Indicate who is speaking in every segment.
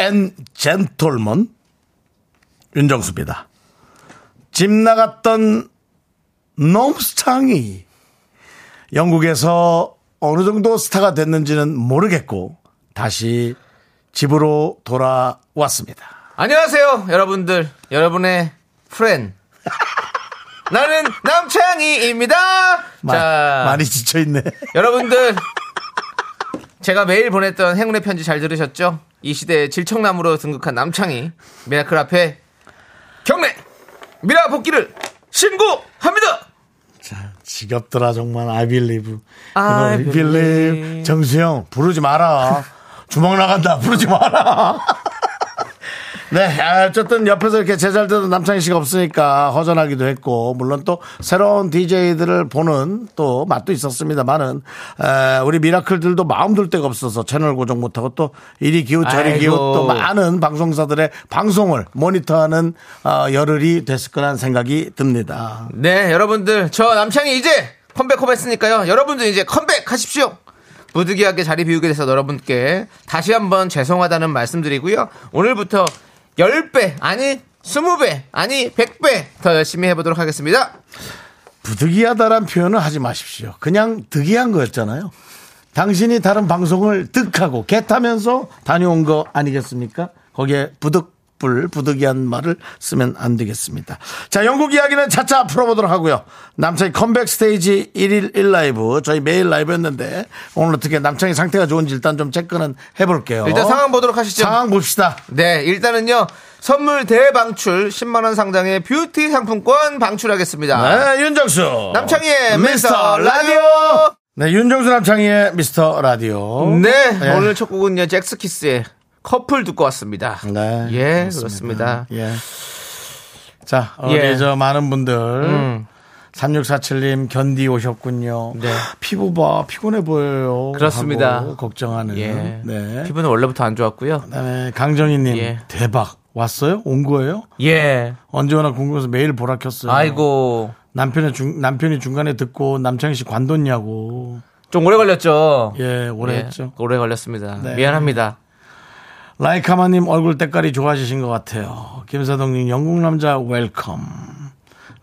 Speaker 1: and Gentlemen 윤정수입니다. 집 나갔던 넘스탕이 영국에서 어느 정도 스타가 됐는지는 모르겠고 다시 집으로 돌아왔습니다.
Speaker 2: 안녕하세요, 여러분들. 여러분의 프렌. 나는 남창희입니다.
Speaker 1: 마-
Speaker 2: 자,
Speaker 1: 많이 지쳐있네.
Speaker 2: 여러분들. 제가 매일 보냈던 행운의 편지 잘 들으셨죠? 이 시대의 질척남으로 등극한 남창희. 미라클 앞에 경례! 미라 복귀를 신고합니다!
Speaker 1: 자, 지겹더라 정말 I believe.
Speaker 2: I
Speaker 1: I believe. 정수영 부르지 마라. 주먹 나간다 부르지 마라. 네, 아, 어쨌든 옆에서 이렇게 제잘 되던 남창희 씨가 없으니까 허전하기도 했고, 물론 또 새로운 DJ들을 보는 또 맛도 있었습니다만은, 에, 우리 미라클들도 마음 둘 데가 없어서 채널 고정 못하고 또 이리 기웃 저리
Speaker 2: 아이고.
Speaker 1: 기웃 또 많은 방송사들의 방송을 모니터하는 어, 열흘이 됐을 거란 생각이 듭니다.
Speaker 2: 네, 여러분들 저 남창이 이제 컴백홈했으니까요. 여러분도 이제 컴백하십시오. 부득이하게 자리 비우게 돼서 여러분께 다시 한번 죄송하다는 말씀드리고요. 오늘부터 10배 아니 20배 아니 100배 더 열심히 해보도록 하겠습니다.
Speaker 1: 부득이하다란 표현을 하지 마십시오. 그냥 득이한 거였잖아요. 당신이 다른 방송을 득하고 개타면서 다녀온 거 아니겠습니까? 거기에 부득 불 부득이한 말을 쓰면 안 되겠습니다. 자, 영국 이야기는 차차 풀어보도록 하고요. 남창희 컴백 스테이지 1일 1라이브 저희 매일 라이브였는데 오늘 어떻게 남창희 상태가 좋은지 일단 좀 체크는 해볼게요.
Speaker 2: 일단 상황 보도록 하시죠.
Speaker 1: 상황 봅시다.
Speaker 2: 네, 일단은요. 선물 대방출 10만 원 상당의 뷰티 상품권 방출하겠습니다.
Speaker 1: 네, 윤정수.
Speaker 2: 아. 남창희의 미스터 라디오.
Speaker 1: 네, 윤정수 남창희의 미스터 라디오.
Speaker 2: 네,
Speaker 1: 예.
Speaker 2: 오늘 첫 곡은요 잭스키스의 커플 듣고 왔습니다.
Speaker 1: 네.
Speaker 2: 예,
Speaker 1: 그렇습니다.
Speaker 2: 그렇습니다.
Speaker 1: 예. 자, 우리
Speaker 2: 예.
Speaker 1: 저 많은 분들.
Speaker 2: 음.
Speaker 1: 3647님 견디 오셨군요.
Speaker 2: 네.
Speaker 1: 피부 봐 피곤해 보여요.
Speaker 2: 그렇습니다.
Speaker 1: 하고 걱정하는.
Speaker 2: 예.
Speaker 1: 네.
Speaker 2: 피부는 원래부터 안 좋았고요.
Speaker 1: 그다음에 강정희님
Speaker 2: 예.
Speaker 1: 대박 왔어요? 온 거예요?
Speaker 2: 예.
Speaker 1: 언제 오나 궁금해서 매일 보라 켰어요.
Speaker 2: 네. 아이고.
Speaker 1: 남편의 중, 남편이 중간에 듣고 남창희 씨 관뒀냐고.
Speaker 2: 좀 오래 걸렸죠.
Speaker 1: 예, 오래
Speaker 2: 예,
Speaker 1: 했죠.
Speaker 2: 오래 걸렸습니다.
Speaker 1: 네.
Speaker 2: 미안합니다.
Speaker 1: 라이카마님 얼굴 때깔이 좋아지신 것 같아요. 김사동님 영국 남자 웰컴.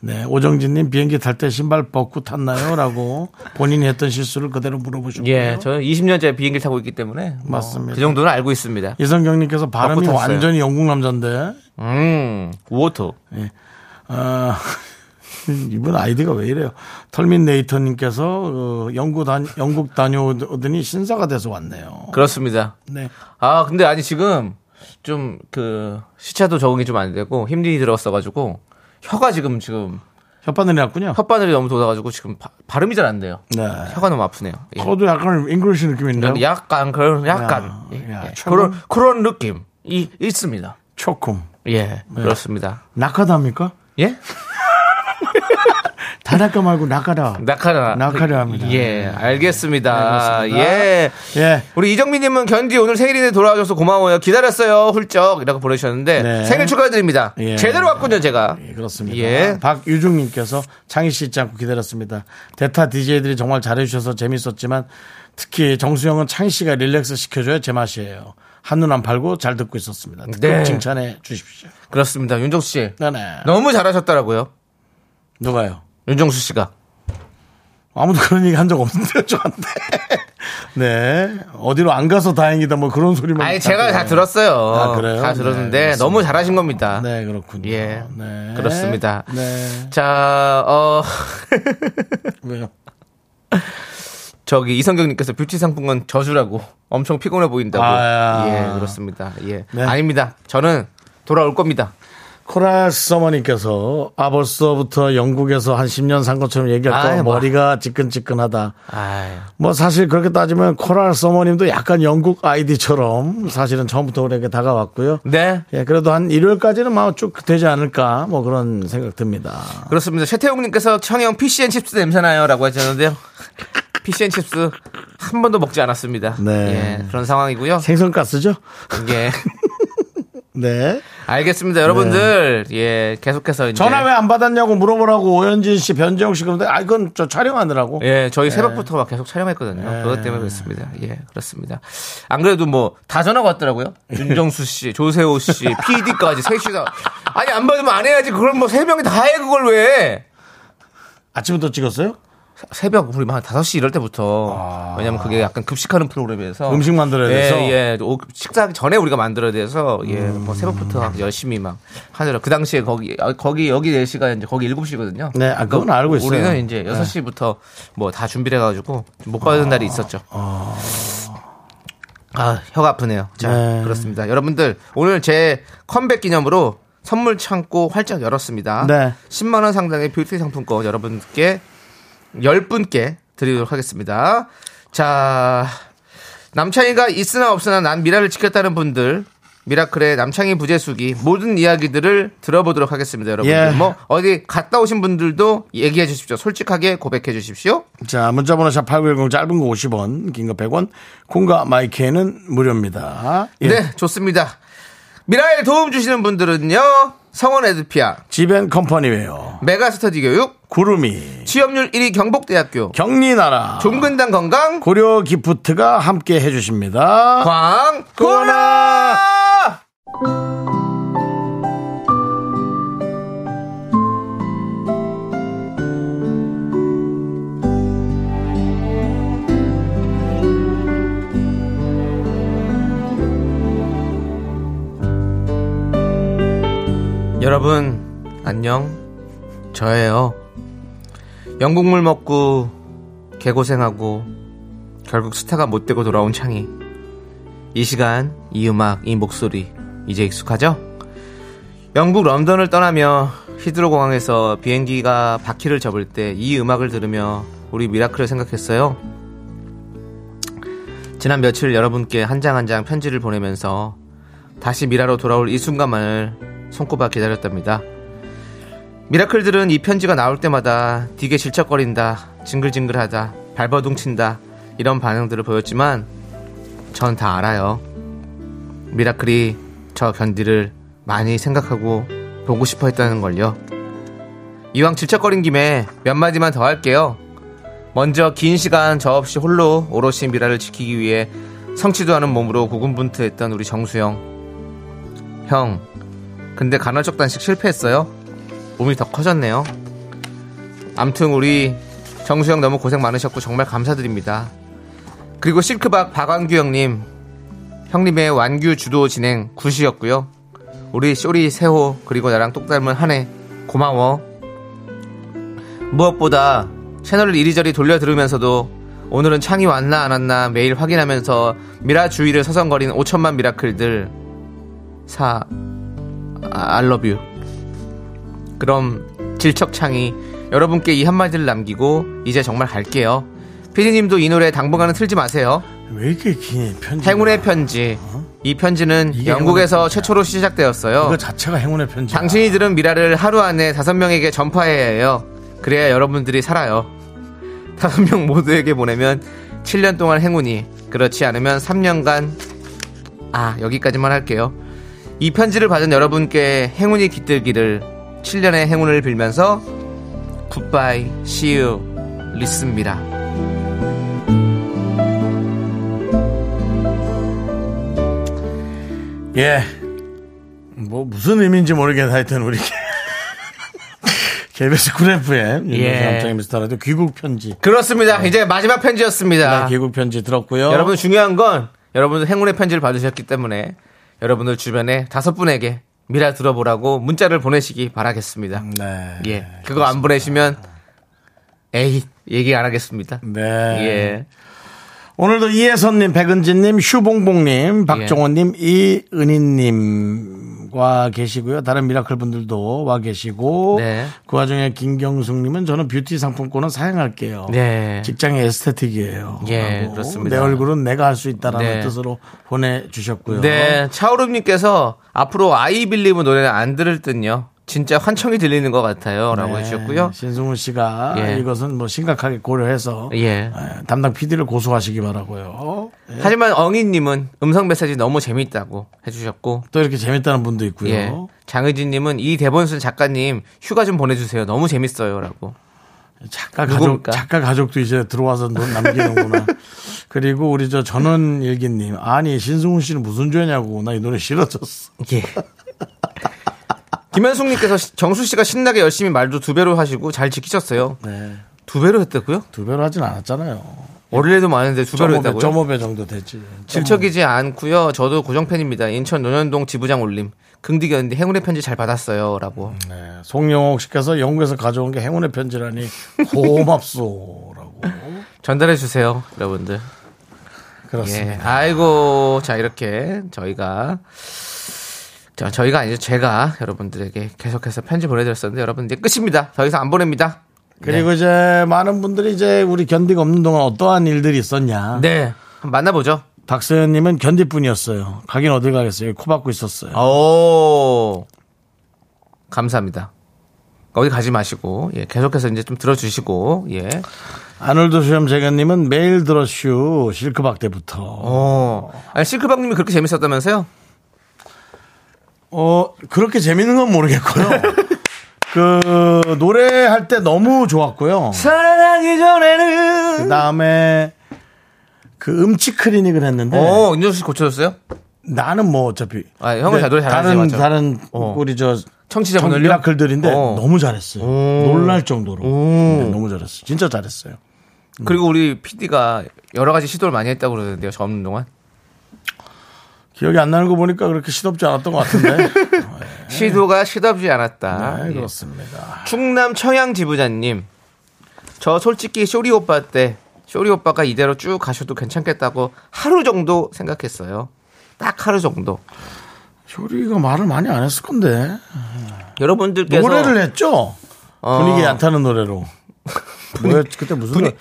Speaker 1: 네 오정진님 비행기 탈 때 신발 벗고 탔나요?라고 본인이 했던 실수를 그대로 물어보셨고요.
Speaker 2: 예, 저는 20년째 비행기를 타고 있기 때문에 뭐
Speaker 1: 맞습니다.
Speaker 2: 그 정도는 알고 있습니다.
Speaker 1: 이성경님께서 발음이
Speaker 2: 벗고 탔어요.
Speaker 1: 완전히 영국 남자인데
Speaker 2: 음, 워터.
Speaker 1: 네. 어, 이분 아이디가 왜 이래요? 털민네이터님께서 어, 영국 단 영국 다녀오더니 신사가 돼서 왔네요.
Speaker 2: 그렇습니다.
Speaker 1: 네.
Speaker 2: 아, 근데 아니 지금 좀 그 시차도 적응이 좀 안 되고 힘이 들었어가지고 혀가 지금 지금
Speaker 1: 혓바늘이 났군요.
Speaker 2: 혓바늘이 너무 돋아가지고 지금 바- 발음이 잘 안 돼요.
Speaker 1: 네.
Speaker 2: 혀가 너무 아프네요. 예.
Speaker 1: 저도 약간 잉글리시 느낌인데요.
Speaker 2: 약간 그런 약간
Speaker 1: 야,
Speaker 2: 예,
Speaker 1: 야,
Speaker 2: 예.
Speaker 1: 조금?
Speaker 2: 그런 그런 느낌이 있습니다.
Speaker 1: 초콤.
Speaker 2: 예, 그렇습니다.
Speaker 1: 낙하다입니까?
Speaker 2: 예?
Speaker 1: 다나카 말고 낙하다.
Speaker 2: 네. 낙하라.
Speaker 1: 낙하라 합니다. 네.
Speaker 2: 예, 알겠습니다.
Speaker 1: 알겠습니다.
Speaker 2: 예.
Speaker 1: 예.
Speaker 2: 우리 이정민님은 견디 오늘 생일인데 돌아와줘서 고마워요. 기다렸어요. 훌쩍. 이라고 보내주셨는데.
Speaker 1: 네.
Speaker 2: 생일 축하드립니다.
Speaker 1: 예.
Speaker 2: 제대로 왔군요, 제가.
Speaker 1: 예, 그렇습니다.
Speaker 2: 예.
Speaker 1: 박유중님께서 창희 씨 잊지 않고 기다렸습니다. 대타 DJ들이 정말 잘해주셔서 재밌었지만 특히 정수영은 창희 씨가 릴렉스 시켜줘야 제 맛이에요. 한눈 안 팔고 잘 듣고 있었습니다. 특급
Speaker 2: 네.
Speaker 1: 칭찬해 주십시오.
Speaker 2: 그렇습니다. 윤정수 씨.
Speaker 1: 네네.
Speaker 2: 너무 잘하셨더라고요.
Speaker 1: 누가요?
Speaker 2: 윤정수 씨가.
Speaker 1: 아무도 그런 얘기 한 적 없는데요, 저한테. 네. 어디로 안 가서 다행이다, 뭐 그런 소리만.
Speaker 2: 아니, 제가 다
Speaker 1: 들어요.
Speaker 2: 들었어요.
Speaker 1: 아, 그래요?
Speaker 2: 다
Speaker 1: 네,
Speaker 2: 들었는데
Speaker 1: 그렇습니다.
Speaker 2: 너무 잘하신 겁니다.
Speaker 1: 네, 그렇군요.
Speaker 2: 예.
Speaker 1: 네.
Speaker 2: 그렇습니다.
Speaker 1: 네.
Speaker 2: 자, 어,
Speaker 1: 왜요?
Speaker 2: 저기 이성경님께서 뷰티 상품권 저주라고 엄청 피곤해 보인다고.
Speaker 1: 아, 야.
Speaker 2: 예, 그렇습니다. 예.
Speaker 1: 네.
Speaker 2: 아닙니다. 저는 돌아올 겁니다.
Speaker 1: 코라스 서머님께서 아 벌써부터 영국에서 한 10년 산 것처럼 얘기할
Speaker 2: 아이,
Speaker 1: 거
Speaker 2: 뭐.
Speaker 1: 머리가 지끈지끈하다.
Speaker 2: 아유.
Speaker 1: 뭐 사실 그렇게 따지면 코라스 서머님도 약간 영국 아이디처럼 사실은 처음부터 우리에게 다가왔고요.
Speaker 2: 네.
Speaker 1: 예, 그래도 한 일요일까지는 막쭉 되지 않을까 뭐 그런 생각 듭니다.
Speaker 2: 그렇습니다. 최태웅님께서 청형 피시앤칩스 냄새나요라고 하셨는데요. 피시앤칩스 한 번도 먹지 않았습니다.
Speaker 1: 네.
Speaker 2: 예, 그런 상황이고요.
Speaker 1: 생선가스죠?
Speaker 2: 예,
Speaker 1: 네.
Speaker 2: 알겠습니다. 여러분들 예 계속해서 이제
Speaker 1: 전화 왜 안 받았냐고 물어보라고 오현진 씨, 변재영 씨 그런데 아 이건 저 촬영하느라고.
Speaker 2: 예 저희 새벽부터 막 계속 촬영했거든요.
Speaker 1: 네.
Speaker 2: 그것 때문에 그렇습니다. 예 그렇습니다. 안 그래도 뭐 다 전화가 왔더라고요.
Speaker 1: 예.
Speaker 2: 윤정수 씨, 조세호 씨, PD까지 셋이서 아니 안 받으면 안 해야지. 그걸 뭐 세 명이 다 해 그걸 왜?
Speaker 1: 아침부터 찍었어요?
Speaker 2: 새벽 우리 한 5시 이럴 때부터 왜냐면 그게 약간 급식하는 프로그램에서
Speaker 1: 아. 음식 만들어야
Speaker 2: 예,
Speaker 1: 돼서?
Speaker 2: 예, 오- 식사하기 전에 우리가 만들어야 돼서 예,
Speaker 1: 음.
Speaker 2: 뭐 새벽부터 막 열심히 막 하느라 그 당시에 거기 아, 거기 여기 4시가 이제 거기 7시거든요.
Speaker 1: 네, 아, 그건 알고 있어요. 네.
Speaker 2: 우리는 이제 6시부터 뭐 다 준비를 해 가지고 못 받은 날이 있었죠. 아, 혀가 아프네요. 자,
Speaker 1: 네.
Speaker 2: 그렇습니다. 여러분들, 오늘 제 컴백 기념으로 선물 창고 활짝 열었습니다.
Speaker 1: 네.
Speaker 2: 10만 원 상당의 뷰티 상품권 여러분께 10분께 드리도록 하겠습니다. 자, 남창희가 있으나 없으나 난 미라를 지켰다는 분들 미라클의 남창희 부재수기 모든 이야기들을 들어보도록 하겠습니다, 여러분.
Speaker 1: 예.
Speaker 2: 들뭐 어디 갔다 오신 분들도 얘기해 주십시오. 솔직하게 고백해 주십시오.
Speaker 1: 자, 문자번호 샵 8910 짧은 거 50원, 긴 거 100원, 콩과 마이크에는 무료입니다. 예.
Speaker 2: 네, 좋습니다. 미라에 도움 주시는 분들은요. 성원 에드피아,
Speaker 1: 지벤 컴퍼니웨어,
Speaker 2: 메가스터디 교육,
Speaker 1: 구름이,
Speaker 2: 취업률 1위 경북대학교,
Speaker 1: 경리나라,
Speaker 2: 종근당 건강,
Speaker 1: 고려 기프트가 함께 해주십니다.
Speaker 2: 광고라!
Speaker 1: 고라!
Speaker 2: 여러분 안녕 저예요 영국물 먹고 개고생하고 결국 스타가 못되고 돌아온 창희 이 시간 이 음악 이 목소리 이제 익숙하죠? 영국 런던을 떠나며 히드로 공항에서 비행기가 바퀴를 접을 때 이 음악을 들으며 우리 미라클을 생각했어요 지난 며칠 여러분께 한 장 한 장 편지를 보내면서 다시 미라로 돌아올 이 순간만을 손꼽아 기다렸답니다. 미라클들은 이 편지가 나올 때마다 되게 질척거린다, 징글징글하다, 발버둥친다 이런 반응들을 보였지만 전 다 알아요. 미라클이 저 견디를 많이 생각하고 보고 싶어 했다는 걸요. 이왕 질척거린 김에 몇 마디만 더 할게요. 먼저 긴 시간 저 없이 홀로 오롯이 미라를 지키기 위해 성취도 않은 몸으로 고군분투했던 우리 정수영. 형, 근데 간헐적 단식 실패했어요. 몸이 더 커졌네요. 암튼 우리 정수형 너무 고생 많으셨고 정말 감사드립니다. 그리고 실크박 박완규 형님, 형님의 완규 주도 진행 9시였고요. 우리 쇼리 세호 그리고 나랑 똑 닮은 한해 고마워. 무엇보다 채널을 이리저리 돌려 들으면서도 오늘은 창이 왔나 안 왔나 매일 확인하면서 미라 주위를 서성거린 5천만 미라클들 사 아, I love you. 그럼 질척창이 여러분께 이 한마디를 남기고 이제 정말 갈게요. 피디님도 이 노래 당분간은 틀지 마세요.
Speaker 1: 왜 이렇게 긴 편지?
Speaker 2: 행운의 편지. 이 편지는
Speaker 1: 이게
Speaker 2: 영국에서
Speaker 1: 행운의 그렇죠.
Speaker 2: 최초로 시작되었어요.
Speaker 1: 그거 자체가 행운의 편지.
Speaker 2: 당신이 들은 미라를 하루 안에 다섯 명에게 전파해야 해요. 그래야 여러분들이 살아요. 다섯 명 모두에게 보내면 7년 동안 행운이, 그렇지 않으면 3년간, 아, 여기까지만 할게요. 이 편지를 받은 여러분께 행운이 깃들기를 7년의 행운을 빌면서 굿바이, see you, 리스입니다.
Speaker 1: 예. 뭐 무슨 의미인지 모르겠는데 하여튼 우리 KBS 쿨 FM
Speaker 2: 예.
Speaker 1: 윤정수 남창희 미스터라디오 귀국 편지. 네,
Speaker 2: 그렇습니다. 이제 마지막 편지였습니다.
Speaker 1: 귀국 편지 들었고요.
Speaker 2: 여러분 중요한 건 여러분들 행운의 편지를 받으셨기 때문에 여러분들 주변에 다섯 분에게 미라 들어보라고 문자를 보내시기 바라겠습니다.
Speaker 1: 네.
Speaker 2: 예, 그거 안 보내시면 에이 얘기 안 하겠습니다.
Speaker 1: 네.
Speaker 2: 예,
Speaker 1: 오늘도
Speaker 2: 예.
Speaker 1: 이혜선님, 백은진님, 슈봉봉님, 박종원님, 이은희님 와 계시고요. 다른 미라클 분들도 와 계시고
Speaker 2: 네.
Speaker 1: 그 와중에 김경숙님은 저는 뷰티 상품권은 사양할게요.
Speaker 2: 네.
Speaker 1: 직장의 에스테틱이에요.
Speaker 2: 예,
Speaker 1: 라고
Speaker 2: 그렇습니다.
Speaker 1: 내 얼굴은 내가 할 수 있다라는
Speaker 2: 네.
Speaker 1: 뜻으로 보내주셨고요.
Speaker 2: 네, 차오름님께서 앞으로 아이빌리브 노래는 안 들을 듯요. 진짜 환청이 들리는 것 같아요. 라고
Speaker 1: 네,
Speaker 2: 해주셨고요.
Speaker 1: 신승훈 씨가
Speaker 2: 예.
Speaker 1: 이것은 뭐 심각하게 고려해서
Speaker 2: 예.
Speaker 1: 예, 담당 PD를 고소하시기 바라고요. 예.
Speaker 2: 하지만 엉이님은 음성 메시지 너무 재밌다고 해주셨고,
Speaker 1: 또 이렇게 재밌다는 분도 있고요.
Speaker 2: 예. 장의진님은 이 대본 쓴 작가님 휴가 좀 보내주세요. 너무 재밌어요. 라고.
Speaker 1: 작가
Speaker 2: 누굽니까?
Speaker 1: 가족 작가 가족도 이제 들어와서 돈 남기는구나. 그리고 우리 저 전원 일기님 아니 신승훈 씨는 무슨 죄냐고 나 이 노래 싫어졌어.
Speaker 2: 예. 김현숙님께서 시- 정수 씨가 신나게 열심히 말도 두 배로 하시고 잘 지키셨어요.
Speaker 1: 네.
Speaker 2: 두 배로 했다고요?
Speaker 1: 두 배로 하진 않았잖아요.
Speaker 2: 원래도 많은데 두 배로 했다고요?
Speaker 1: 점오배 정도 됐지.
Speaker 2: 질척이지 않고요. 저도 고정팬입니다. 인천 논현동 지부장 올림. 긍디견디 행운의 편지 잘 받았어요라고.
Speaker 1: 네. 송영옥 씨께서 영국에서 가져온 게 행운의 편지라니 고맙소라고.
Speaker 2: 예, 전달해 주세요, 여러분들.
Speaker 1: 그렇습니다.
Speaker 2: 예. 아이고. 자, 이렇게 저희가 자, 저희가 아니죠. 제가 여러분들에게 계속해서 편지 보내 드렸었는데 여러분 이제 끝입니다. 더 이상 안 보냅니다.
Speaker 1: 그리고 이제 많은 분들이 이제 우리 견디가 없는 동안 어떠한 일들이 있었냐.
Speaker 2: 네. 한번 만나 보죠.
Speaker 1: 박서연님은 견디뿐이었어요. 가긴 어딜 가겠어요. 코 박고 있었어요.
Speaker 2: 아, 오. 감사합니다. 어디 가지 마시고 예, 계속해서 이제 좀 들어 주시고 예.
Speaker 1: 아놀드 수염 재견님은 매일 들었슈 실크박 때부터.
Speaker 2: 어. 아니 실크박 님이 그렇게 재밌었다면서요?
Speaker 1: 어 그렇게 재밌는 건 모르겠고요. 그 노래할 때 너무 좋았고요.
Speaker 2: 사랑하기
Speaker 1: 그
Speaker 2: 전에는.
Speaker 1: 다음에 그 음치 클리닉을 했는데
Speaker 2: 오, 어, 윤정수 씨 고쳐줬어요?
Speaker 1: 나는 뭐 어차피
Speaker 2: 아, 형은
Speaker 1: 근데
Speaker 2: 잘 노래 잘하지,
Speaker 1: 다른
Speaker 2: 맞아.
Speaker 1: 다른
Speaker 2: 어.
Speaker 1: 우리 저
Speaker 2: 청취자분들요?
Speaker 1: 미라클들인데
Speaker 2: 어.
Speaker 1: 너무 잘했어요. 놀랄 정도로 네, 너무 잘했어요. 진짜 잘했어요. 음.
Speaker 2: 그리고 우리 PD가 여러 가지 시도를 많이 했다고 그러는데요, 저 없는 동안.
Speaker 1: 기억이 안 나는 거 보니까 그렇게 시덥지 않았던 것 같은데.
Speaker 2: 시도가 시답지 않았다.
Speaker 1: 네,
Speaker 2: 예.
Speaker 1: 그렇습니다.
Speaker 2: 충남 청양 지부장님. 저 솔직히 쇼리 오빠 때, 쇼리 오빠가 이대로 쭉 가셔도 괜찮겠다고 하루 정도 생각했어요. 딱 하루 정도.
Speaker 1: 효리가 말을 많이 안 했을 건데
Speaker 2: 여러분들께서.
Speaker 1: 노래를 했죠.
Speaker 2: 어.
Speaker 1: 분위기 안 타는 노래로. 뭐야 그때 무슨 노래?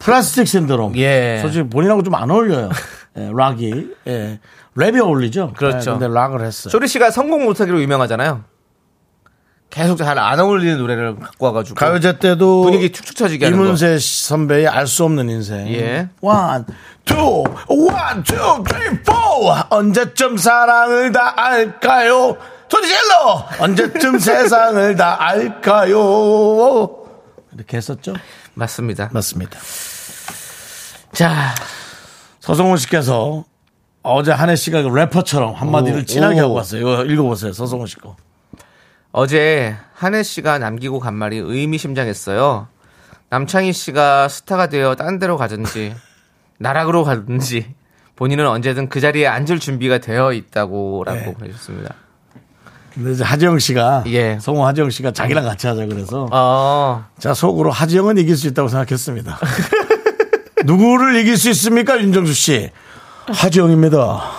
Speaker 1: 플라스틱 신드롬.
Speaker 2: 예.
Speaker 1: 솔직히 본인하고 좀 안 어울려요. 예, 락이 예. 랩이 어울리죠.
Speaker 2: 그렇죠.
Speaker 1: 예, 근데 락을 했어요.
Speaker 2: 쇼리 씨가 성공 못하기로 유명하잖아요. 계속 잘 안 어울리는 노래를 갖고 와가지고.
Speaker 1: 가요제 때도
Speaker 2: 분위기 축축 처지게 하는
Speaker 1: 이문세 선배의 알 수 없는 인생.
Speaker 2: 예.
Speaker 1: 원, 투, 원, 투, 쓰리, 포. 언제쯤 사랑을 다 알까요? 소리 질러. 언제쯤 세상을 다 알까요? 이렇게 했었죠?
Speaker 2: 맞습니다.
Speaker 1: 맞습니다.
Speaker 2: 자,
Speaker 1: 서성훈 씨께서 어제 한혜 씨가 그 래퍼처럼 한마디를
Speaker 2: 오,
Speaker 1: 진하게
Speaker 2: 오.
Speaker 1: 하고 갔어요. 이거 읽어보세요, 서성훈 씨 거.
Speaker 2: 어제 한혜 씨가 남기고 간 말이 의미심장했어요. 남창희 씨가 스타가 되어 딴 데로 가든지 나락으로 가든지 본인은 언제든 그 자리에 앉을 준비가 되어 있다고라고
Speaker 1: 네.
Speaker 2: 해주셨습니다.
Speaker 1: 근데 이제 하지영 씨가
Speaker 2: 예.
Speaker 1: 성우 하지영 씨가 자기랑 같이 하자 그래서
Speaker 2: 어,
Speaker 1: 자 속으로 하지영은 이길 수 있다고 생각했습니다. 누구를 이길 수 있습니까, 윤정수 씨? 하지영입니다.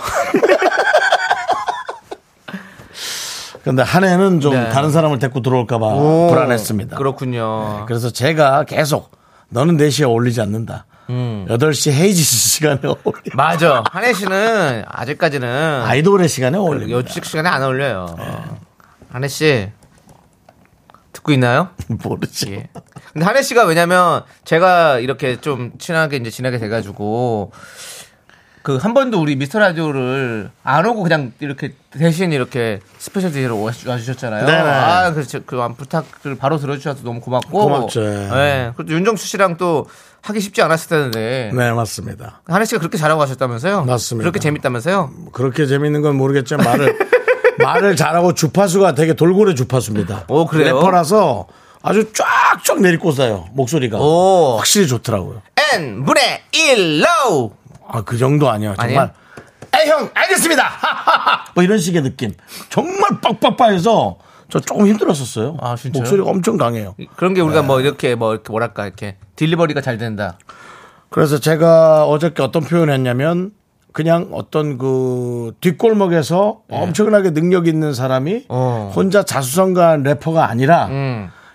Speaker 1: 근데 한해는 좀
Speaker 2: 네.
Speaker 1: 다른 사람을 데리고 들어올까봐
Speaker 2: 오,
Speaker 1: 불안했습니다. 네,
Speaker 2: 그렇군요.
Speaker 1: 그래서 제가 계속 너는 4시에 어울리지 않는다.
Speaker 2: 음.
Speaker 1: 8시 헤이지 시간에 어울리.
Speaker 2: 맞아. 한혜 씨는 아직까지는
Speaker 1: 그 아이돌의 시간에 어울립니다. 네.
Speaker 2: 요직 시간에 안 어울려요. 한혜 씨 듣고 있나요?
Speaker 1: 모르지.
Speaker 2: 예. 근데 한혜 씨가 왜냐면 제가 이렇게 좀 친하게 이제 지나게 돼가지고 그 한 번도 우리 미스터 라디오를 안 오고 그냥 이렇게 대신 이렇게 스페셜 DJ로 와주셨잖아요.
Speaker 1: 네네.
Speaker 2: 아, 그렇죠. 그 안- 부탁을 바로 들어주셔서 너무 고맙고.
Speaker 1: 고맙죠.
Speaker 2: 예. 그리고 윤정수 씨랑 또 하기 쉽지 않았을 텐데.
Speaker 1: 네, 맞습니다.
Speaker 2: 한혜 씨가 그렇게 잘하고 가셨다면서요?
Speaker 1: 맞습니다.
Speaker 2: 그렇게 재밌다면서요?
Speaker 1: 뭐 그렇게 재밌는 건 모르겠지만 말을 말을 잘하고 주파수가 되게 돌고래 주파수입니다.
Speaker 2: 오, 어, 그래요?
Speaker 1: 래퍼라서 아주 쫙쫙 내리꽂아요 목소리가
Speaker 2: 오.
Speaker 1: 확실히 좋더라고요.
Speaker 2: N 분의 1로
Speaker 1: 아 그 정도 아니야
Speaker 2: 아니에요?
Speaker 1: 정말. 에형 알겠습니다. 하하하. 뭐 이런 식의 느낌. 정말 빡빡빡해서 저 조금 힘들었었어요.
Speaker 2: 아, 진짜요?
Speaker 1: 목소리가 엄청 강해요.
Speaker 2: 그런 게
Speaker 1: 네.
Speaker 2: 우리가 뭐 이렇게 뭐 이렇게 뭐랄까 이렇게 딜리버리가 잘 된다.
Speaker 1: 그래서 제가 어저께 어떤 표현을 했냐면 그냥 어떤 그 뒷골목에서 엄청나게 능력 있는 사람이
Speaker 2: 예. 어. 음.
Speaker 1: 혼자 자수성가한 래퍼가 아니라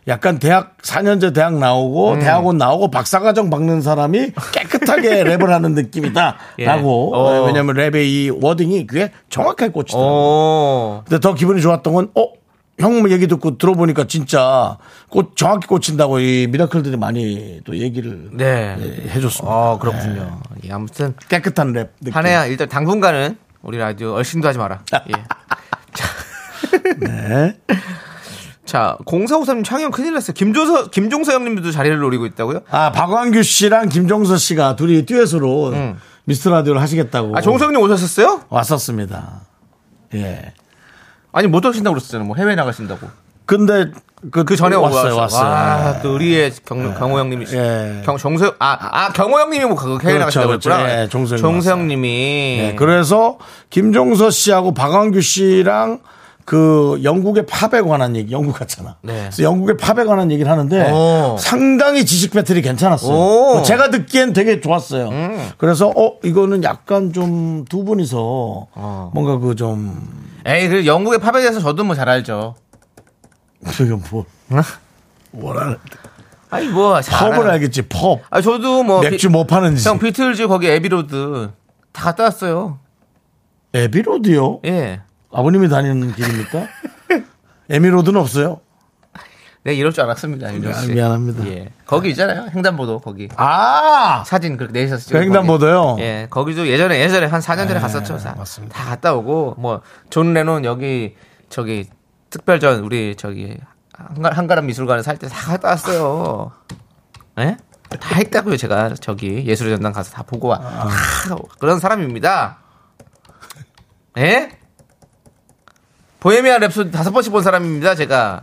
Speaker 1: 약간 대학 4년제 대학 나오고 대학원 나오고 박사과정 박는 사람이 깨끗하게 랩을 하는
Speaker 2: 예.
Speaker 1: 느낌이다라고 네,
Speaker 2: 어.
Speaker 1: 왜냐하면 랩의 이 워딩이 그게 정확하게 꽂히더라고요.
Speaker 2: 어.
Speaker 1: 근데 더 기분이 좋았던 건, 어? 형 얘기 듣고 들어보니까 진짜 꽃, 정확히 꽂힌다고 이 미라클들이 많이 또 얘기를
Speaker 2: 네.
Speaker 1: 예, 해줬습니다.
Speaker 2: 아, 그렇군요. 예, 아무튼
Speaker 1: 깨끗한 랩 느낌. 아.
Speaker 2: 한혜야 일단 당분간은 우리 라디오 얼씬도 하지 마라. 예.
Speaker 1: 네.
Speaker 2: 자, 0453님 창영 큰일 났어요. 김종서 김종서 형님도 자리를 노리고 있다고요?
Speaker 1: 아, 박광규 씨랑 김종서 씨가 둘이 듀엣으로 미스터 라디오를 하시겠다고
Speaker 2: 음. 아, 종서님 오셨었어요?
Speaker 1: 왔었습니다. 예.
Speaker 2: 아니, 못 오신다고 그랬었잖아요. 뭐 해외 나가신다고.
Speaker 1: 근데 그,
Speaker 2: 그 전에
Speaker 1: 왔어요,
Speaker 2: 오셨어요.
Speaker 1: 왔어요.
Speaker 2: 와, 또 의리의 경, 경호 형님이
Speaker 1: 예.
Speaker 2: 경 정서 아, 아 경호 형님이 뭐 그 해외
Speaker 1: 그렇죠,
Speaker 2: 나가신다고
Speaker 1: 그렇죠.
Speaker 2: 그랬구나.
Speaker 1: 예, 정서 형님
Speaker 2: 정서
Speaker 1: 왔어요.
Speaker 2: 형님이
Speaker 1: 예, 그래서 김종서 씨하고 박완규 씨랑 그 영국의 팝에 관한 얘기, 영국 같잖아.
Speaker 2: 네.
Speaker 1: 그래서 영국의 팝에 관한 얘기를 하는데
Speaker 2: 오.
Speaker 1: 상당히 지식 배틀이 괜찮았어요.
Speaker 2: 오. 음.
Speaker 1: 뭐 제가 듣기엔 되게 좋았어요. 그래서 어 이거는 약간 좀 두 분이서
Speaker 2: 어.
Speaker 1: 뭔가 그좀
Speaker 2: 에이, 그 영국의 팝에 대해서 저도 뭐 잘 알죠.
Speaker 1: 이거 뭐 뭐라
Speaker 2: 아니 뭐 잘.
Speaker 1: 펍을
Speaker 2: 알아요.
Speaker 1: 알겠지 펍
Speaker 2: 아, 저도 뭐
Speaker 1: 맥주
Speaker 2: 비-
Speaker 1: 뭐 파는지
Speaker 2: 형 비틀즈 거기 에비로드 다 갔다 왔어요.
Speaker 1: 에비로드요
Speaker 2: 예.
Speaker 1: 아버님이 다니는 길입니까 에미로드는 없어요
Speaker 2: 네, 이럴 줄 알았습니다. 윤정
Speaker 1: 아,
Speaker 2: 씨.
Speaker 1: 미안합니다
Speaker 2: 예. 거기 있잖아요. 횡단보도 거기.
Speaker 1: 아
Speaker 2: 사진 그렇게 내셔서 찍은
Speaker 1: 그 횡단보도요?
Speaker 2: 거기. 예. 거기도 예전에 예전에 한 4년 전에 갔었죠. 다,
Speaker 1: 네, 맞습니다.
Speaker 2: 다 갔다 오고 뭐 존 레논 여기 저기 특별전 우리 저기 한가, 한가람 미술관에 살 때 다 갔다 왔어요. 예? 다 했다고요. 제가 저기 예술의 전당 가서 다 보고 와.
Speaker 1: 아.
Speaker 2: 다 그런 사람입니다. 예? 보헤미안 랩소디 다섯 번씩 본 사람입니다. 제가.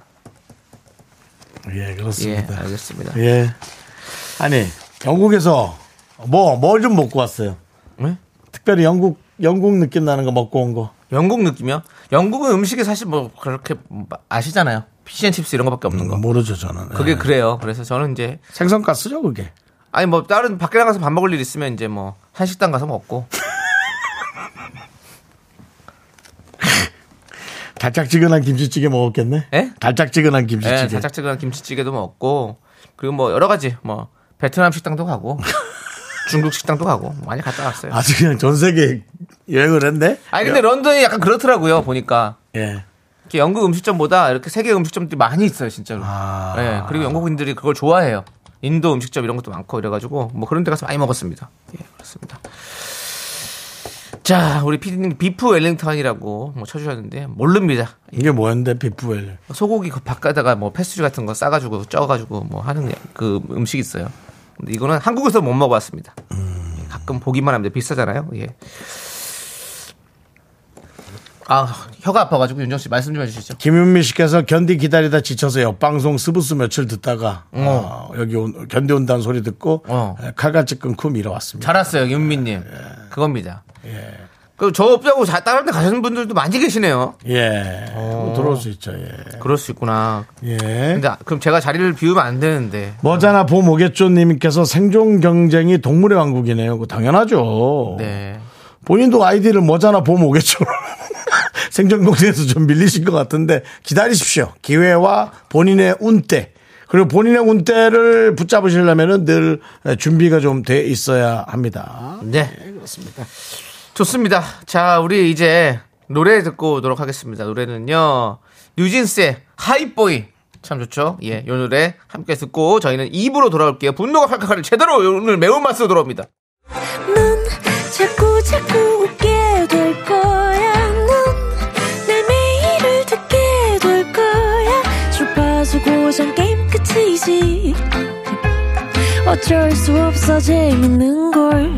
Speaker 1: 예
Speaker 2: 예,
Speaker 1: 그렇습니다
Speaker 2: 알겠습니다.
Speaker 1: 예. 아니, 영국에서 뭐, 뭘 좀 먹고 왔어요?
Speaker 2: 예?
Speaker 1: 특별히 영국, 영국 느낌 나는 거 먹고 온 거.
Speaker 2: 영국 느낌이요? 영국은 음식이 사실 뭐 그렇게 아시잖아요. 피시앤칩스 이런 거밖에 없는 거.
Speaker 1: 모르죠, 저는.
Speaker 2: 그게
Speaker 1: 예.
Speaker 2: 그래요. 그래서 저는 이제
Speaker 1: 생선가스죠, 그게.
Speaker 2: 아니 뭐 다른 밖에 나가서 밥 먹을 일 있으면 이제 뭐 한식당 가서 먹고.
Speaker 1: 달짝지근한 김치찌개 먹었겠네?
Speaker 2: 예?
Speaker 1: 달짝지근한 김치찌개.
Speaker 2: 예, 자작지근한 김치찌개도 먹고 그리고 뭐 여러 가지 뭐 베트남 식당도 가고 중국 식당도 가고 많이 갔다 왔어요.
Speaker 1: 아주 그냥 전 세계 여행을 했네?
Speaker 2: 아니 근데 런던이 약간 그렇더라고요. 보니까
Speaker 1: 예.
Speaker 2: 이렇게 영국 음식점보다 이렇게 세계 음식점들이 많이 있어요, 진짜로.
Speaker 1: 아.
Speaker 2: 예, 그리고 영국인들이 그걸 좋아해요. 인도 음식점 이런 것도 많고 이래가지고 뭐 그런 데 가서 많이 먹었습니다. 예, 그렇습니다. 자, 우리 피디님 비프 웰링턴이라고 뭐 쳐주셨는데 모릅니다.
Speaker 1: 이게 뭐였는데, 비프웰.
Speaker 2: 소고기 그 바깥에다가 뭐 패스트리 같은 거 싸가지고 쪄가지고 뭐 하는 그 음식 있어요. 근데 이거는 한국에서 못 먹어봤습니다. 예, 가끔 보기만 합니다. 비싸잖아요. 예. 아, 혀가 아파가지고 윤정 씨 말씀 좀 해주시죠.
Speaker 1: 김윤미 씨께서 견디 기다리다 지쳐서 옆방송 스브스 며칠 듣다가, 어, 여기 온- 견디 온다는 소리 듣고,
Speaker 2: 어.
Speaker 1: 예, 칼같이 끊고 밀어왔습니다.
Speaker 2: 잘 왔어요, 윤미님. 그겁니다. 그 저 없다고 자- 다른 데 가시는 분들도 많이 계시네요.
Speaker 1: 예. 들어올 수 있죠, 예.
Speaker 2: 그럴 수 있구나.
Speaker 1: 예.
Speaker 2: 근데 아- 그럼 제가 자리를 비우면 안 되는데.
Speaker 1: 머자나 봄 오겠죠 님께서 생존 경쟁이 동물의 왕국이네요. 그거 당연하죠.
Speaker 2: 네.
Speaker 1: 본인도 아이디를 머자나 봄 오겠죠. 생존 경쟁에서 좀 밀리신 것 같은데 기다리십시오. 기회와 본인의 운때 그리고 본인의 운때를 붙잡으시려면 늘 준비가 좀 돼 있어야 합니다.
Speaker 2: 네. 그렇습니다. 좋습니다. 자, 우리 이제 노래 듣고 오도록 하겠습니다. 노래는요. 뉴진스의 하이보이. 참 좋죠? 예. 요 노래 함께 듣고 저희는 2부로 돌아올게요. 분노가 칼칼칼 제대로 오늘 매운맛으로 돌아옵니다.
Speaker 3: 넌 자꾸 자꾸 웃게 될 거야. 넌내 매일을 듣게 될 거야. 주파수 고정 게임 끝이지. 어쩔 수 없어 재밌는 걸.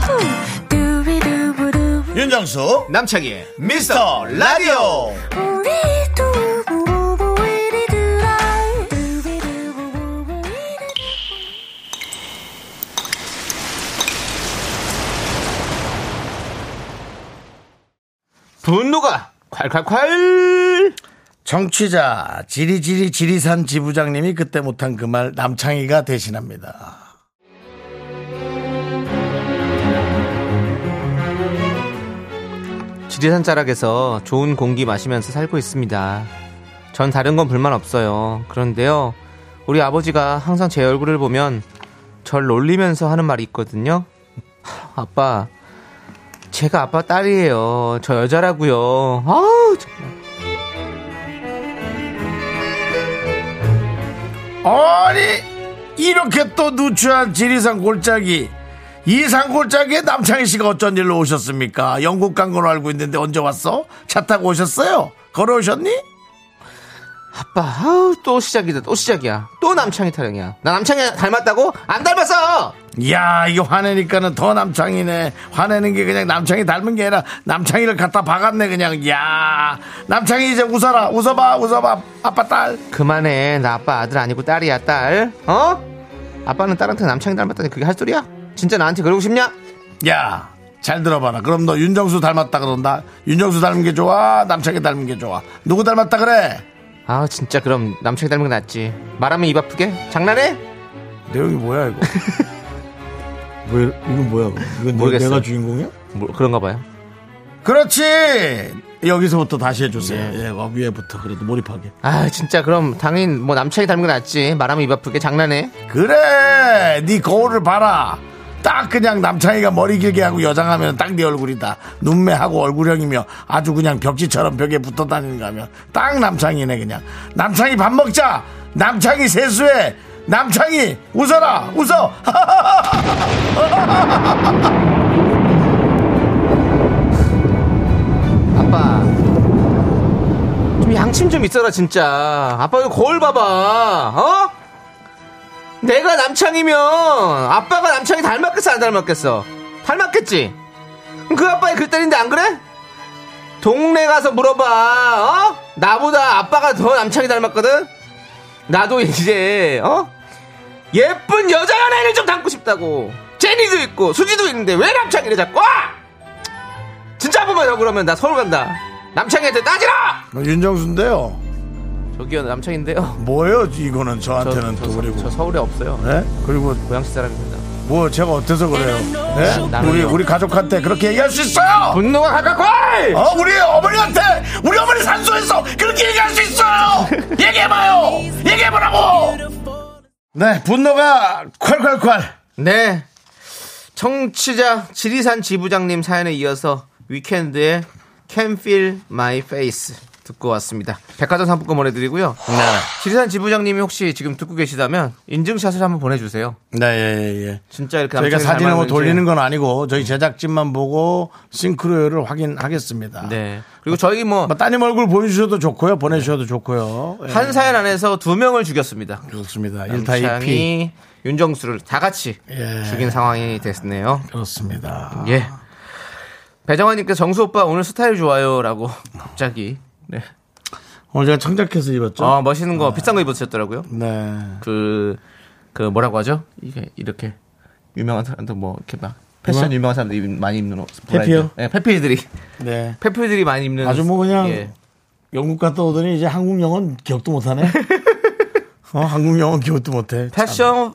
Speaker 3: 후. 두비두부두.
Speaker 1: 윤정수
Speaker 2: 남창희의 미스터 라디오.
Speaker 3: 우리 두부부부 우리들아. 두비두부부부 우리들아.
Speaker 2: 분노가 콸콸콸.
Speaker 1: 정취자 지리지리 지리산 지부장님이 그때 못한 그 말 남창희가 대신합니다.
Speaker 2: 지리산 자락에서 좋은 공기 마시면서 살고 있습니다. 전 다른 건 불만 없어요. 그런데요, 우리 아버지가 항상 제 얼굴을 보면 절 놀리면서 하는 말이 있거든요. 아빠, 제가 아빠 딸이에요. 저 여자라고요. 아우, 정말.
Speaker 1: 아니 이렇게 또 누추한 지리산 골짜기 이산 골짜기에 남창희 씨가 어쩐 일로 오셨습니까? 영국 간 걸로 알고 있는데 언제 왔어? 차 타고 오셨어요? 걸어오셨니?
Speaker 2: 아빠, 아우, 또 시작이다. 또 시작이야. 또 남창이 타령이야. 나 남창이 닮았다고? 안 닮았어!
Speaker 1: 이야 이거 화내니까는 더 남창이네 화내는 게 그냥 남창이 닮은 게 아니라 남창이를 갖다 박았네 그냥 이야 남창이 이제 웃어라 웃어봐 웃어봐 아빠 딸
Speaker 2: 그만해. 나 아빠 아들 아니고 딸이야, 딸. 어? 아빠는 딸한테 남창이 닮았다니 그게 할 소리야? 진짜 나한테 그러고 싶냐?
Speaker 1: 야, 잘 들어봐라. 그럼 너 윤정수 닮았다 그런다. 윤정수 닮은 게 좋아? 남창이 닮은 게 좋아? 누구 닮았다 그래?
Speaker 2: 아, 진짜 그럼 남창이 닮은 게 낫지. 말하면 입 아프게? 장난해?
Speaker 1: 내용이 뭐야 이거? 뭐 이건 뭐야? 이건
Speaker 2: 모르겠어요. 내가
Speaker 1: 주인공이야?
Speaker 2: 뭐, 그런가 봐요.
Speaker 1: 그렇지. 여기서부터 다시 해주세요. 예, 어, 위에부터 그래도 몰입하게.
Speaker 2: 아, 진짜 그럼 당연히 뭐 남창이 닮은 게 낫지. 말하면 입 아프게? 장난해?
Speaker 1: 그래, 네 거울을 봐라. 딱 그냥 남창이가 머리 길게 하고 여장하면 딱 네 얼굴이다. 눈매하고 얼굴형이며 아주 그냥 벽지처럼 벽에 붙어 다니는 거 하면 딱 남창이네 그냥. 남창이 밥 먹자. 남창이 세수해. 남창이 웃어라. 웃어.
Speaker 2: 아빠. 좀 양심 좀 있어라, 진짜. 아빠 이거 거울 봐봐. 어? 내가 남창이면 아빠가 남창이 닮았겠어, 안 닮았겠어? 닮았겠지? 그럼 그 아빠의 그 딸인데 안 그래? 동네 가서 물어봐. 어? 나보다 아빠가 더 남창이 닮았거든? 나도 이제, 어? 예쁜 여자 하나를 좀 닮고 싶다고. 제니도 있고, 수지도 있는데 왜 남창이래, 자꾸? 아! 진짜 한 번만 더 그러면 나 서울 간다. 남창이한테 따지라!
Speaker 1: 윤정수인데요.
Speaker 2: 저기요, 남창인데요.
Speaker 1: 뭐예요 이거는 저한테는 또 그리고.
Speaker 2: 저 서울에 없어요.
Speaker 1: 네? 그리고
Speaker 2: 고양시 사람입니다.
Speaker 1: 뭐 제가 어때서 그래요? 네?
Speaker 2: 아, 나는요. 뭐.
Speaker 1: 우리 우리 가족한테 그렇게 얘기할 수 있어요?
Speaker 2: 분노가 가깝고!
Speaker 1: 어, 우리 어머니한테 우리 어머니 산소에서 그렇게 얘기할 수 있어요. 얘기해봐요. 얘기해보라고. 네, 분노가 콸콸콸.
Speaker 2: 네. 청취자 지리산 지부장님 사연에 이어서 위켄드의 Can Feel My Face 듣고 왔습니다. 백화점 상품권 보내드리고요. 지리산 지부장님이 혹시 지금 듣고 계시다면 인증샷을 한번 보내주세요.
Speaker 1: 네, 예, 예, 예.
Speaker 2: 진짜 이렇게
Speaker 1: 저희가
Speaker 2: 남창이
Speaker 1: 사진을 뭐
Speaker 2: 닮았는지.
Speaker 1: 돌리는 건 아니고 저희 제작진만 보고 싱크로율을 확인하겠습니다.
Speaker 2: 네. 그리고 저희 뭐
Speaker 1: 뭐 따님 얼굴 보여주셔도 좋고요, 보내주셔도 좋고요. 예,
Speaker 2: 한 사연 안에서 두 명을 죽였습니다.
Speaker 1: 그렇습니다. 일타 2피
Speaker 2: 남창이 윤정수를 다 같이
Speaker 1: 예. 아.
Speaker 2: 죽인 상황이 됐네요.
Speaker 1: 그렇습니다.
Speaker 2: 예. 배정환님께서 정수 오빠 오늘 스타일 좋아요라고 갑자기 네.
Speaker 1: 오늘 제가 청자켓을 입었죠.
Speaker 2: 아 멋있는 거 비싼 거 입으셨더라고요.
Speaker 1: 네.
Speaker 2: 그, 그 뭐라고 하죠? 이게 이렇게 유명한 사람들 뭐 이렇게 막 패션 유명한 사람들 이 많이 입는 옷.
Speaker 1: 페피요?
Speaker 2: 네, 페피들이
Speaker 1: 네.
Speaker 2: 페피들이 많이 입는.
Speaker 1: 아주 뭐 그냥
Speaker 2: 예.
Speaker 1: 영국 갔다 오더니 이제 한국 영어는 기억도 못하네. 어, 한국 영어는 기억도 못해.
Speaker 2: 패션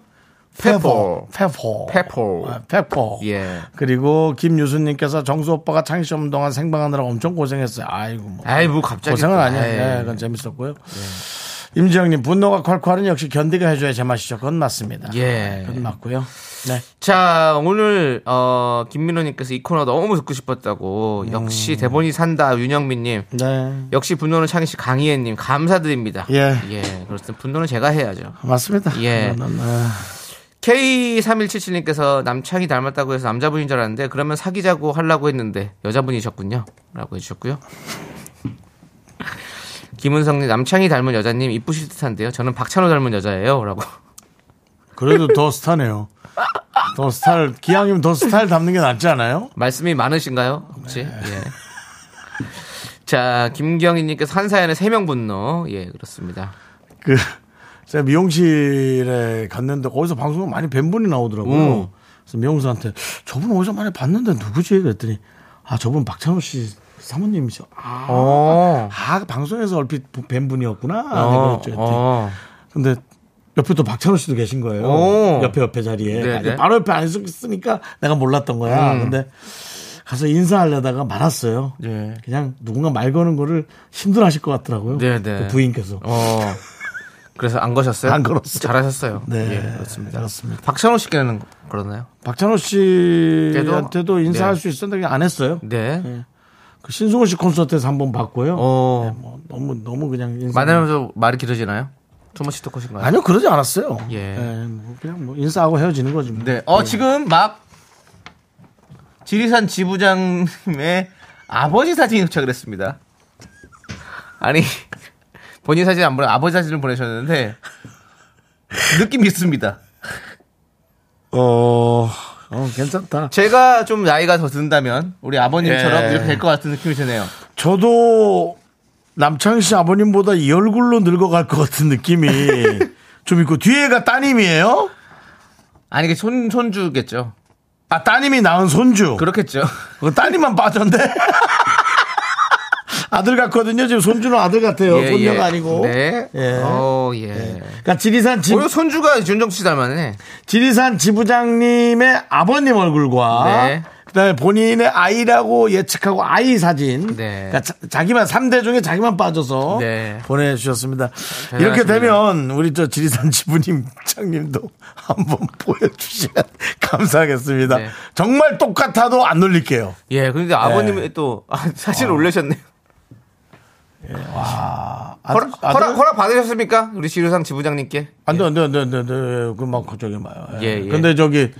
Speaker 1: 아,
Speaker 2: 페퍼.
Speaker 1: 뭐. 페퍼. 페퍼.
Speaker 2: 페퍼.
Speaker 1: 아, 페퍼.
Speaker 2: 예.
Speaker 1: 그리고 김유수님께서 정수 오빠가 창의 시험 동안 생방하느라 엄청 고생했어요. 아이고. 뭐.
Speaker 2: 아이 예. 뭐 갑자기
Speaker 1: 고생은
Speaker 2: 또,
Speaker 1: 아니야.
Speaker 2: 아이.
Speaker 1: 네, 그건 재밌었고요.
Speaker 2: 예.
Speaker 1: 임지영님 분노가 콸콸은 역시 견디가 해줘야 제맛이죠. 그건 맞습니다.
Speaker 2: 예.
Speaker 1: 그건 맞고요. 네.
Speaker 2: 자 오늘 어 김민호님께서 이 코너 너무 듣고 싶었다고 역시 대본이 산다 윤영민님
Speaker 1: 네.
Speaker 2: 역시 분노는 창희 씨 강희애님 감사드립니다.
Speaker 1: 예.
Speaker 2: 그렇습니다. 분노는 제가 해야죠.
Speaker 1: 맞습니다.
Speaker 2: 예.
Speaker 1: 그건, 아.
Speaker 2: K3177님께서 남창이 닮았다고 해서 남자분인 줄 알았는데 그러면 사귀자고 하려고 했는데 여자분이셨군요. 라고 해주셨고요. 김은성님 남창이 닮은 여자님 이쁘실 듯한데요. 저는 박찬호 닮은 여자예요. 라고.
Speaker 1: 그래도 더 스타네요. 더 스타를 기왕이면 더 스타를 담는 게 낫지 않아요?
Speaker 2: 말씀이 많으신가요?
Speaker 1: 네.
Speaker 2: 혹시? 예. 자 김경희님께서 한 사연에 세 명 분노. 예 그렇습니다.
Speaker 1: 그 제가 미용실에 갔는데 거기서 방송을 많이 뵌 분이
Speaker 2: 음.
Speaker 1: 나오더라고요. 그래서 미용사한테 저분 어디서 많이 봤는데 누구지? 그랬더니 아 저분 박찬호 씨 사모님이죠. 아,
Speaker 2: 어.
Speaker 1: 아, 방송에서 얼핏 뵌 분이었구나.
Speaker 2: 어.
Speaker 1: 아, 네, 그랬죠.
Speaker 2: 어.
Speaker 1: 근데 옆에 또 박찬호 씨도 계신 거예요.
Speaker 2: 오.
Speaker 1: 옆에 옆에 자리에
Speaker 2: 네네. 음.
Speaker 1: 바로 옆에 안 있었으니까 내가 몰랐던 거야. 근데 가서 인사하려다가 말았어요.
Speaker 2: 네.
Speaker 1: 그냥 누군가 말 거는 거를 힘들어하실 것 같더라고요.
Speaker 2: 네, 네.
Speaker 1: 그 부인께서.
Speaker 2: 어. 그래서 안 거셨어요?
Speaker 1: 안 걸었어요.
Speaker 2: 잘하셨어요.
Speaker 1: 네,
Speaker 2: 예, 그렇습니다.
Speaker 1: 그렇습니다.
Speaker 2: 박찬호 씨께는 그러나요?
Speaker 1: 박찬호 씨한테도 인사할
Speaker 2: 네.
Speaker 1: 수 있었는데 그냥 안 했어요.
Speaker 2: 네.
Speaker 1: 그 신승훈 씨 콘서트에서 한 번 봤고요.
Speaker 2: 어.
Speaker 1: 뭐 너무 너무 그냥 인사.
Speaker 2: 만나면서 말이 길어지나요? 투머치 토크신가요?
Speaker 1: 아니요 그러지 않았어요.
Speaker 2: 예.
Speaker 1: 뭐 그냥 뭐 인사하고 헤어지는 거지. 뭐.
Speaker 2: 네. 어, 지금 막 지리산 지부장님의 아버지 사진이 도착을 했습니다. 아니, 본인 사진 안 보내, 아버지 사진을 보내셨는데, 느낌 있습니다.
Speaker 1: 어, 어, 괜찮다.
Speaker 2: 제가 좀 나이가 더 든다면, 우리 아버님처럼
Speaker 1: 예.
Speaker 2: 이렇게 될 것 같은 느낌이 드네요.
Speaker 1: 저도 남창희 씨 아버님보다 이 얼굴로 늙어갈 것 같은 느낌이 좀 있고 뒤에가 따님이에요.
Speaker 2: 아니, 이게 손, 손주겠죠.
Speaker 1: 아 따님이 낳은 손주.
Speaker 2: 그렇겠죠.
Speaker 1: 그 따님만 빠졌네. 아들 같거든요. 지금 손주는 아들 같아요.
Speaker 2: 예,
Speaker 1: 손녀가
Speaker 2: 예.
Speaker 1: 아니고.
Speaker 2: 네.
Speaker 1: 예.
Speaker 2: 어, 예.
Speaker 1: 그러니까 지리산 지,
Speaker 2: 오히려 손주가 윤정 씨 닮았네.
Speaker 1: 지리산 지부장님의 아버님 얼굴과
Speaker 2: 네.
Speaker 1: 그다음에 본인의 아이라고 예측하고 아이 사진.
Speaker 2: 네.
Speaker 1: 그러니까 자, 기만 3대 중에 자기만 빠져서
Speaker 2: 네.
Speaker 1: 보내주셨습니다. 이렇게 되면 우리 저 지리산 지부님 장님도 한번 보여주시면 감사하겠습니다.
Speaker 2: 네.
Speaker 1: 정말 똑같아도 안 놀릴게요.
Speaker 2: 예, 근데 아버님이 또 아, 사진을 올리셨네요.
Speaker 1: 아들-
Speaker 2: 허락,
Speaker 1: 아들-
Speaker 2: 허락, 허락 받으셨습니까? 우리 지루상 지부장님께.
Speaker 1: 안 돼, 안 돼, 안 돼, 안 돼, 안 돼. 그막 걱정이 마요. 예.
Speaker 2: 예, 예.
Speaker 1: 근데 저기,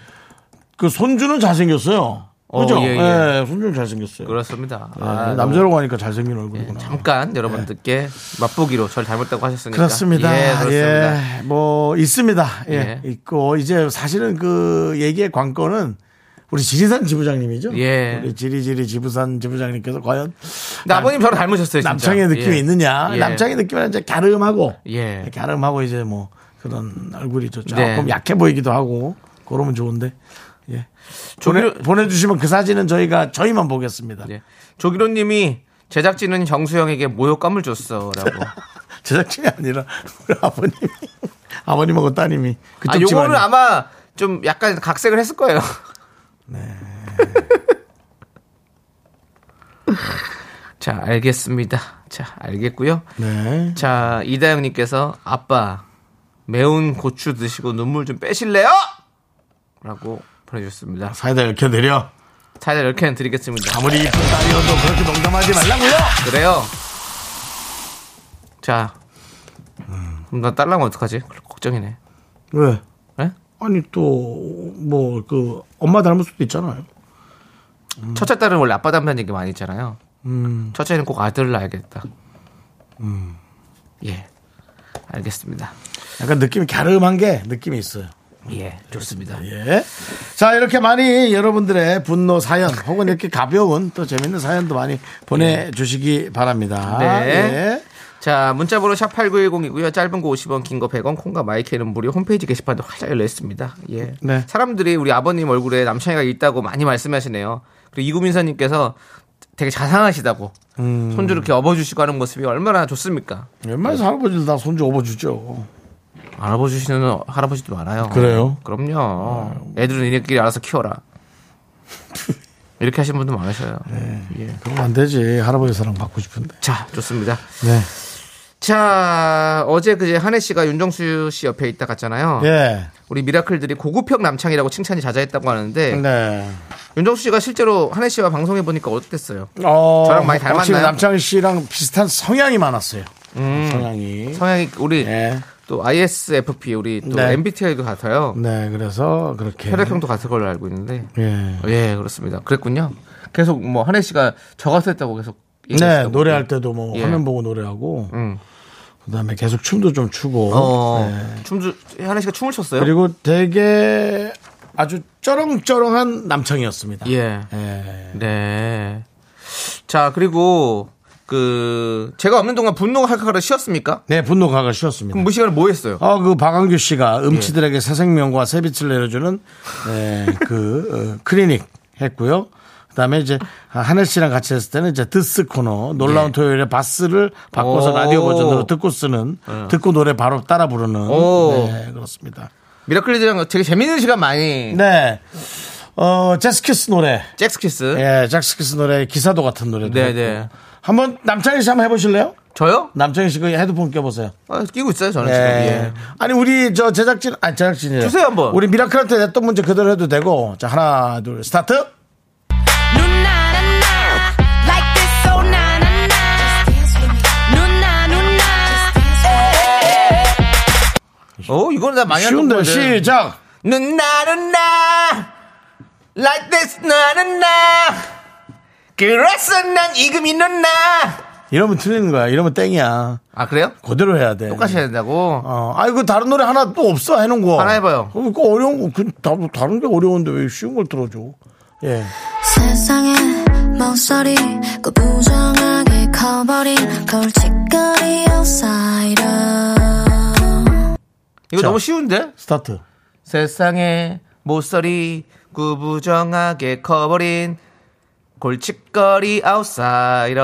Speaker 1: 그 손주는 잘생겼어요.
Speaker 2: 어,
Speaker 1: 그죠?
Speaker 2: 예,
Speaker 1: 예,
Speaker 2: 예.
Speaker 1: 손주는 잘생겼어요.
Speaker 2: 그렇습니다. 예.
Speaker 1: 예,
Speaker 2: 아,
Speaker 1: 남자라고 하니까 잘생긴
Speaker 2: 너무-
Speaker 1: 얼굴이구나.
Speaker 2: 잠깐 여러분들께 맛보기로 절 닮았다고 하셨으니까.
Speaker 1: 그렇습니다.
Speaker 2: 네. 예, 그렇습니다.
Speaker 1: 예, 뭐, 있습니다. 예,
Speaker 2: 예.
Speaker 1: 있고, 이제 사실은 그 얘기의 관건은 우리 지리산 지부장님이죠.
Speaker 2: 예.
Speaker 1: 우리 지리지리 지부산 지부장님께서 과연
Speaker 2: 근데 아버님 저를 닮으셨어요. 진짜.
Speaker 1: 남창의 느낌이
Speaker 2: 예.
Speaker 1: 있느냐.
Speaker 2: 예.
Speaker 1: 남창의 느낌은 이제 갸름하고,
Speaker 2: 예.
Speaker 1: 갸름하고 이제 뭐 그런 얼굴이죠. 조금
Speaker 2: 네.
Speaker 1: 약해 보이기도 하고, 그러면 좋은데. 예. 보내,
Speaker 2: 조기로-
Speaker 1: 보내주시면 그 사진은 저희가 저희만 보겠습니다.
Speaker 2: 예. 조기로님이 제작진은 정수영에게 모욕감을 줬어라고.
Speaker 1: 제작진이 아니라 우리 아버님이 아버님하고 따님이 그쪽
Speaker 2: 아, 요거는
Speaker 1: 집안이.
Speaker 2: 아마 좀 약간 각색을 했을 거예요. 네. 자, 알겠습니다. 자, 알겠고요.
Speaker 1: 네.
Speaker 2: 자, 이다영님께서 아빠 매운 고추 드시고 눈물 좀 빼실래요? 라고 보내주셨습니다.
Speaker 1: 사이다 이렇게 내려.
Speaker 2: 사이다 이렇게 는 드리겠습니다. 아,
Speaker 1: 아무리 이쁜 딸이어도 그렇게 농담하지 말라고요.
Speaker 2: 그래요. 자, 그럼 나 딸랑 어떡하지? 걱정이네.
Speaker 1: 왜?
Speaker 2: 예?
Speaker 1: 아니 또 뭐 그 엄마 닮을 수도 있잖아요.
Speaker 2: 첫째 딸은 원래 아빠 닮는 얘기 많이 있잖아요.
Speaker 1: 음.
Speaker 2: 첫째는 꼭 아들을 낳아야겠다. 예. 알겠습니다.
Speaker 1: 약간 느낌이 갸름한 게 느낌이 있어요.
Speaker 2: 예. 좋습니다.
Speaker 1: 예. 자, 이렇게 많이 여러분들의 분노 사연 혹은 이렇게 가벼운 또 재밌는 사연도 많이 보내주시기 바랍니다.
Speaker 2: 네.
Speaker 1: 예.
Speaker 2: 자, 문자번호 샵8910이고요. 짧은 거 50원, 긴 거 100원, 콩과 마이크는 무료 홈페이지 게시판도 활짝 열려 있습니다. 예.
Speaker 1: 네.
Speaker 2: 사람들이 우리 아버님 얼굴에 남창이가 있다고 많이 말씀하시네요. 그리고 이구민서님께서 되게 자상하시다고
Speaker 1: 음.
Speaker 2: 손주 이렇게 업어주시고 하는 모습이 얼마나 좋습니까?
Speaker 1: 웬만해서 할아버지도 다 손주 업어주죠.
Speaker 2: 알아보시는 할아버지도 많아요.
Speaker 1: 그래요?
Speaker 2: 그럼요. 애들은 이네끼리 알아서 키워라. 이렇게 하시는 분도 많으셔요.
Speaker 1: 네.
Speaker 2: 예.
Speaker 1: 그러면 안 되지. 할아버지 사랑 받고 싶은데.
Speaker 2: 자, 좋습니다.
Speaker 1: 네.
Speaker 2: 자, 어제 그제 한혜 씨가 윤정수 씨 옆에 있다 갔잖아요.
Speaker 1: 예.
Speaker 2: 우리 미라클들이 고급형 남창이라고 칭찬이 자자했다고 하는데
Speaker 1: 네.
Speaker 2: 윤정수 씨가 실제로 한혜 씨와 방송해 보니까 어땠어요?
Speaker 1: 어,
Speaker 2: 저랑 많이 닮았나요?
Speaker 1: 확실히 남창희 씨랑 비슷한 성향이 많았어요.
Speaker 2: 음.
Speaker 1: 성향이.
Speaker 2: 성향이 우리
Speaker 1: 예.
Speaker 2: 또 ISFP 우리 또
Speaker 1: 네.
Speaker 2: MBTI도 같아요.
Speaker 1: 네, 그래서 그렇게.
Speaker 2: 혈액형도 같은 걸로 알고 있는데
Speaker 1: 예.
Speaker 2: 예 그렇습니다. 그랬군요. 계속 뭐 한혜 씨가 저 같았다고 계속
Speaker 1: 네,
Speaker 2: 얘기했다고.
Speaker 1: 노래할 때도 뭐
Speaker 2: 예.
Speaker 1: 화면 보고 노래하고
Speaker 2: 음.
Speaker 1: 그다음에 계속 춤도 좀 추고.
Speaker 2: 어,
Speaker 1: 네.
Speaker 2: 춤주 한혜 씨가 춤을 췄어요.
Speaker 1: 그리고 되게 아주 쩌렁쩌렁한 남청이었습니다.
Speaker 2: 예.
Speaker 1: 예.
Speaker 2: 네. 자, 그리고 그 제가 없는 동안 분노가 칼칼을 쉬었습니까?
Speaker 1: 네, 분노가가 쉬었습니다.
Speaker 2: 그럼 그 시간에 뭐 했어요?
Speaker 1: 어, 그 박한규 씨가 음치들에게 새 생명과 새 빛을 내려주는 에, 그 어, 클리닉 했고요. 그다음에 이제 하늘 씨랑 같이 했을 때는 이제 드스 코너 놀라운 토요일에 바스를 바꿔서
Speaker 2: 오.
Speaker 1: 라디오 버전으로 듣고 쓰는 듣고 노래 바로 따라 부르는
Speaker 2: 오.
Speaker 1: 네 그렇습니다.
Speaker 2: 미라클리즈랑 되게 재밌는 시간 많이
Speaker 1: 네. 어, 제스키스 노래.
Speaker 2: 잭스키스.
Speaker 1: 예, 잭스키스 노래 기사도 같은 노래도.
Speaker 2: 네,
Speaker 1: 있고.
Speaker 2: 네.
Speaker 1: 한번 남창희 씨 한번 해보실래요?
Speaker 2: 저요?
Speaker 1: 남창희 씨 그 헤드폰 껴보세요.
Speaker 2: 아, 끼고 있어요, 저는
Speaker 1: 예.
Speaker 2: 지금. 예.
Speaker 1: 아니 우리 저 제작진 아니 제작진이요.
Speaker 2: 주세요, 한번.
Speaker 1: 우리 미라클한테 냈던 문제 그대로 해도 되고 자 하나 둘 스타트.
Speaker 2: 오, 어, 이거는 나 많이 하는
Speaker 1: 쉬운데
Speaker 2: 건데.
Speaker 1: 시작.
Speaker 2: 누나 누나 Like this 누나 누나 그래서 난 이금이 누나
Speaker 1: 이러면 틀리는 거야. 이러면 땡이야.
Speaker 2: 아 그래요?
Speaker 1: 그대로 해야 돼.
Speaker 2: 똑같이 해야 된다고?
Speaker 1: 어, 아니 그 다른 노래 하나 또 없어 해놓은 거.
Speaker 2: 하나 해봐요.
Speaker 1: 그거 어려운 거, 그 다- 다른 게 어려운데 왜 쉬운 걸 들어줘? 예.
Speaker 3: 세상에 망설이 그 부정하게 커버린 돌직거리 outsider
Speaker 2: 이거
Speaker 1: 자.
Speaker 2: 너무 쉬운데?
Speaker 1: 스타트.
Speaker 2: 세상에 모서리 구부정하게 커버린 골칫거리 아웃사이더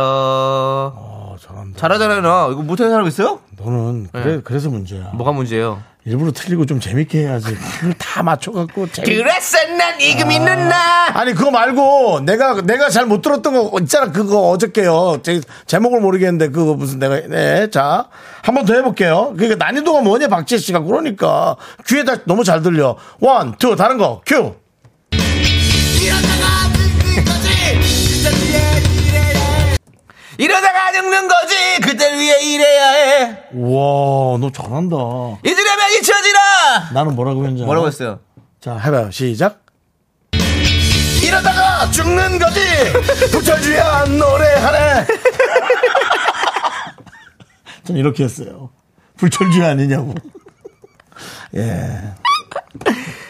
Speaker 1: 어, 잘한다.
Speaker 2: 잘하잖아요 너 이거 못하는 사람 있어요?
Speaker 1: 너는
Speaker 2: 네.
Speaker 1: 그래, 그래서 문제야.
Speaker 2: 뭐가 문제예요?
Speaker 1: 일부러 틀리고 좀 재밌게 해야지. 그걸 다 맞춰갖고. 재밌...
Speaker 2: 그래서 난 이금이 누나
Speaker 1: 아니 그거 말고 내가 내가 잘 못 들었던 거 있잖아 그거 어저께요 제, 제목을 모르겠는데 그거 무슨 내가 네자 한 번 더 해볼게요 그러니까 난이도가 뭐냐 박지혜 씨가 그러니까 귀에다 너무 잘 들려 원투 다른 거큐
Speaker 2: 이러다가 죽는 거지 그댈 위해 일해야 해
Speaker 1: 우와 너 잘한다
Speaker 2: 잊으려면 잊혀지라
Speaker 1: 나는 뭐라고 했냐
Speaker 2: 뭐라고 했어요?
Speaker 1: 자 해봐요 시작 이러다가 죽는 거지 부처주야 노래하래 전 이렇게 했어요 불철주야 아니냐고 예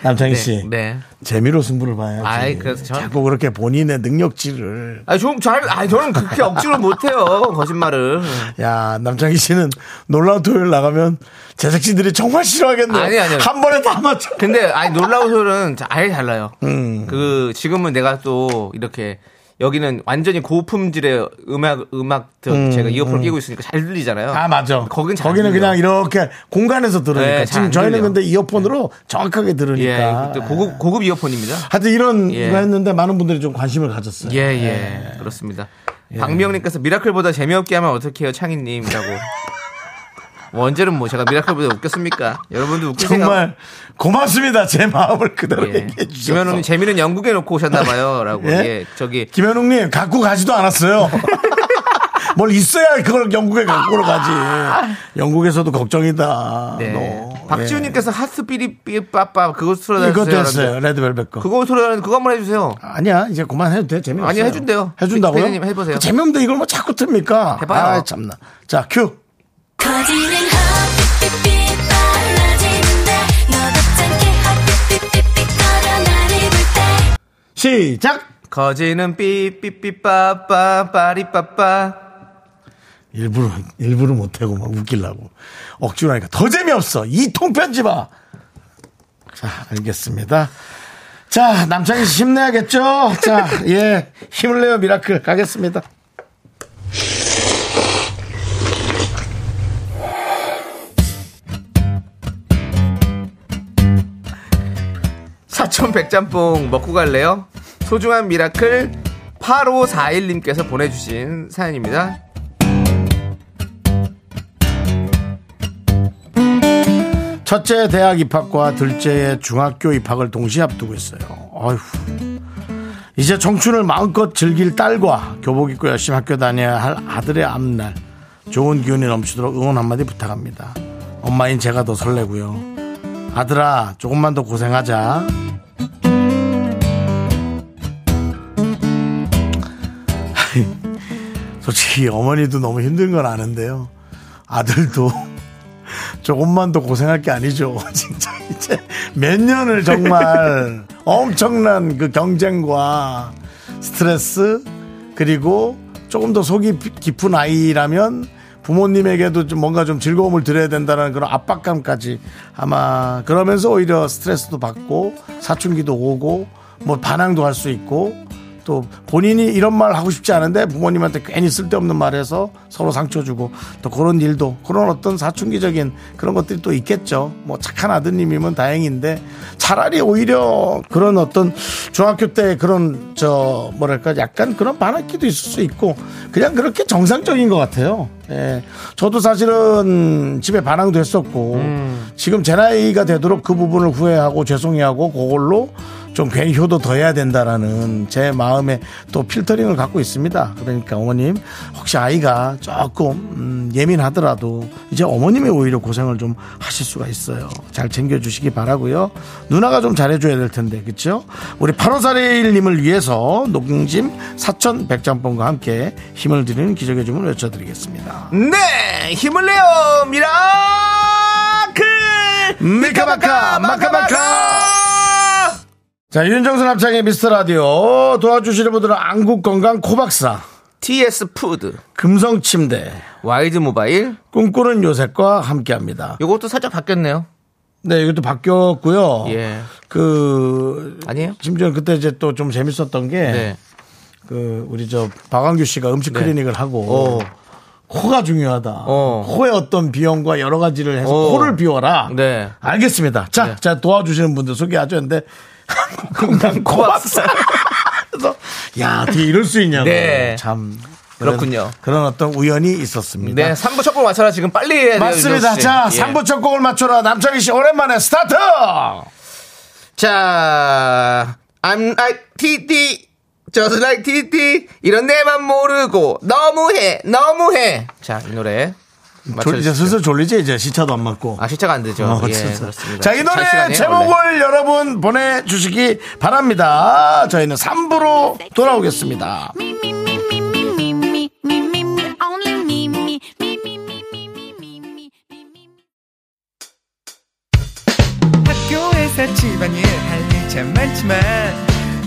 Speaker 1: 남창희 씨
Speaker 2: 네.
Speaker 1: 재미로 승부를 봐야지
Speaker 2: 아이, 그래서 전-
Speaker 1: 자꾸 그렇게 본인의 능력치를
Speaker 2: 아니, 좀 잘, 아니, 저는 그렇게 억지로 못해요. 거짓말을.
Speaker 1: 야 남창희 씨는 놀라운 토요일 나가면 제작진들이 정말 싫어하겠네
Speaker 2: 아니, 아니요.
Speaker 1: 한 번에 다 맞춰
Speaker 2: 근데, 아니, 놀라운 소리는 아예 달라요.
Speaker 1: 음.
Speaker 2: 그, 지금은 내가 또, 이렇게, 여기는 완전히 고품질의 음악, 음악, 들 제가 이어폰을 끼고 있으니까 잘 들리잖아요.
Speaker 1: 아 맞아.
Speaker 2: 거긴 잘안
Speaker 1: 거기는
Speaker 2: 들려요.
Speaker 1: 그냥 이렇게 공간에서 들으니까
Speaker 2: 네, 잘안
Speaker 1: 지금 저희는
Speaker 2: 들려요.
Speaker 1: 근데 이어폰으로 정확하게
Speaker 2: 예,
Speaker 1: 들으니까. 아.
Speaker 2: 그때 고급, 고급 이어폰입니다.
Speaker 1: 하여튼 이런
Speaker 2: 예.
Speaker 1: 거 했는데 많은 분들이 좀 관심을 가졌어요.
Speaker 2: 예, 예. 그렇습니다. 박미영님께서 미라클보다 재미없게 하면 어떡해요, 창희님이라고. 뭐 언제는 뭐 제가 미라클보다 웃겼습니까? 여러분도 웃기세요.
Speaker 1: 정말 고맙습니다. 제 마음을 그대로
Speaker 2: 예.
Speaker 1: 얘기해 주셔서.
Speaker 2: 김현웅 재미는 영국에 놓고 오셨나봐요라고.
Speaker 1: 예?
Speaker 2: 예? 저기
Speaker 1: 김현웅님 갖고 가지도 않았어요. 뭘 있어야 그걸 영국에 갖고 가지. 영국에서도 걱정이다.
Speaker 2: 아. 네.
Speaker 1: 아, 너.
Speaker 2: 박지훈님께서 하스 삐리삐빠빠 그거
Speaker 1: 예.
Speaker 2: 틀어달라고.
Speaker 1: 이것도 했어요. 레드벨벳 거.
Speaker 2: 그거 틀어달라는 그거 한번 해주세요.
Speaker 1: 아니야 이제 그만해도 돼 재미없어
Speaker 2: 아니요, 해준대요.
Speaker 1: 해준다고요?
Speaker 2: 피디님 해보세요.
Speaker 1: 재미없는데 이걸 뭐 자꾸 틉니까?
Speaker 2: 해봐요.
Speaker 1: 아, 참나. 자 큐.
Speaker 3: 거짓은 헛삐삐삐 빨라지는데 너 답잖게 헛삐삐삐삐 거려 날 입을 때
Speaker 1: 시작.
Speaker 2: 거지는 삐삐삐빠빠 빠리빠빠.
Speaker 1: 일부러 일부러 못하고 막 웃기려고 억지로 하니까 더 재미없어. 이 통편지 봐. 자 알겠습니다. 자 남창희 씨 힘내야겠죠? 자예 힘을 내요 미라클 가겠습니다.
Speaker 2: 사촌 백짬뽕 먹고 갈래요? 소중한 미라클 8541님께서 보내주신 사연입니다.
Speaker 1: 첫째 대학 입학과 둘째의 중학교 입학을 동시에 앞두고 있어요. 어휴. 이제 청춘을 마음껏 즐길 딸과 교복 입고 열심히 학교 다녀야 할 아들의 앞날. 좋은 기운이 넘치도록 응원 한마디 부탁합니다. 엄마인 제가 더 설레고요. 아들아, 조금만 더 고생하자. 솔직히 어머니도 너무 힘든 건 아는데요. 아들도 조금만 더 고생할 게 아니죠. 진짜 이제 몇 년을 정말 엄청난 그 경쟁과 스트레스 그리고 조금 더 속이 깊은 아이라면 부모님에게도 좀 뭔가 좀 즐거움을 드려야 된다는 그런 압박감까지 아마 그러면서 오히려 스트레스도 받고 사춘기도 오고 뭐 반항도 할 수 있고 또 본인이 이런 말 하고 싶지 않은데 부모님한테 괜히 쓸데없는 말해서 서로 상처 주고 또 그런 일도 그런 어떤 사춘기적인 그런 것들이 또 있겠죠. 뭐 착한 아드님이면 다행인데 차라리 오히려 그런 어떤 중학교 때 그런 저 뭐랄까 약간 그런 반학기도 있을 수 있고 그냥 그렇게 정상적인 것 같아요. 예. 저도 사실은 집에 반항도 했었고 지금 제 나이가 되도록 그 부분을 후회하고 죄송해하고 그걸로 좀 괜히 효도 더 해야 된다라는 제 마음에 또 필터링을 갖고 있습니다. 그러니까 어머님 혹시 아이가 조금 음, 예민하더라도 이제 어머님이 오히려 고생을 좀 하실 수가 있어요. 잘 챙겨주시기 바라고요. 누나가 좀 잘해줘야 될 텐데 그렇죠? 우리 8541님을 위해서 녹음짐 사천 백짬뽕과 함께 힘을 드리는 기적의 주문 외쳐드리겠습니다.
Speaker 2: 네 힘을 내요 미라클
Speaker 1: 미카마카 마카마카 자 윤정수 남창의 미스터라디오 도와주시는 분들은 안국건강 코박사
Speaker 2: TS 푸드
Speaker 1: 금성침대
Speaker 2: 와이드 모바일
Speaker 1: 꿈꾸는 요셉과 함께합니다.
Speaker 2: 요것도 살짝 바뀌었네요
Speaker 1: 네, 이것도 바뀌었고요.
Speaker 2: 예.
Speaker 1: 그
Speaker 2: 아니에요?
Speaker 1: 심지어 그때 이제 또 좀 재밌었던 게 그
Speaker 2: 네
Speaker 1: 우리 저 박완규 씨가 음식
Speaker 2: 네.
Speaker 1: 클리닉을 하고
Speaker 2: 어.
Speaker 1: 코가 중요하다.
Speaker 2: 어.
Speaker 1: 코의 어떤 비용과 여러 가지를 해서
Speaker 2: 어.
Speaker 1: 코를 비워라.
Speaker 2: 네.
Speaker 1: 알겠습니다. 자,
Speaker 2: 네.
Speaker 1: 자 도와주시는 분들 소개하죠. 근데 건강 고맙다. 그래서 야, 어떻게 이럴 수 있냐고.
Speaker 2: 네.
Speaker 1: 참
Speaker 2: 그렇군요.
Speaker 1: 그런 어떤 우연이 있었습니다.
Speaker 2: 네, 3부 첫곡 맞춰라 지금 빨리 해야 돼요.
Speaker 1: 맞습니다.
Speaker 2: 네, 윤정수 씨.
Speaker 1: 자,
Speaker 2: 예.
Speaker 1: 3부 첫 곡을 맞춰라. 남창희 씨, 오랜만에 스타트!
Speaker 2: 자, I'm like TT, just like TT. 이런 내만 모르고 너무해, 너무해. 자, 이 노래
Speaker 1: 졸, 이제
Speaker 2: 맞춰주세요.
Speaker 1: 슬슬 졸리지? 이제 시차도 안 맞고.
Speaker 2: 아, 시차가 안 되죠.
Speaker 1: 어,
Speaker 2: 예,
Speaker 1: 진짜.
Speaker 2: 그렇습니다.
Speaker 1: 자, 이
Speaker 2: 잘
Speaker 1: 노래
Speaker 2: 시간이에요,
Speaker 1: 제목을
Speaker 2: 원래.
Speaker 1: 여러분 보내주시기 바랍니다. 저희는 3부로 돌아오겠습니다.
Speaker 4: 학교에서 집안일 할 일 참 많지만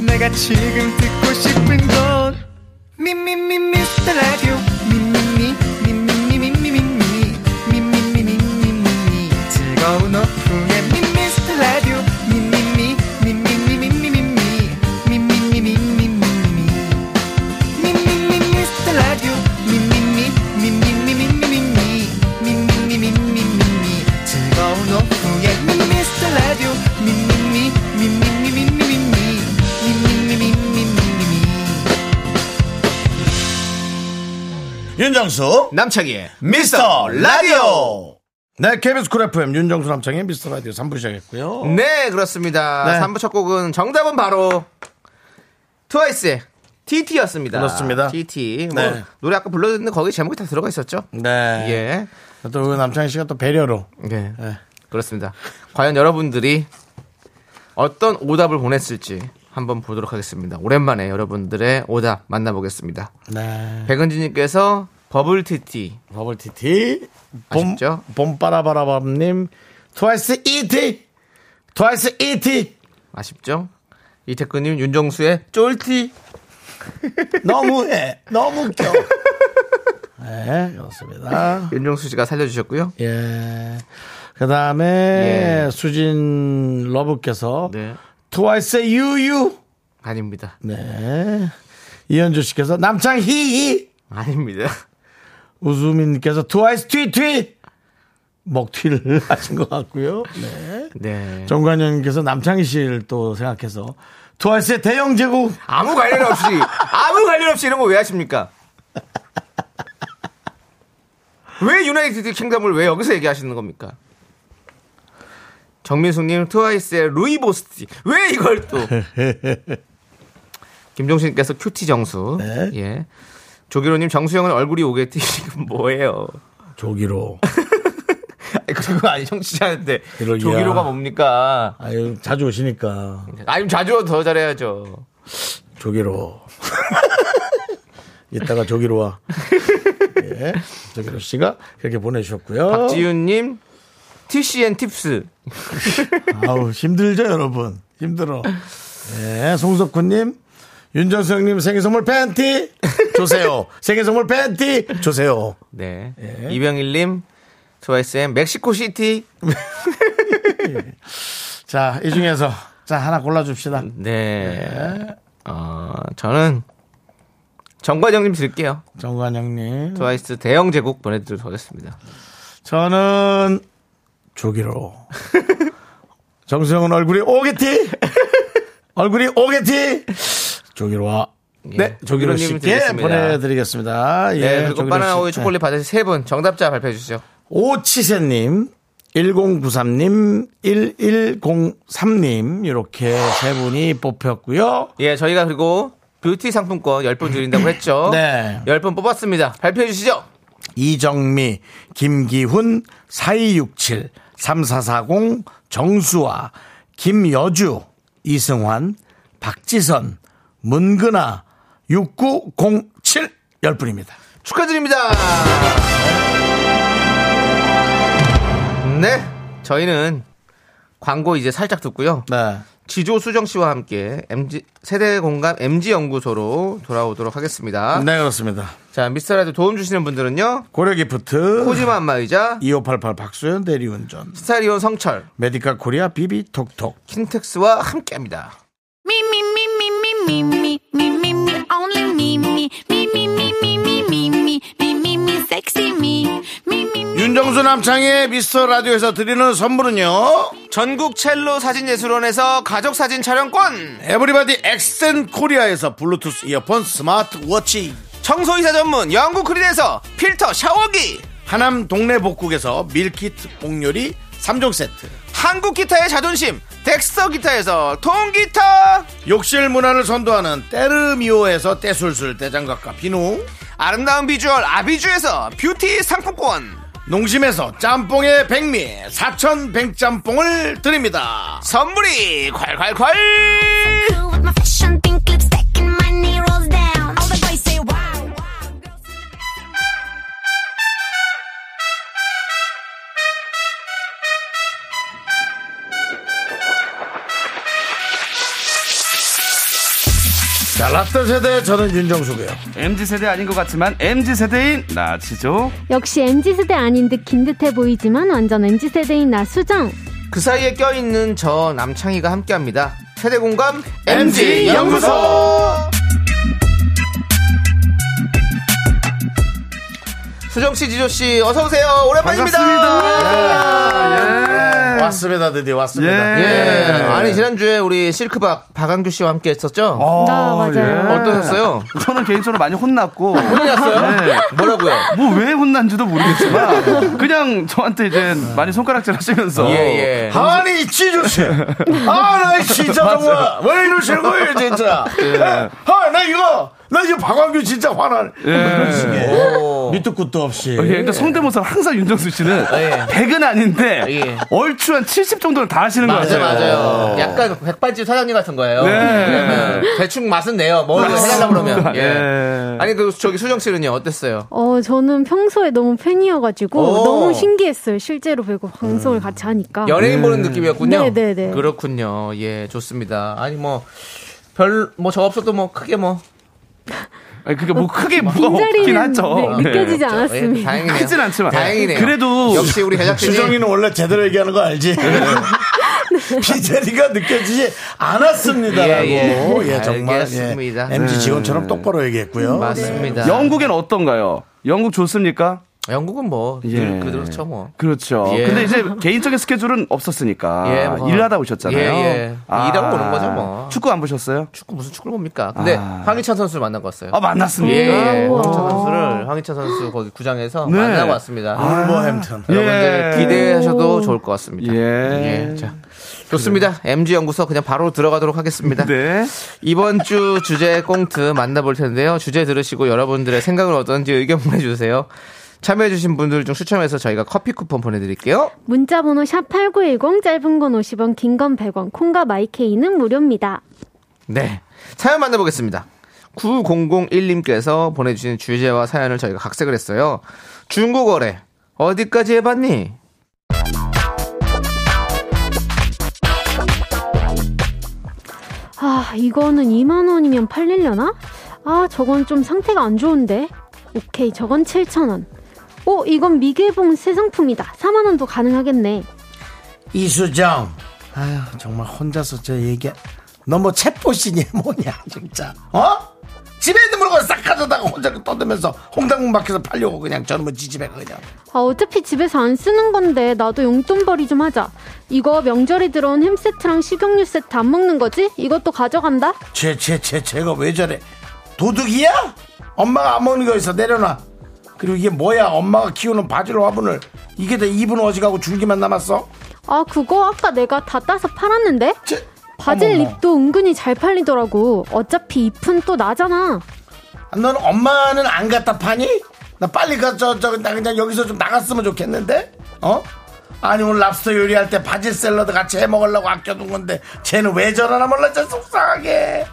Speaker 4: 내가 지금 듣고 싶은 건 미미미 미스터 라디오 미미미 미미미 미미미 미미미 미미미 즐거운 오후에 미스터 라디오 미미미 미미미 미미미 미미미 미미미
Speaker 1: 윤정수,
Speaker 2: 남창희의
Speaker 1: 미스터 라디오! 네, KBS 쿨 FM 윤정수 남창희 미스터 라디오 3부 시작했고요.
Speaker 2: 네, 그렇습니다.
Speaker 1: 네.
Speaker 2: 3부 첫 곡은 정답은 바로 트와이스의 TT였습니다.
Speaker 1: 그렇습니다.
Speaker 2: TT. 뭐
Speaker 1: 네.
Speaker 2: 노래 아까 불러드렸는데 거기 제목이 다 들어가 있었죠?
Speaker 1: 네.
Speaker 2: 예.
Speaker 1: 또 남창희 씨가 또 배려로.
Speaker 2: 네.
Speaker 1: 네.
Speaker 2: 그렇습니다. 과연 여러분들이 어떤 오답을 보냈을지 한번 보도록 하겠습니다. 오랜만에 여러분들의 오답 만나보겠습니다.
Speaker 1: 네.
Speaker 2: 백은지님께서 버블티티
Speaker 1: 버블티티 봄
Speaker 2: 아쉽죠?
Speaker 1: 봄바라바라밤님 트와이스 이티 트와이스 이티
Speaker 2: 아쉽죠? 이태근님 윤정수의 쫄티
Speaker 1: 너무해 너무 웃겨 네 그렇습니다
Speaker 2: 윤정수 씨가 살려주셨고요.
Speaker 1: 예 그다음에 수진 러브께서
Speaker 2: 예. 네.
Speaker 1: 트와이스 유유
Speaker 2: 아닙니다.
Speaker 1: 네 이현주 씨께서 남창희이
Speaker 2: 아닙니다.
Speaker 1: 우수민께서 트와이스 트위트위 먹튀를 하신 것 같고요 네
Speaker 2: 네.
Speaker 1: 정관영님께서 남창희 씨를 또 생각해서 트와이스의 대형 제국
Speaker 2: 아무 관련 없이 아무 관련 없이 이런 거 왜 하십니까? 왜 유나이티드 킹덤을 왜 여기서 얘기하시는 겁니까? 정민숙님 트와이스의 루이 보스티 왜 이걸 또? 김종신님께서 큐티 정수
Speaker 1: 네.
Speaker 2: 예 조기로님 정수영은 얼굴이 오겠지 지금 뭐예요?
Speaker 1: 조기로
Speaker 2: 아니, 그거 아니 청취자한테
Speaker 1: 이럴 리야.
Speaker 2: 조기로가 뭡니까?
Speaker 1: 아유 자주 오시니까
Speaker 2: 아니면 자주 더 잘해야죠.
Speaker 1: 조기로 이따가 조기로 와 예, 조기로 씨가 그렇게 보내주셨고요
Speaker 2: 박지윤님 TCN 팁스
Speaker 1: 아우 힘들죠 여러분 힘들어 예, 송석훈님 윤정수 형님 생일선물 팬티 주세요 생일선물 팬티 주세요
Speaker 2: 네.
Speaker 1: 예.
Speaker 2: 이병일님, 트와이스의 멕시코 시티.
Speaker 1: 자 이 중에서 자 하나 골라줍시다
Speaker 2: 네.
Speaker 1: 예.
Speaker 2: 어, 저는 정과장님 드릴게요.
Speaker 1: 정관영님
Speaker 2: 트와이스 대형 제국 보내드리도록 하겠습니다.
Speaker 1: 저는 조기로. 정수영은 얼굴이 오게티. 얼굴이 오게티. 조기로 와. 네, 조기로
Speaker 2: 조기로님
Speaker 1: 씨께
Speaker 2: 드리겠습니다.
Speaker 1: 보내드리겠습니다. 예,
Speaker 2: 네, 그리고
Speaker 1: 조기로 예.
Speaker 2: 바나나
Speaker 1: 씨.
Speaker 2: 우유 초콜릿 받으신 세 분 정답자 발표해 주시죠.
Speaker 1: 오치세님, 1093님, 1103님, 이렇게 세 분이 뽑혔고요
Speaker 2: 예, 저희가 그리고 뷰티 상품권 10분 드린다고 했죠.
Speaker 1: 네.
Speaker 2: 10분 뽑았습니다. 발표해 주시죠.
Speaker 1: 이정미, 김기훈, 4267, 3440, 정수아, 김여주, 이승환, 박지선, 문근아, 6907, 10분입니다.
Speaker 2: 축하드립니다. 네. 저희는 광고 이제 살짝 듣고요.
Speaker 1: 네.
Speaker 2: 지조 수정 씨와 함께 MG 세대 공감 MG 연구소로 돌아오도록 하겠습니다.
Speaker 1: 네, 그렇습니다.
Speaker 2: 자, 미스터라도 도움 주시는 분들은요.
Speaker 1: 고려기프트,
Speaker 2: 코지마 안마의자,
Speaker 1: 2588 박수현 대리운전,
Speaker 2: 스타리온 성철,
Speaker 1: 메디카 코리아 비비톡톡,
Speaker 2: 킨텍스와 함께합니다.
Speaker 3: Me, me, me, me, me, me, me, me, me, me, only me, me, me, me, me, me, me, me, me, me, me, me, sexy me, me, me, me.
Speaker 1: 윤정수 남창의 미스터 라디오에서 드리는 선물은요.
Speaker 2: 전국 첼로 사진예술원에서 가족 사진 촬영권,
Speaker 1: 에브리바디 엑센 코리아에서 블루투스 이어폰 스마트워치.
Speaker 2: 청소이사 전문 영국 크린에서 필터 샤워기,
Speaker 1: 하남 동네 복국에서 밀키트 옥요리 3종 세트.
Speaker 2: 한국 기타의 자존심 덱스터 기타에서 통기타,
Speaker 1: 욕실 문화를 선도하는 때르미오에서 때술술 대장갑과 비누.
Speaker 2: 아름다운 비주얼 아비주에서 뷰티 상품권,
Speaker 1: 농심에서 짬뽕의 백미 사천 백짬뽕을 드립니다.
Speaker 2: 선물이 콸콸콸!
Speaker 3: With my fashion pink lipstick and my knee rolls down. All the boys say wow, wow. Girls
Speaker 1: 자, 라떼 세대 저는 윤정수고요.
Speaker 5: MZ 세대 아닌 것 같지만 MZ 세대인 나치죠.
Speaker 6: 역시 MZ세대 아닌 듯 긴 듯해 보이지만 완전 MZ세대인 나 수정.
Speaker 2: 그 사이에 껴있는 저 남창희가 함께합니다. 세대 공감
Speaker 1: MG 연구소.
Speaker 2: 수정 씨, 지조 씨, 어서 오세요. 오랜만입니다. 네.
Speaker 1: 왔습니다. 드디어 왔습니다.
Speaker 2: 예.
Speaker 5: 예.
Speaker 2: 아니 지난주에 우리 실크박 박한규 씨와 함께 했었죠?
Speaker 5: 어,
Speaker 6: 나
Speaker 5: 예.
Speaker 6: 맞아요.
Speaker 2: 어떠셨어요?
Speaker 5: 저는 개인적으로 많이 혼났고
Speaker 2: 혼났어요?
Speaker 5: 네. 네.
Speaker 2: 뭐라고요?
Speaker 5: 뭐 왜 혼난지도 모르겠지만 그냥 저한테 이제 많이 손가락질 뭐, 하시면서
Speaker 2: 예, 예.
Speaker 1: 아니 지조씨 아나 진짜 정말 왜 이러실 거예요 진짜 아나 이거 나 이거 박완규 진짜 화날
Speaker 2: 아, 네. 오. 어,
Speaker 1: 밑도 끝도 없이
Speaker 5: 예, 그러니까 성대모사 항상 윤정수 씨는
Speaker 2: 예.
Speaker 5: 100은 아닌데
Speaker 2: 예.
Speaker 5: 얼추 한 70 정도는 다 하시는 것
Speaker 2: 맞아
Speaker 5: 같아요. 어.
Speaker 2: 맞아요. 약간 백반집 사장님 같은 거예요.
Speaker 5: 네.
Speaker 2: 예. 대충 맛은 내요. 뭐 해달라 그러면. 예.
Speaker 5: 예.
Speaker 2: 아니 그 저기 수정 씨는요 어땠어요?
Speaker 6: 어, 저는 평소에 너무 팬이어가지고
Speaker 2: 오.
Speaker 6: 너무 신기했어요. 실제로 뵈고 방송을
Speaker 5: 음.
Speaker 6: 같이 하니까.
Speaker 5: 어,
Speaker 2: 연예인 보는 느낌이었군요.
Speaker 6: 네, 네, 네.
Speaker 2: 그렇군요. 예, 좋습니다. 아니 뭐 별 뭐 저 없어도 뭐 크게 뭐
Speaker 5: 아니, 그러니까 뭐 크게 뭐가 없긴
Speaker 6: 빈자리는
Speaker 5: 하죠.
Speaker 6: 네, 느껴지지
Speaker 5: 예.
Speaker 2: 예,
Speaker 6: 않았습니다.
Speaker 2: 다행이네요.
Speaker 5: 크진 않지만.
Speaker 2: 다행이네요.
Speaker 5: 그래도
Speaker 2: 역시 우리 제작진이
Speaker 1: 수정이는 원래 제대로 얘기하는 거 알지
Speaker 2: 네.
Speaker 1: 네. 비자리가 느껴지지 않았습니다라고
Speaker 2: 예,
Speaker 1: 예,
Speaker 2: 예.
Speaker 1: 정말
Speaker 2: 알겠습니다. 네.
Speaker 1: 예, MG 지원처럼 똑바로 얘기했고요
Speaker 2: 맞습니다.
Speaker 5: 영국엔 어떤가요? 영국 좋습니까?
Speaker 2: 영국은 뭐 늘
Speaker 5: 예.
Speaker 2: 그렇죠 뭐.
Speaker 5: 그렇죠.
Speaker 2: 예.
Speaker 5: 근데 이제 개인적인 스케줄은 없었으니까
Speaker 2: 예, 뭐.
Speaker 5: 아, 일하다 오셨잖아요.
Speaker 2: 예, 예. 일하고 오는 거죠, 뭐.
Speaker 5: 축구 안 보셨어요?
Speaker 2: 축구 무슨 축구를 봅니까? 근데
Speaker 5: 아.
Speaker 2: 황희찬 선수를 만나고 왔어요.
Speaker 5: 아 만났습니다.
Speaker 2: 예, 예.
Speaker 6: 우와.
Speaker 2: 황희찬 선수를 황희찬 선수 거기 구장에서
Speaker 5: 네.
Speaker 2: 만나고 왔습니다.
Speaker 1: 아. 뭐 울버햄튼
Speaker 2: 여러분들
Speaker 5: 예.
Speaker 2: 기대하셔도 좋을 것 같습니다.
Speaker 5: 예.
Speaker 2: 예, 자. 좋습니다. MG 연구소 그냥 바로 들어가도록 하겠습니다.
Speaker 5: 네.
Speaker 2: 이번 주 주제 꽁트 만나볼 텐데요. 주제 들으시고 여러분들의 생각은 어떤지 의견 보내주세요. 참여해주신 분들 중 추첨해서 저희가 커피 쿠폰 보내드릴게요.
Speaker 6: 문자번호 샵8910, 짧은 건 50원, 긴 건 100원, 콩과 마이케이는 무료입니다.
Speaker 2: 네. 사연 만나보겠습니다. 9001님께서 보내주신 주제와 사연을 저희가 각색을 했어요. 중국어래. 어디까지 해봤니?
Speaker 6: 아, 이거는 2만원이면 팔리려나? 아, 저건 좀 상태가 안 좋은데. 오케이, 저건 7,000원. 오, 이건 미개봉 새 상품이다. 4만원도 가능하겠네.
Speaker 1: 이수정 아휴 정말 혼자서 저 얘기 너 뭐 체포신이 뭐냐 진짜 어? 지 집에 있는 물건 싹 가져다가 혼자 떠들면서 홍당무 밖에서 팔려고 그냥 저놈은 지집애 그냥.
Speaker 6: 아, 어차피 집에서 안 쓰는 건데 나도 용돈벌이 좀 하자. 이거 명절에 들어온 햄 세트랑 식용유 세트 안 먹는 거지? 이것도 가져간다.
Speaker 1: 쟤, 쟤, 쟤, 쟤가 왜 저래? 도둑이야? 엄마가 안 먹는 거 있어 내려놔. 그리고 이게 뭐야? 엄마가 키우는 바질 화분을 이게 다 입은 어지가고 줄기만 남았어?
Speaker 6: 아, 그거 아까 내가 다 따서 팔았는데?
Speaker 1: 쟤,
Speaker 6: 바질
Speaker 1: 어머머.
Speaker 6: 잎도 은근히 잘 팔리더라고. 어차피 잎은 또 나잖아.
Speaker 1: 아, 넌 엄마는 안 갖다 파니? 나 빨리 가저 저 나 그냥 여기서 좀 나갔으면 좋겠는데? 어? 아니 오늘 랍스터 요리할 때 바질 샐러드 같이 해 먹으려고 아껴둔 건데 쟤는 왜 저러나 몰라 쟤 속상하게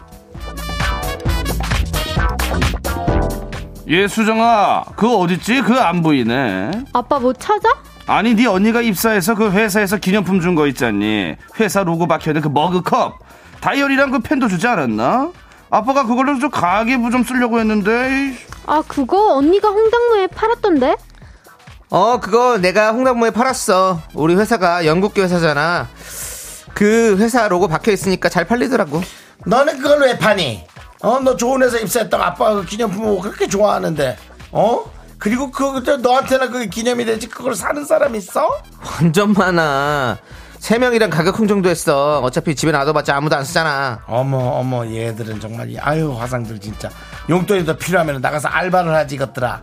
Speaker 5: 예 수정아 그거 어딨지? 그거 안 보이네
Speaker 6: 아빠 뭐 찾아?
Speaker 5: 아니 네 언니가 입사해서 그 회사에서 기념품 준 거 있잖니 회사 로고 박혀있는 그 머그컵 다이어리랑 그 펜도 주지 않았나? 아빠가 그걸로 좀 가계부 좀 쓰려고 했는데 이씨.
Speaker 6: 아, 그거 언니가 홍당무에 팔았던데?
Speaker 2: 어, 그거 내가 홍당무에 팔았어. 우리 회사가 영국계 회사잖아. 그 회사 로고 박혀 있으니까 잘 팔리더라고.
Speaker 1: 너는 그걸 왜 파니? 어? 너 좋은 회사 입사했다고 아빠가 그 기념품 보고 그렇게 좋아하는데 어? 그리고 그 저, 너한테나 그게 기념이 되지 그걸 사는 사람 있어?
Speaker 2: 완전 많아. 세 명이랑 가격 흥정도 했어. 어차피 집에 놔둬봤자 아무도 안 쓰잖아.
Speaker 1: 어머 어머 얘들은 정말 이- 아유 화상들 진짜 용돈이 더 필요하면 나가서 알바를 하지 이것들아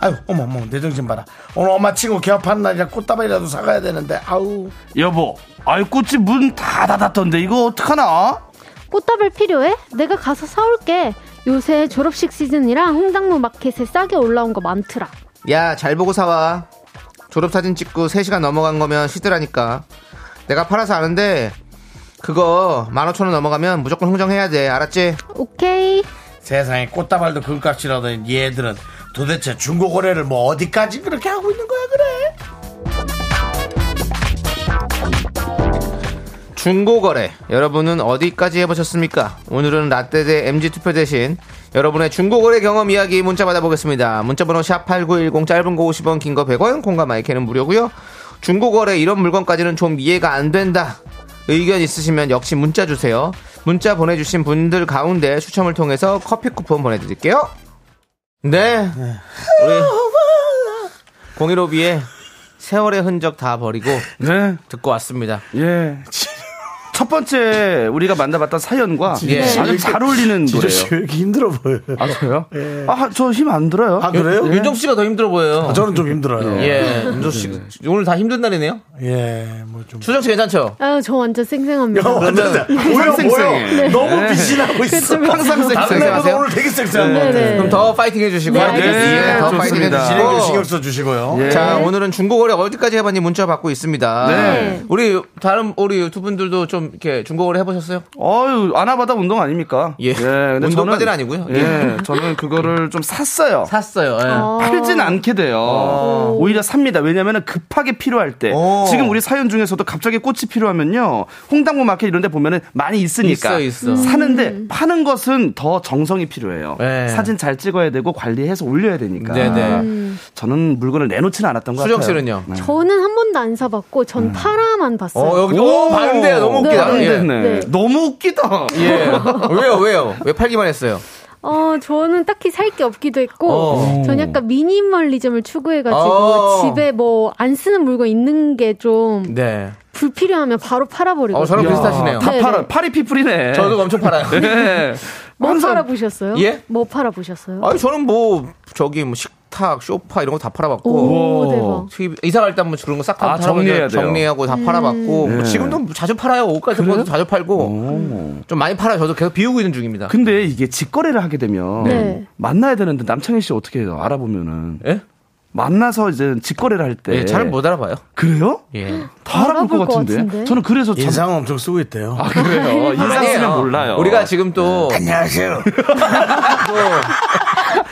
Speaker 1: 아유 어머 어머 내 정신 봐라 오늘 엄마 친구 개업하는 날이라 꽃다발이라도 사가야 되는데 아우
Speaker 5: 여보 아이 꽃이 문 다 닫았던데 이거 어떡하나?
Speaker 6: 꽃다발 필요해? 내가 가서 사올게. 요새 졸업식 시즌이라 홍당무 마켓에 싸게 올라온 거 많더라.
Speaker 2: 야, 잘 보고 사와. 졸업사진 찍고 3시간 넘어간 거면 쉬더라니까. 내가 팔아서 아는데, 그거 15,000원 넘어가면 무조건 흥정해야 돼. 알았지?
Speaker 6: 오케이.
Speaker 1: 세상에 꽃다발도 그 금값이라더니 얘들은 도대체 중고 거래를 뭐 어디까지 그렇게 하고 있는 거야 그래
Speaker 2: 중고거래. 여러분은 어디까지 해보셨습니까? 오늘은 라떼 대 MG 투표 대신 여러분의 중고거래 경험 이야기 문자 받아보겠습니다. 문자번호 샵8910 짧은 거 50원, 긴 거 100원, 공감 마이크는 무료고요 중고거래 이런 물건까지는 좀 이해가 안 된다. 의견 있으시면 역시 문자 주세요. 문자 보내주신 분들 가운데 추첨을 통해서 커피 쿠폰 보내드릴게요. 네. 우리 015B의 세월의 흔적 다 버리고
Speaker 5: 네
Speaker 2: 듣고 왔습니다.
Speaker 5: 예. 첫 번째 우리가 만나봤던 사연과
Speaker 2: 예.
Speaker 5: 아주 잘 어울리는 노래예요.
Speaker 1: 왜 이렇게 힘들어 보여요
Speaker 5: 아 저요?
Speaker 2: 예.
Speaker 5: 아 저 힘 안 들어요.
Speaker 1: 아 그래요? 아,
Speaker 2: 윤정 씨가 더 힘들어 보여요.
Speaker 1: 저는 좀 힘들어요
Speaker 2: 예, 윤조 씨 오늘 다 힘든 날이네요.
Speaker 1: 예뭐좀
Speaker 2: 수정 씨 괜찮죠?
Speaker 6: 아유, 저 완전 쌩쌩합니다.
Speaker 1: 뭐야 뭐야
Speaker 5: 예.
Speaker 1: 너무 비신하고 있어
Speaker 5: 그렇죠.
Speaker 2: 항상
Speaker 1: 다른
Speaker 2: 쌩쌩
Speaker 1: 날보다
Speaker 2: 하세요.
Speaker 1: 오늘 되게 섹스한 것
Speaker 6: 네네.
Speaker 1: 같아요
Speaker 2: 그럼 더 파이팅 해주시고,
Speaker 6: 네, 알겠습니다.
Speaker 2: 예, 더
Speaker 5: 네,
Speaker 2: 파이팅
Speaker 5: 예. 좋습니다.
Speaker 1: 진행도 신경
Speaker 2: 해주시고.
Speaker 1: 써주시고요
Speaker 2: 자, 오늘은 중고거래 어디까지 해봤니 문자 받고 있습니다.
Speaker 5: 네.
Speaker 2: 우리 다른 우리 두 분들도 좀 이렇게 중고거래 해보셨어요?
Speaker 5: 어유 아나바다 운동 아닙니까?
Speaker 2: 예.
Speaker 5: 근데
Speaker 2: 운동까지는 아니고요.
Speaker 5: 예. 저는 그거를 좀 샀어요.
Speaker 2: 샀어요. 예.
Speaker 6: 아.
Speaker 5: 팔진 않게 돼요.
Speaker 2: 아.
Speaker 5: 오히려 삽니다. 왜냐면은 급하게 필요할 때.
Speaker 2: 오.
Speaker 5: 지금 우리 사연 중에서도 갑자기 꽃이 필요하면요. 홍당무 마켓 이런 데 보면은 많이 있으니까.
Speaker 2: 있어요, 있어.
Speaker 5: 사는데 파는 것은 더 정성이 필요해요.
Speaker 2: 네.
Speaker 5: 사진 잘 찍어야 되고 관리해서 올려야 되니까.
Speaker 2: 네네.
Speaker 6: 음.
Speaker 5: 저는 물건을 내놓지는 않았던 것
Speaker 2: 수정
Speaker 5: 같아요.
Speaker 2: 씨는요?
Speaker 6: 저는 한 번도 안 사봤고, 전 파라만 봤어요.
Speaker 2: 네. 음. 어, 여기 오, 반대야. 너무
Speaker 6: 네.
Speaker 2: 웃기다.
Speaker 6: 안
Speaker 2: 예.
Speaker 5: 네.
Speaker 6: 네.
Speaker 5: 너무 웃기다.
Speaker 2: 예. 왜요, 왜요? 왜 팔기만 했어요?
Speaker 6: 어, 저는 딱히 살 게 없기도 했고,
Speaker 2: 어.
Speaker 6: 저는 약간 미니멀리즘을 추구해가지고,
Speaker 2: 어.
Speaker 6: 집에 뭐 안 쓰는 물건 있는 게 좀
Speaker 2: 네.
Speaker 6: 불필요하면 바로 팔아버리고.
Speaker 2: 어, 저랑
Speaker 5: 야,
Speaker 2: 비슷하시네요.
Speaker 5: 다
Speaker 6: 네,
Speaker 5: 팔아.
Speaker 6: 네.
Speaker 5: 파리 피플이네.
Speaker 2: 저도 엄청 팔아요.
Speaker 5: 네.
Speaker 6: 뭐
Speaker 5: 항상-
Speaker 6: 팔아보셨어요?
Speaker 2: 예?
Speaker 6: 뭐 팔아보셨어요?
Speaker 2: 아니, 저는 뭐, 저기 뭐 식탁, 쇼파 이런 거 다 팔아봤고.
Speaker 6: 오,
Speaker 5: 우와.
Speaker 6: 대박. 음.
Speaker 2: TV 이사 갈 때 한번 그런 거싹
Speaker 5: 아, 정리해야 돼요. 네.
Speaker 2: 정리하고 다 팔아봤고 뭐 지금도 자주 팔아요 옷 같은 것도 자주 팔고 좀 많이 팔아요 저도 계속 비우고 있는 중입니다
Speaker 5: 근데 이게 직거래를 하게 되면
Speaker 6: 네.
Speaker 5: 만나야 되는데 남창희 씨 어떻게 해요? 알아보면은
Speaker 2: 예?
Speaker 5: 만나서 이제 직거래를 할 때
Speaker 2: 예, 잘 못 알아봐요
Speaker 5: 그래요?
Speaker 2: 예.
Speaker 5: 다 알아볼 것
Speaker 6: 알아볼 것
Speaker 5: 같은데.
Speaker 6: 같은데?
Speaker 5: 저는 그래서 참-
Speaker 1: 인상은 엄청 쓰고 있대요
Speaker 5: 아 그래요. 네. 인상 쓰면
Speaker 2: 아니에요.
Speaker 5: 몰라요.
Speaker 2: 우리가 지금 또
Speaker 1: 안녕하세요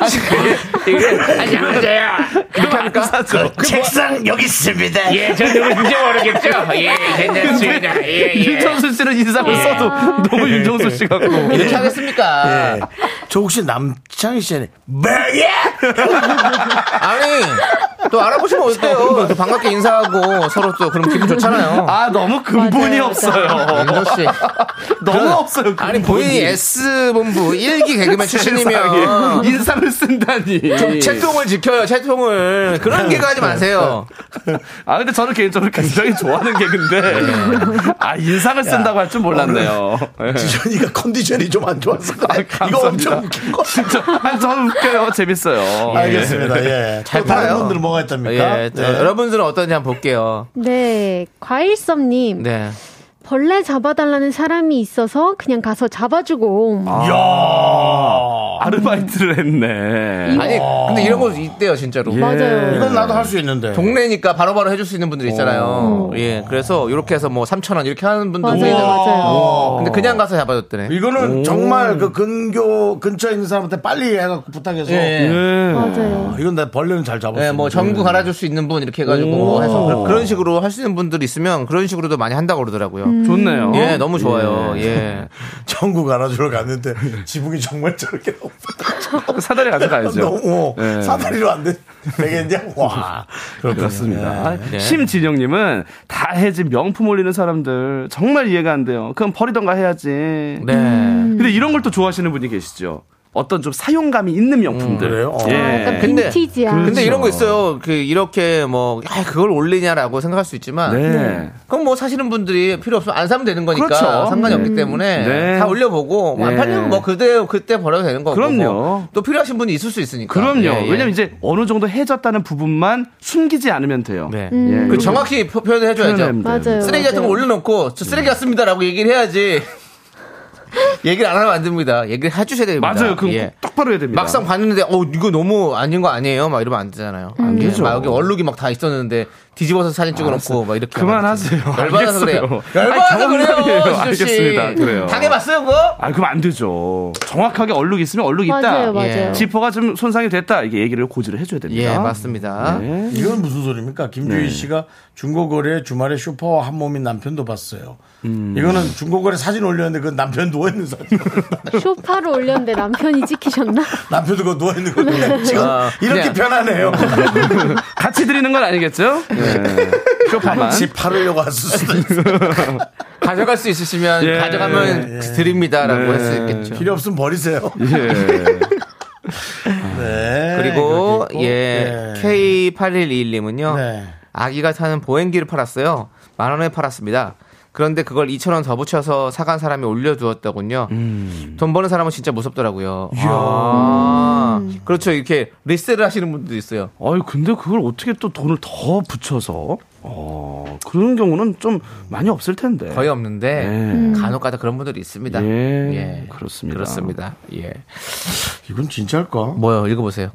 Speaker 2: 아니, 그게, 이게, 안녕하세요. 그렇게 합니까?
Speaker 1: 책상 여기 있습니다.
Speaker 2: 예, 저 누군지 모르겠죠? 예, 괜찮습니다. 예, 예.
Speaker 5: 윤정수 씨는 인상을 써도 너무 윤정수 씨 같고.
Speaker 2: 이렇게
Speaker 5: 네.
Speaker 2: 하겠습니까?
Speaker 1: 예. 저 혹시 남창희 씨는 뭐야?
Speaker 2: 아니, 또 알아보시면 어때요? 또 반갑게 인사하고 서로 또 그럼 기분 좋잖아요.
Speaker 5: 아, 너무 근본이 없어요.
Speaker 2: 윤정 씨.
Speaker 5: 너무 없어요. 그 근본이.
Speaker 2: 네. 아니, 본인이 S본부 1기 개그맨
Speaker 5: 세상에.
Speaker 2: 출신이면.
Speaker 5: 인상을 쓴다니.
Speaker 2: 채통을 지켜요, 채통을. 그런 개그 하지 마세요.
Speaker 5: 아 근데 저는 개인적으로 굉장히 좋아하는
Speaker 2: 네.
Speaker 5: 개그인데 아 인상을 쓴다고 할 줄
Speaker 2: 어,
Speaker 5: 몰랐네요.
Speaker 1: 지전이가 컨디션이 좀 안 좋아서 그래. 이거
Speaker 5: 감사합니다.
Speaker 1: 엄청 웃긴 거.
Speaker 5: 진짜 아, 저는 웃겨요. 재밌어요.
Speaker 1: 알겠습니다. 예. 또 다른
Speaker 2: 봐요.
Speaker 1: 분들은 뭐가 있답니까? 네.
Speaker 2: 예, 저- 여러분들은 어떤지 한번 볼게요.
Speaker 6: 네, 과일썸님.
Speaker 2: 네.
Speaker 6: 벌레 잡아달라는 사람이 있어서 그냥 가서 잡아주고.
Speaker 5: 아르바이트를 했네.
Speaker 2: 아니, 근데 이런 거 있대요, 진짜로.
Speaker 6: 예. 맞아요.
Speaker 1: 이건 나도 할 수 있는데.
Speaker 2: 동네니까 바로바로 해줄 수 있는 분들 있잖아요. 예, 그래서 이렇게 해서 뭐 3,000원 이렇게 하는 분도
Speaker 6: 맞아요,
Speaker 2: 있어요.
Speaker 6: 맞아요.
Speaker 2: 근데 그냥 가서 잡아줬더네.
Speaker 1: 이거는 정말 그 근교 근처에 있는 사람한테 빨리 해갖고 부탁해서.
Speaker 2: 예, 예.
Speaker 6: 맞아요.
Speaker 1: 아, 이건 나 벌레는 잘 잡았어.
Speaker 2: 예, 뭐 전구 갈아줄 수 있는 분 이렇게 해가지고 해서 그런- 그런 식으로 할 수 있는 분들 있으면 그런 식으로도 많이 한다고 그러더라고요.
Speaker 5: 좋네요.
Speaker 1: 음.
Speaker 2: 예, 너무 좋아요. 예.
Speaker 1: 전국 갈아주러 갔는데 지붕이 정말 저렇게
Speaker 5: 그 사다리 가서 가야죠.
Speaker 1: 너무
Speaker 5: 예.
Speaker 1: 사다리로 안 되, 되겠냐? 와.
Speaker 5: 그렇습니다.
Speaker 2: 네.
Speaker 5: 심진영님은 다 해진 명품 올리는 사람들 정말 이해가 안 돼요. 그럼 버리던가 해야지.
Speaker 2: 네.
Speaker 5: 근데 이런 걸 또 좋아하시는 분이 계시죠. 어떤 좀 사용감이 있는 명품들.
Speaker 1: 그래요? 어.
Speaker 6: 약간
Speaker 5: 예.
Speaker 2: 근데-
Speaker 6: 빈티지야.
Speaker 2: 근데 이런
Speaker 5: 그렇죠.
Speaker 2: 거 있어요. 그 이렇게 뭐 아, 그걸 올리냐라고 생각할 수 있지만
Speaker 5: 네.
Speaker 2: 그럼 뭐 사시는 분들이 필요 없으면 안 사면 되는 거니까
Speaker 5: 그렇죠.
Speaker 2: 상관이 없기 때문에
Speaker 5: 네.
Speaker 2: 다 올려보고 뭐안
Speaker 5: 네.
Speaker 2: 팔리면 뭐 그때 그때 버려도 되는 거고
Speaker 5: 그럼요.
Speaker 2: 뭐또 필요하신 분이 있을 수 있으니까
Speaker 5: 그럼요.
Speaker 2: 예, 예.
Speaker 5: 왜냐면 이제 어느 정도 해졌다는 부분만 숨기지 않으면 돼요.
Speaker 2: 네.
Speaker 5: 예,
Speaker 2: 그
Speaker 5: 그렇게
Speaker 2: 정확히 표- 표현을 해줘야죠.
Speaker 5: 표현하면 돼요.
Speaker 6: 맞아요.
Speaker 2: 쓰레기 같은 거
Speaker 6: 맞아요.
Speaker 2: 올려놓고 저 쓰레기 같습니다라고 얘기를 해야지 얘기를 안 하면 안 됩니다. 얘기를 해주셔야 됩니다.
Speaker 5: 맞아요. 그럼
Speaker 2: 예.
Speaker 5: 똑바로 해야 됩니다.
Speaker 2: 막상 봤는데 어 이거 너무 아닌 거 아니에요? 막 이러면 안 되잖아요. 안
Speaker 5: 되죠.
Speaker 2: 막 여기 얼룩이 막 다 있었는데 뒤집어서 사진 찍어놓고 막 이렇게
Speaker 5: 그만하세요.
Speaker 2: 하면 안 되죠. 열받아서 그래요.
Speaker 5: 알겠어요. 아니,
Speaker 2: 열받아서 그래요.
Speaker 5: 경험담이에요.
Speaker 2: 진수 씨.
Speaker 5: 알겠습니다. 그래요.
Speaker 2: 당해봤어요 그거?
Speaker 5: 아, 그럼 안 되죠. 정확하게 얼룩 있으면 얼룩 있다.
Speaker 6: 맞아요, 맞아요.
Speaker 2: 예.
Speaker 5: 지퍼가 좀 손상이 됐다. 이게 얘기를 고지를 해줘야 됩니다.
Speaker 2: 예 맞습니다.
Speaker 5: 네.
Speaker 1: 이건 무슨 소리입니까? 김주희
Speaker 2: 네.
Speaker 1: 씨가 중고거래 주말에 슈퍼와 한 몸인 남편도 봤어요. 이거는 중고거래 사진 올렸는데 그 남편 누워있는 사진.
Speaker 2: 예.
Speaker 6: 쇼파를 올렸는데 남편이 찍히셨나?
Speaker 1: 남편도 그거 누워있는 거 그냥 지금
Speaker 2: 아,
Speaker 1: 이렇게
Speaker 2: 그냥.
Speaker 1: 편하네요.
Speaker 5: 같이 드리는 건 아니겠죠? 예. 쇼파만.
Speaker 1: 집 팔으려고 왔을 수도 있어요.
Speaker 2: 가져갈 수 있으시면
Speaker 5: 예.
Speaker 2: 가져가면 드립니다라고
Speaker 5: 네.
Speaker 2: 할 수 있겠죠.
Speaker 1: 필요 없으면 버리세요.
Speaker 5: 예.
Speaker 1: 네.
Speaker 2: 그리고
Speaker 1: 그렇게 있고.
Speaker 2: 예
Speaker 1: 네.
Speaker 2: K8121님은요
Speaker 1: 네.
Speaker 2: 아기가 타는 보행기를 팔았어요 만 원에 팔았습니다 그런데 그걸 2천 원 더 붙여서 사간 사람이 올려두었더군요
Speaker 5: 음.
Speaker 2: 돈 버는 사람은 진짜 무섭더라고요 아. 그렇죠 이렇게 리셀을 하시는 분도 있어요
Speaker 5: 아유, 근데 그걸 어떻게 또 돈을 더 붙여서? 어, 그런 경우는 좀 많이 없을 텐데.
Speaker 2: 거의 없는데
Speaker 5: 음.
Speaker 2: 간혹가다 그런 분들이 있습니다
Speaker 5: 예, 그렇습니다.
Speaker 2: 그렇습니다 예
Speaker 1: 이건 진짜일까?
Speaker 2: 뭐요 읽어보세요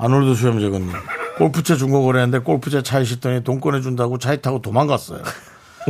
Speaker 1: 아놀드 수염제거님. 골프채 중고거래했는데 골프채 차에 싣더니 돈 꺼내준다고 차에 타고 도망갔어요.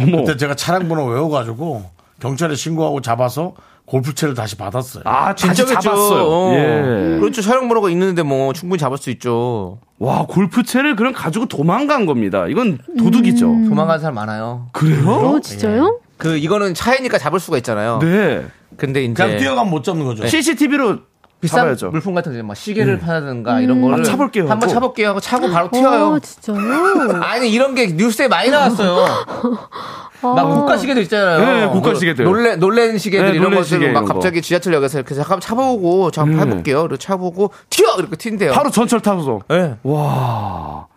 Speaker 5: 어머.
Speaker 1: 그때 제가 차량 번호 외워가지고 경찰에 신고하고 잡아서 골프채를 다시 받았어요.
Speaker 5: 아, 진짜
Speaker 2: 진짜겠죠.
Speaker 5: 잡았어요.
Speaker 2: 어.
Speaker 5: 예.
Speaker 2: 그렇죠 촬영 번호가 있는데 뭐 충분히 잡을 수 있죠
Speaker 5: 와, 골프채를 그럼 가지고 도망간 겁니다. 이건 도둑이죠.
Speaker 2: 도망간 사람 많아요
Speaker 6: 어,
Speaker 5: 그래요?
Speaker 6: 진짜요?
Speaker 2: 그 이거는 차이니까 잡을 수가 있잖아요
Speaker 5: 네.
Speaker 2: 근데 이제
Speaker 1: 그냥 뛰어가면 못 잡는 거죠.
Speaker 5: CCTV로
Speaker 2: 비싼
Speaker 5: 예. 잡아야죠. 음.
Speaker 2: 물품 같은 데막 시계를 파든가 이런 거를
Speaker 5: 아, 차볼게요
Speaker 2: 한번
Speaker 5: 하고.
Speaker 2: 차볼게요 하고 차고 바로
Speaker 6: 어,
Speaker 2: 음. 튀어요.
Speaker 6: 진짜요?
Speaker 2: 아니 이런 게 뉴스에 많이 나왔어요. 막
Speaker 6: 어,
Speaker 2: 고가 시계도 있잖아요. 뭐
Speaker 5: 네, 고가 시계들.
Speaker 2: 놀래 놀랜 시계들
Speaker 5: 네,
Speaker 2: 이런
Speaker 5: 놀랜
Speaker 2: 것들
Speaker 5: 시계
Speaker 2: 막
Speaker 5: 이런 거. 음.
Speaker 2: 갑자기 지하철역에서 이렇게 잠깐 차보고 잠깐 해볼게요. 이렇게 차보고 튀어 이렇게 튄대요.
Speaker 5: 바로 전철 타서.
Speaker 2: 예.
Speaker 5: 와.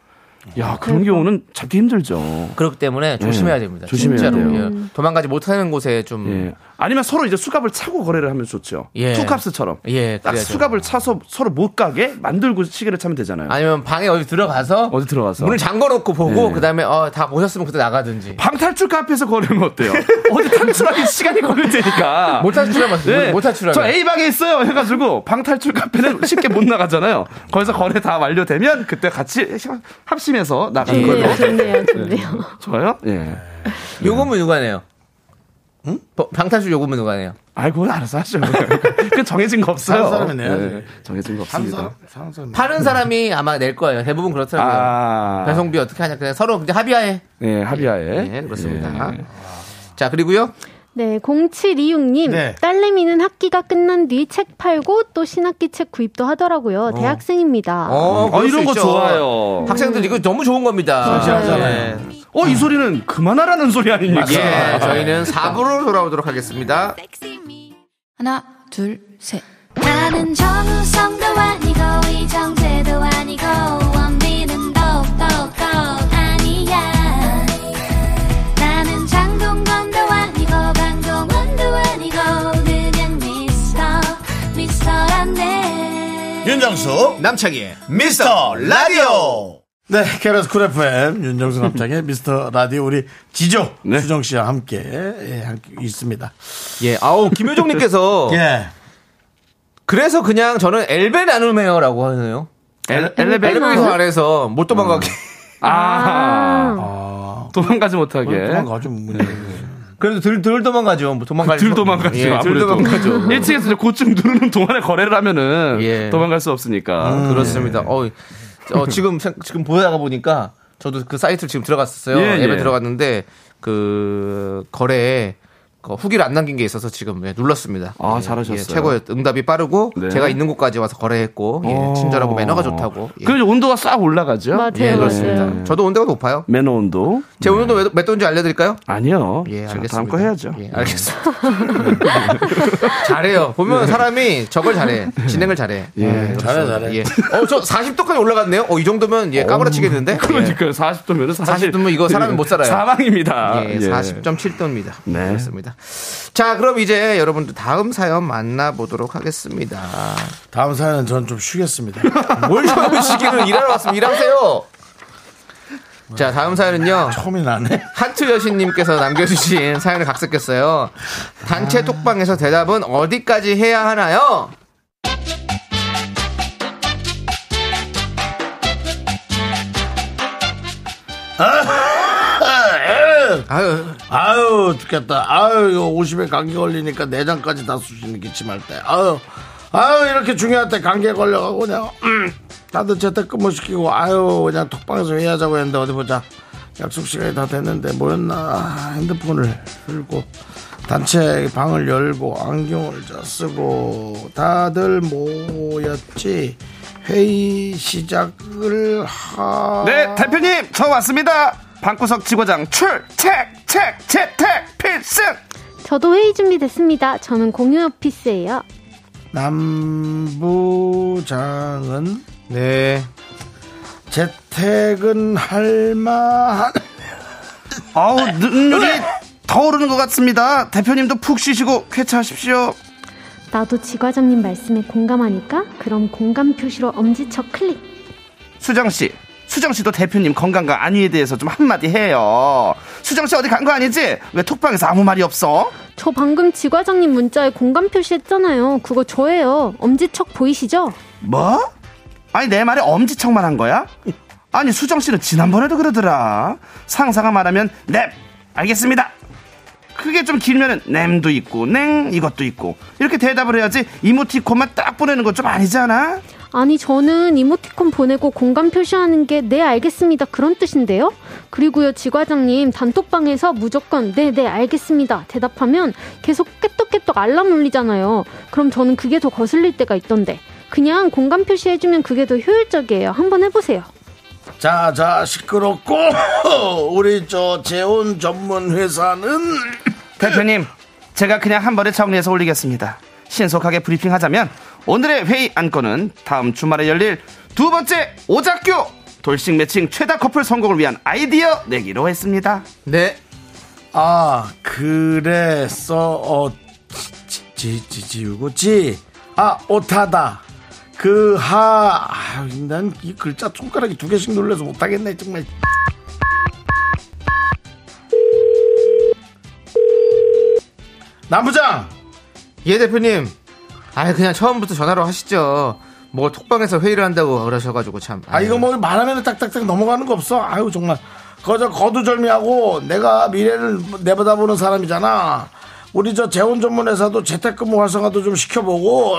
Speaker 5: 야, 그런
Speaker 2: 그러니까.
Speaker 5: 경우는 잡기 힘들죠.
Speaker 2: 그렇기 때문에 조심해야 됩니다.
Speaker 5: 음. 조심해야
Speaker 2: 진짜로.
Speaker 5: 돼요.
Speaker 2: 예. 도망가지 못하는 곳에 좀
Speaker 5: 예. 아니면 서로 이제 수갑을 차고 거래를 하면 좋죠.
Speaker 2: 예.
Speaker 5: 투캅스처럼.
Speaker 2: 예,
Speaker 5: 딱
Speaker 2: 그래야죠.
Speaker 5: 수갑을 차서 서로 못 가게 만들고 시계를 차면 되잖아요.
Speaker 2: 아니면 방에 어디 들어가서
Speaker 5: 어디 들어가서.
Speaker 2: 문을 잠궈놓고 보고
Speaker 5: 예.
Speaker 2: 그다음에 어, 다 보셨으면 그때 나가든지.
Speaker 5: 방탈출 카페에서 거래면 어때요? 어디 탈출하기 시간이 걸릴 테니까.
Speaker 2: 못 탈출하면
Speaker 5: 네.
Speaker 2: 못 탈출하면.
Speaker 5: 저 A방에 있어요. 해가지고 방탈출 카페는 쉽게 못 나가잖아요. 거기서 거래 다 완료되면 그때 같이 합심해서
Speaker 2: 예.
Speaker 5: 나가는
Speaker 6: 좋네요,
Speaker 5: 거예요.
Speaker 6: 좋네요, 좋네요.
Speaker 5: 좋아요? 예.
Speaker 2: 요건 누가 네요 버- 방탈출 요금은 누가 내요?
Speaker 5: 아이 그건 알아서 하죠. 그 정해진 거 없어요. 네.
Speaker 1: 사는 사람이 내야지.
Speaker 2: 예.
Speaker 5: 정해진 거
Speaker 1: 사는
Speaker 5: 없습니다.
Speaker 1: 사람, 사는 사람.
Speaker 2: 파는 사람이 아마 낼 거예요. 대부분 그렇더라고요.
Speaker 5: 아,
Speaker 2: 배송비 어떻게 하냐 그냥 서로 근데 합의하에.
Speaker 5: 네 합의하에.
Speaker 2: 네, 그렇습니다.
Speaker 5: 예.
Speaker 2: 자 그리고요.
Speaker 6: 네, 0726님.
Speaker 1: 네.
Speaker 6: 딸내미는 학기가 끝난 뒤 책 팔고 또 신학기 책 구입도 하더라고요. 대학생입니다.
Speaker 5: 어,
Speaker 2: 그럴 수
Speaker 5: 이런 거
Speaker 2: 있죠.
Speaker 5: 좋아요.
Speaker 2: 학생들 이거 너무 좋은 겁니다.
Speaker 1: 진지하잖아요.
Speaker 2: 네.
Speaker 5: 어, 이 소리는 그만하라는 소리 아닙니까?
Speaker 2: 예, 저희는 4부로 돌아오도록 하겠습니다.
Speaker 3: Sexy me.
Speaker 7: 하나, 둘, 셋.
Speaker 3: 나는 정우성도 아니고 이정재도 아니고 원빈은 더욱더 아니야 나는 장동건도 아니고 강동원도 아니고 그냥 미스터 미스터란데
Speaker 2: 윤정수, 남창희, 미스터 라디오!
Speaker 1: 네, KBS 쿨 FM 윤정수 남창의 미스터 라디오 우리 지조
Speaker 5: 네.
Speaker 1: 수정 씨와 함께, 예, 함께 있습니다.
Speaker 2: 예, 아우, 김효정님께서.
Speaker 5: 어.
Speaker 1: 예.
Speaker 2: 그래서 그냥 저는 엘베 나눔해요라고 하네요.
Speaker 5: 엘-
Speaker 2: 엘베
Speaker 5: 엘리베이터
Speaker 2: 나눔 음. 안에서 못 도망가게.
Speaker 5: 아,
Speaker 1: 아,
Speaker 5: 도망가지
Speaker 2: 어,
Speaker 5: 못하게.
Speaker 1: 도망가죠. 문제.
Speaker 5: 네.
Speaker 2: 그래도 들, 들 도망가죠. 뭐 도망갈
Speaker 5: 들
Speaker 2: 수-
Speaker 5: 도망가죠.
Speaker 2: 예, 들
Speaker 5: 아무래도. 음.
Speaker 2: 도망가죠.
Speaker 5: 1층에서 고층 누르는 동안에 거래를 하면은
Speaker 2: 예.
Speaker 5: 도망갈 수 없으니까.
Speaker 2: 그렇습니다. 어, 어, 지금 생- 지금 보다가 보니까 저도 그 사이트를 지금 들어갔었어요.
Speaker 5: 예,
Speaker 2: 앱에
Speaker 5: 예.
Speaker 2: 들어갔는데 그 거래에 그 후기를 안 남긴 게 있어서 지금 예, 눌렀습니다.
Speaker 5: 아,
Speaker 2: 예,
Speaker 5: 잘하셨어요.
Speaker 2: 예, 최고의 응답이 빠르고
Speaker 5: 네. 어.
Speaker 2: 제가 있는 곳까지 와서 거래했고 예, 친절하고 매너가 좋다고. 예.
Speaker 5: 그럼 이제 온도가 싹 올라가죠.
Speaker 6: 맞아요. 네.
Speaker 2: 예,
Speaker 6: 맞아요.
Speaker 2: 그렇습니다. 저도 온도가 높아요.
Speaker 5: 매너 온도?
Speaker 2: 제 온도 몇, 몇 도인지 알려드릴까요?
Speaker 5: 아니요.
Speaker 2: 예,
Speaker 5: 자,
Speaker 2: 알겠습니다.
Speaker 5: 다음 거 해야죠.
Speaker 2: 예, 알겠습니다. 잘해요. 보면 사람이 저걸 잘해. 진행을 잘해. 예,
Speaker 1: 잘해, 잘해.
Speaker 2: 예. 어, 저 40도까지 올라갔네요. 어, 이 정도면 예, 까무라치겠는데? 예.
Speaker 5: 그러니까요. 40도면 사실
Speaker 2: 40 도면 이거 사람이 못 살아요.
Speaker 5: 사망입니다.
Speaker 2: 예, 40.7도입니다.
Speaker 5: 네.
Speaker 2: 그렇습니다. 자, 그럼 이제 여러분들 다음 사연 만나보도록 하겠습니다.
Speaker 1: 다음 사연은 전 좀 쉬겠습니다.
Speaker 2: 뭘 쉬시기를 일하러 왔으면 일하세요. 자, 다음 사연은요.
Speaker 1: 처음이 나네.
Speaker 2: 하트 여신님께서 남겨주신 사연을 각색했어요.
Speaker 1: 아.
Speaker 2: 단체 톡방에서 대답은 어디까지 해야 하나요? 아유,
Speaker 1: 아유, 죽겠다. 아유, 이거 50에 감기 걸리니까 내장까지 다 쑤시는 기침할 때. 아유, 아유, 이렇게 중요할 때 감기에 걸려가고 그냥, 음, 다들 재택근무 시키고, 아유, 그냥 톡방에서 회의하자고 했는데, 어디 보자. 약속 시간이 다 됐는데, 뭐였나. 아, 핸드폰을 들고, 단체 방을 열고, 안경을 자 쓰고, 다들 모였지. 회의 시작을 하.
Speaker 5: 네, 대표님, 저 왔습니다. 방구석 지고장 출, 책, 책, 채택, 필승!
Speaker 6: 저도 회의 준비됐습니다. 저는 공유 오피스예요.
Speaker 1: 남부장은
Speaker 2: 네.
Speaker 1: 재택은 할만
Speaker 5: 아우, 능률이 더 오르는 것 같습니다. 대표님도 푹 쉬시고 쾌차하십시오.
Speaker 6: 나도 지과장님 말씀에 공감하니까 그럼 공감 표시로 엄지척 클릭.
Speaker 5: 수정씨. 수정씨도 대표님 건강과 안위에 대해서 좀 한마디 해요. 수정씨 어디 간 거 아니지? 왜 톡방에서 아무 말이 없어?
Speaker 6: 저 방금 지과장님 문자에 공감 표시했잖아요. 그거 저예요. 엄지척 보이시죠?
Speaker 5: 뭐? 아니 내 말에 엄지척만 한 거야? 아니 수정 씨는 지난번에도 그러더라. 상사가 말하면 넵 알겠습니다. 그게 좀 길면은 냄도 있고 냉 이것도 있고 이렇게 대답을 해야지 이모티콘만 딱 보내는 건 좀 아니지 않아?
Speaker 6: 아니 저는 이모티콘 보내고 공감 표시하는 게 네 알겠습니다 그런 뜻인데요. 그리고요 지과장님 단톡방에서 무조건 네 네 알겠습니다 대답하면 계속 깨떡깨떡 알람 울리잖아요. 그럼 저는 그게 더 거슬릴 때가 있던데 그냥 공감 표시해주면 그게 더 효율적이에요. 한번 해보세요.
Speaker 1: 자자 시끄럽고 우리 저 재혼 전문 회사는
Speaker 5: 대표님 제가 그냥 한 번에 정리해서 올리겠습니다. 신속하게 브리핑하자면 오늘의 회의 안건은 다음 주말에 열릴 두 번째 오작교 돌싱 매칭 최다 커플 성공을 위한 아이디어 내기로 했습니다.
Speaker 2: 네.
Speaker 1: 아 그래서 어 지지지우고 지아 오타다 그, 아, 그하난이 글자 손가락이 두 개씩 눌려서 못하겠네 정말 남부장
Speaker 2: 예, 대표님. 아 그냥 처음부터 전화로 하시죠. 뭐 톡방에서 회의를 한다고 그러셔가지고 참.
Speaker 1: 아 이거 뭐 말하면 딱딱딱 넘어가는 거 없어. 아유 정말 거저 거두절미하고 내가 미래를 내다보는 사람이잖아. 우리 저 재혼 전문 회사도 재택근무 활성화도 좀 시켜보고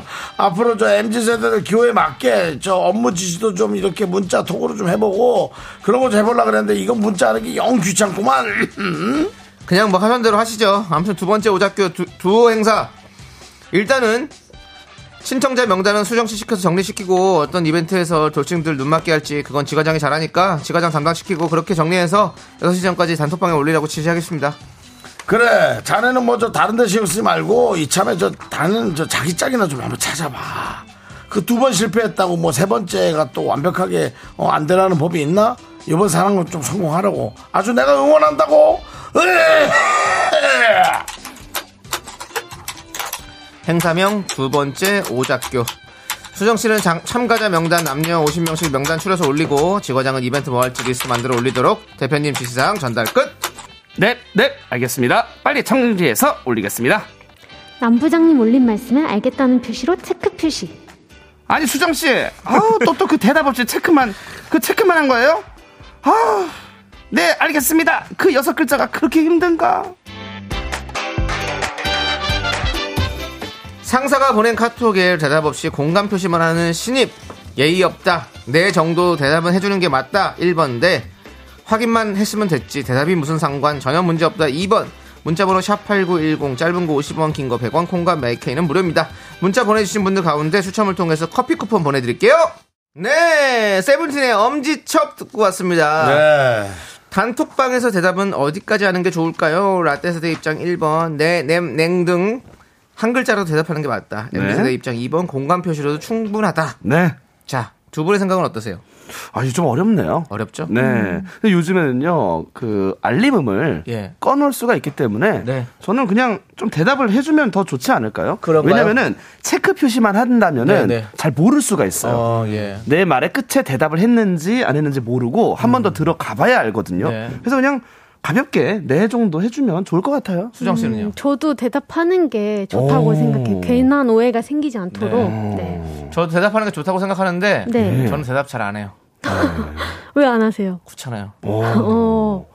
Speaker 1: 앞으로 저 mz 세대들 기호에 맞게 저 업무 지시도 좀 이렇게 문자 톡으로 좀 해보고 그런 거 좀 해보려 그랬는데 이건 문자 하는 게 영 귀찮구만.
Speaker 2: 그냥 뭐 하던 대로 하시죠. 아무튼 두 번째 오작교 두, 두 행사. 일단은 신청자 명단은 수정 씨 시켜서 정리시키고 어떤 이벤트에서 돌싱들 눈 맞게 할지 그건 지과장이 잘하니까 지과장 담당시키고 그렇게 정리해서 6시 전까지 단톡방에 올리라고 지시하겠습니다.
Speaker 1: 그래 자네는 뭐 저 다른 데 신경 쓰지 말고 이참에 저 다른 저 자기 짝이나 좀 한번 찾아봐 그 두 번 실패했다고 뭐 세 번째가 또 완벽하게 어, 안 되라는 법이 있나 이번 사는 건좀 성공하라고 아주 내가 응원한다고 으에!
Speaker 2: 행사명 두 번째 오작교. 수정 씨는 장- 참가자 명단 남녀 50명씩 명단 추려서 올리고 지과장은 이벤트 뭐 할지 리스트 만들어 올리도록 대표님 지시사항 전달 끝.
Speaker 5: 넵, 넵, 네, 알겠습니다. 빨리 청지에서 올리겠습니다.
Speaker 6: 남 부장님 올린 말씀을 알겠다는 표시로 체크 표시.
Speaker 5: 아니 수정 씨, 아우 또 또 그 대답 없이 체크만 그 체크만 한 거예요? 아, 네 알겠습니다. 그 여섯 글자가 그렇게 힘든가?
Speaker 2: 상사가 보낸 카톡에 대답 없이 공감 표시만 하는 신입 예의 없다 내 정도 대답은 해주는 게 맞다 1번인데 확인만 했으면 됐지 대답이 무슨 상관 전혀 문제 없다 2번 문자번호 샵8910 짧은 거 50원 긴 거 100원 콩과 마이케이는 무료입니다 문자 보내주신 분들 가운데 추첨을 통해서 커피 쿠폰 보내드릴게요 네 세븐틴의 엄지척 듣고 왔습니다
Speaker 1: 네.
Speaker 2: 단톡방에서 대답은 어디까지 하는 게 좋을까요? 라떼 세대 입장 1번, 네, 냄, 냉 등. 한 글자로 대답하는 게 맞다.
Speaker 1: 네.
Speaker 2: 엠 MZ 세대 입장 2번, 공감 표시로도 충분하다.
Speaker 5: 네.
Speaker 2: 자, 두 분의 생각은 어떠세요?
Speaker 5: 아니 좀 어렵네요.
Speaker 2: 어렵죠?
Speaker 5: 네. 근데 요즘에는요 그
Speaker 1: 네.
Speaker 5: 알림음을
Speaker 2: 예.
Speaker 5: 꺼놓을 수가 있기 때문에
Speaker 2: 네.
Speaker 5: 저는 그냥 좀 대답을 해주면 더 좋지 않을까요?
Speaker 2: 그런가요?
Speaker 5: 왜냐면은 체크 표시만 한다면은
Speaker 2: 네, 네.
Speaker 5: 잘 모를 수가 있어요.
Speaker 2: 어, 예.
Speaker 5: 내 말의 끝에 대답을 했는지 안 했는지 모르고 한 번 더 들어가봐야 알거든요.
Speaker 2: 음. 네.
Speaker 5: 그래서 그냥 가볍게 네 정도 해주면 좋을 것 같아요.
Speaker 2: 수정 씨는요?
Speaker 6: 음, 저도 대답하는 게 좋다고
Speaker 5: 오.
Speaker 6: 생각해. 괜한 오해가 생기지 않도록. 네.
Speaker 2: 저도 대답하는 게 좋다고 생각하는데,
Speaker 6: 네.
Speaker 2: 저는 대답 잘 안 해요.
Speaker 6: 왜 안 하세요?
Speaker 2: 그렇잖아요.
Speaker 6: 어.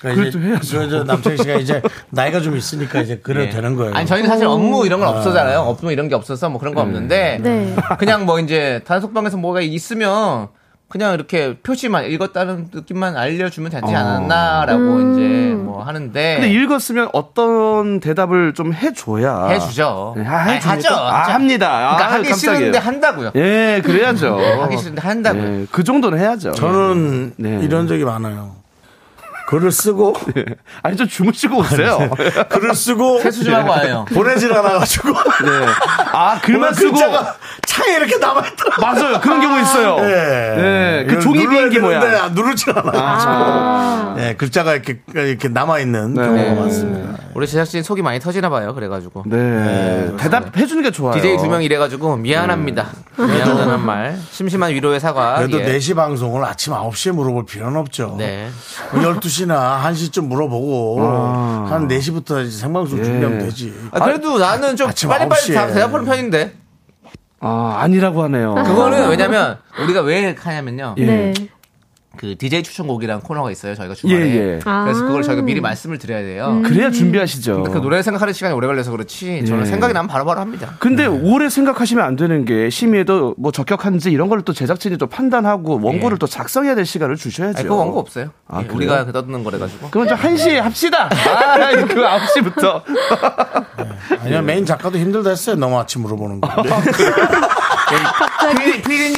Speaker 1: 그래도 해야죠. 그러니까 저 남창희 씨가 이제 나이가 좀 있으니까 이제 그래 도 되는 거예요.
Speaker 2: 아니, 저희는 사실 업무 이런 건 없었잖아요. 업무 이런 게 없어서 뭐 그런 거 없는데,
Speaker 6: 네.
Speaker 2: 그냥 뭐 이제 단속방에서 뭐가 있으면 그냥 이렇게 표시만 읽었다는 느낌만 알려주면 되지 않았나라고 이제 뭐 하는데
Speaker 5: 어. 근데 읽었으면 어떤 대답을 좀 해줘야
Speaker 2: 해주죠.
Speaker 5: 네, 하-
Speaker 2: 아니,
Speaker 5: 해주니까?
Speaker 2: 하죠.
Speaker 5: 아,
Speaker 2: 하죠. 어.
Speaker 5: 합니다. 아,
Speaker 2: 그러니까 하기
Speaker 5: 깜짝이에요.
Speaker 2: 싫은데 한다고요.
Speaker 5: 예, 그래야죠.
Speaker 2: 하기 싫은데 한다고요.
Speaker 5: 예, 그 정도는 해야죠.
Speaker 1: 저는
Speaker 5: 네.
Speaker 1: 이런 적이 많아요. 글을 쓰고
Speaker 5: 예. 아니 좀 주무시고 오세요.
Speaker 1: 글을 쓰고
Speaker 2: 세수 좀 하고 와요.
Speaker 1: 보내질 않아가지고
Speaker 5: 네. 아 글만
Speaker 1: 글만
Speaker 5: 쓰고
Speaker 1: 글자가 차에 이렇게 남아있더라고.
Speaker 5: 맞아요. 그런 경우 있어요.
Speaker 1: 예.
Speaker 5: 네, 그
Speaker 1: 이걸
Speaker 5: 종이
Speaker 1: 눌러야
Speaker 5: 비행기
Speaker 1: 되는데
Speaker 5: 모양.
Speaker 1: 안 누르질 않아.
Speaker 6: 아.
Speaker 1: 예, 글자가 이렇게 이렇게 남아 있는 경우가 많습니다.
Speaker 2: 예. 우리 제작진 속이 많이 터지나 봐요. 그래가지고
Speaker 5: 네. 대답해 주는 게 좋아요.
Speaker 2: DJ 두 명 이래가지고 미안합니다. 미안하다는 말, 심심한 위로의 사과.
Speaker 1: 그래도
Speaker 2: 예.
Speaker 1: 4시 방송을 아침 9시에 물어볼 필요는 없죠.
Speaker 2: 네.
Speaker 1: 12시나 1시쯤 물어보고 한 4시부터 이제 생방송 준비하면 되지.
Speaker 2: 아, 그래도 나는 좀
Speaker 1: 아침
Speaker 2: 빨리빨리
Speaker 1: 9시에.
Speaker 2: 다 대답하는 편인데
Speaker 5: 아 아니라고 하네요.
Speaker 2: 그거는 왜냐면 우리가 왜 하냐면요.
Speaker 6: 네.
Speaker 2: 그 DJ 추천곡이라는 코너가 있어요. 저희가 주말에.
Speaker 5: 예, 예.
Speaker 2: 그래서
Speaker 6: 아.
Speaker 2: 그걸 저희가 미리 말씀을 드려야 돼요.
Speaker 5: 그래야 준비하시죠.
Speaker 2: 근데 그 노래 생각하는 시간이 오래 걸려서 그렇지 저는
Speaker 5: 예.
Speaker 2: 생각이 나면 바로바로 합니다.
Speaker 5: 근데 오래 생각하시면 안 되는 게 심의에도 뭐 적격한지 이런 걸 또 제작진이 또 판단하고 원고를
Speaker 2: 예.
Speaker 5: 또 작성해야 될 시간을 주셔야죠.
Speaker 2: 아니, 그거 원고 없어요.
Speaker 5: 아,
Speaker 2: 예,
Speaker 5: 그래요?
Speaker 2: 우리가 떠드는 거래가지고.
Speaker 5: 그럼 좀 1시에 합시다. 아, 그 9시부터.
Speaker 1: 아니요, 메인 작가도 힘들다 했어요. 너무 아침 물어보는 거. 네.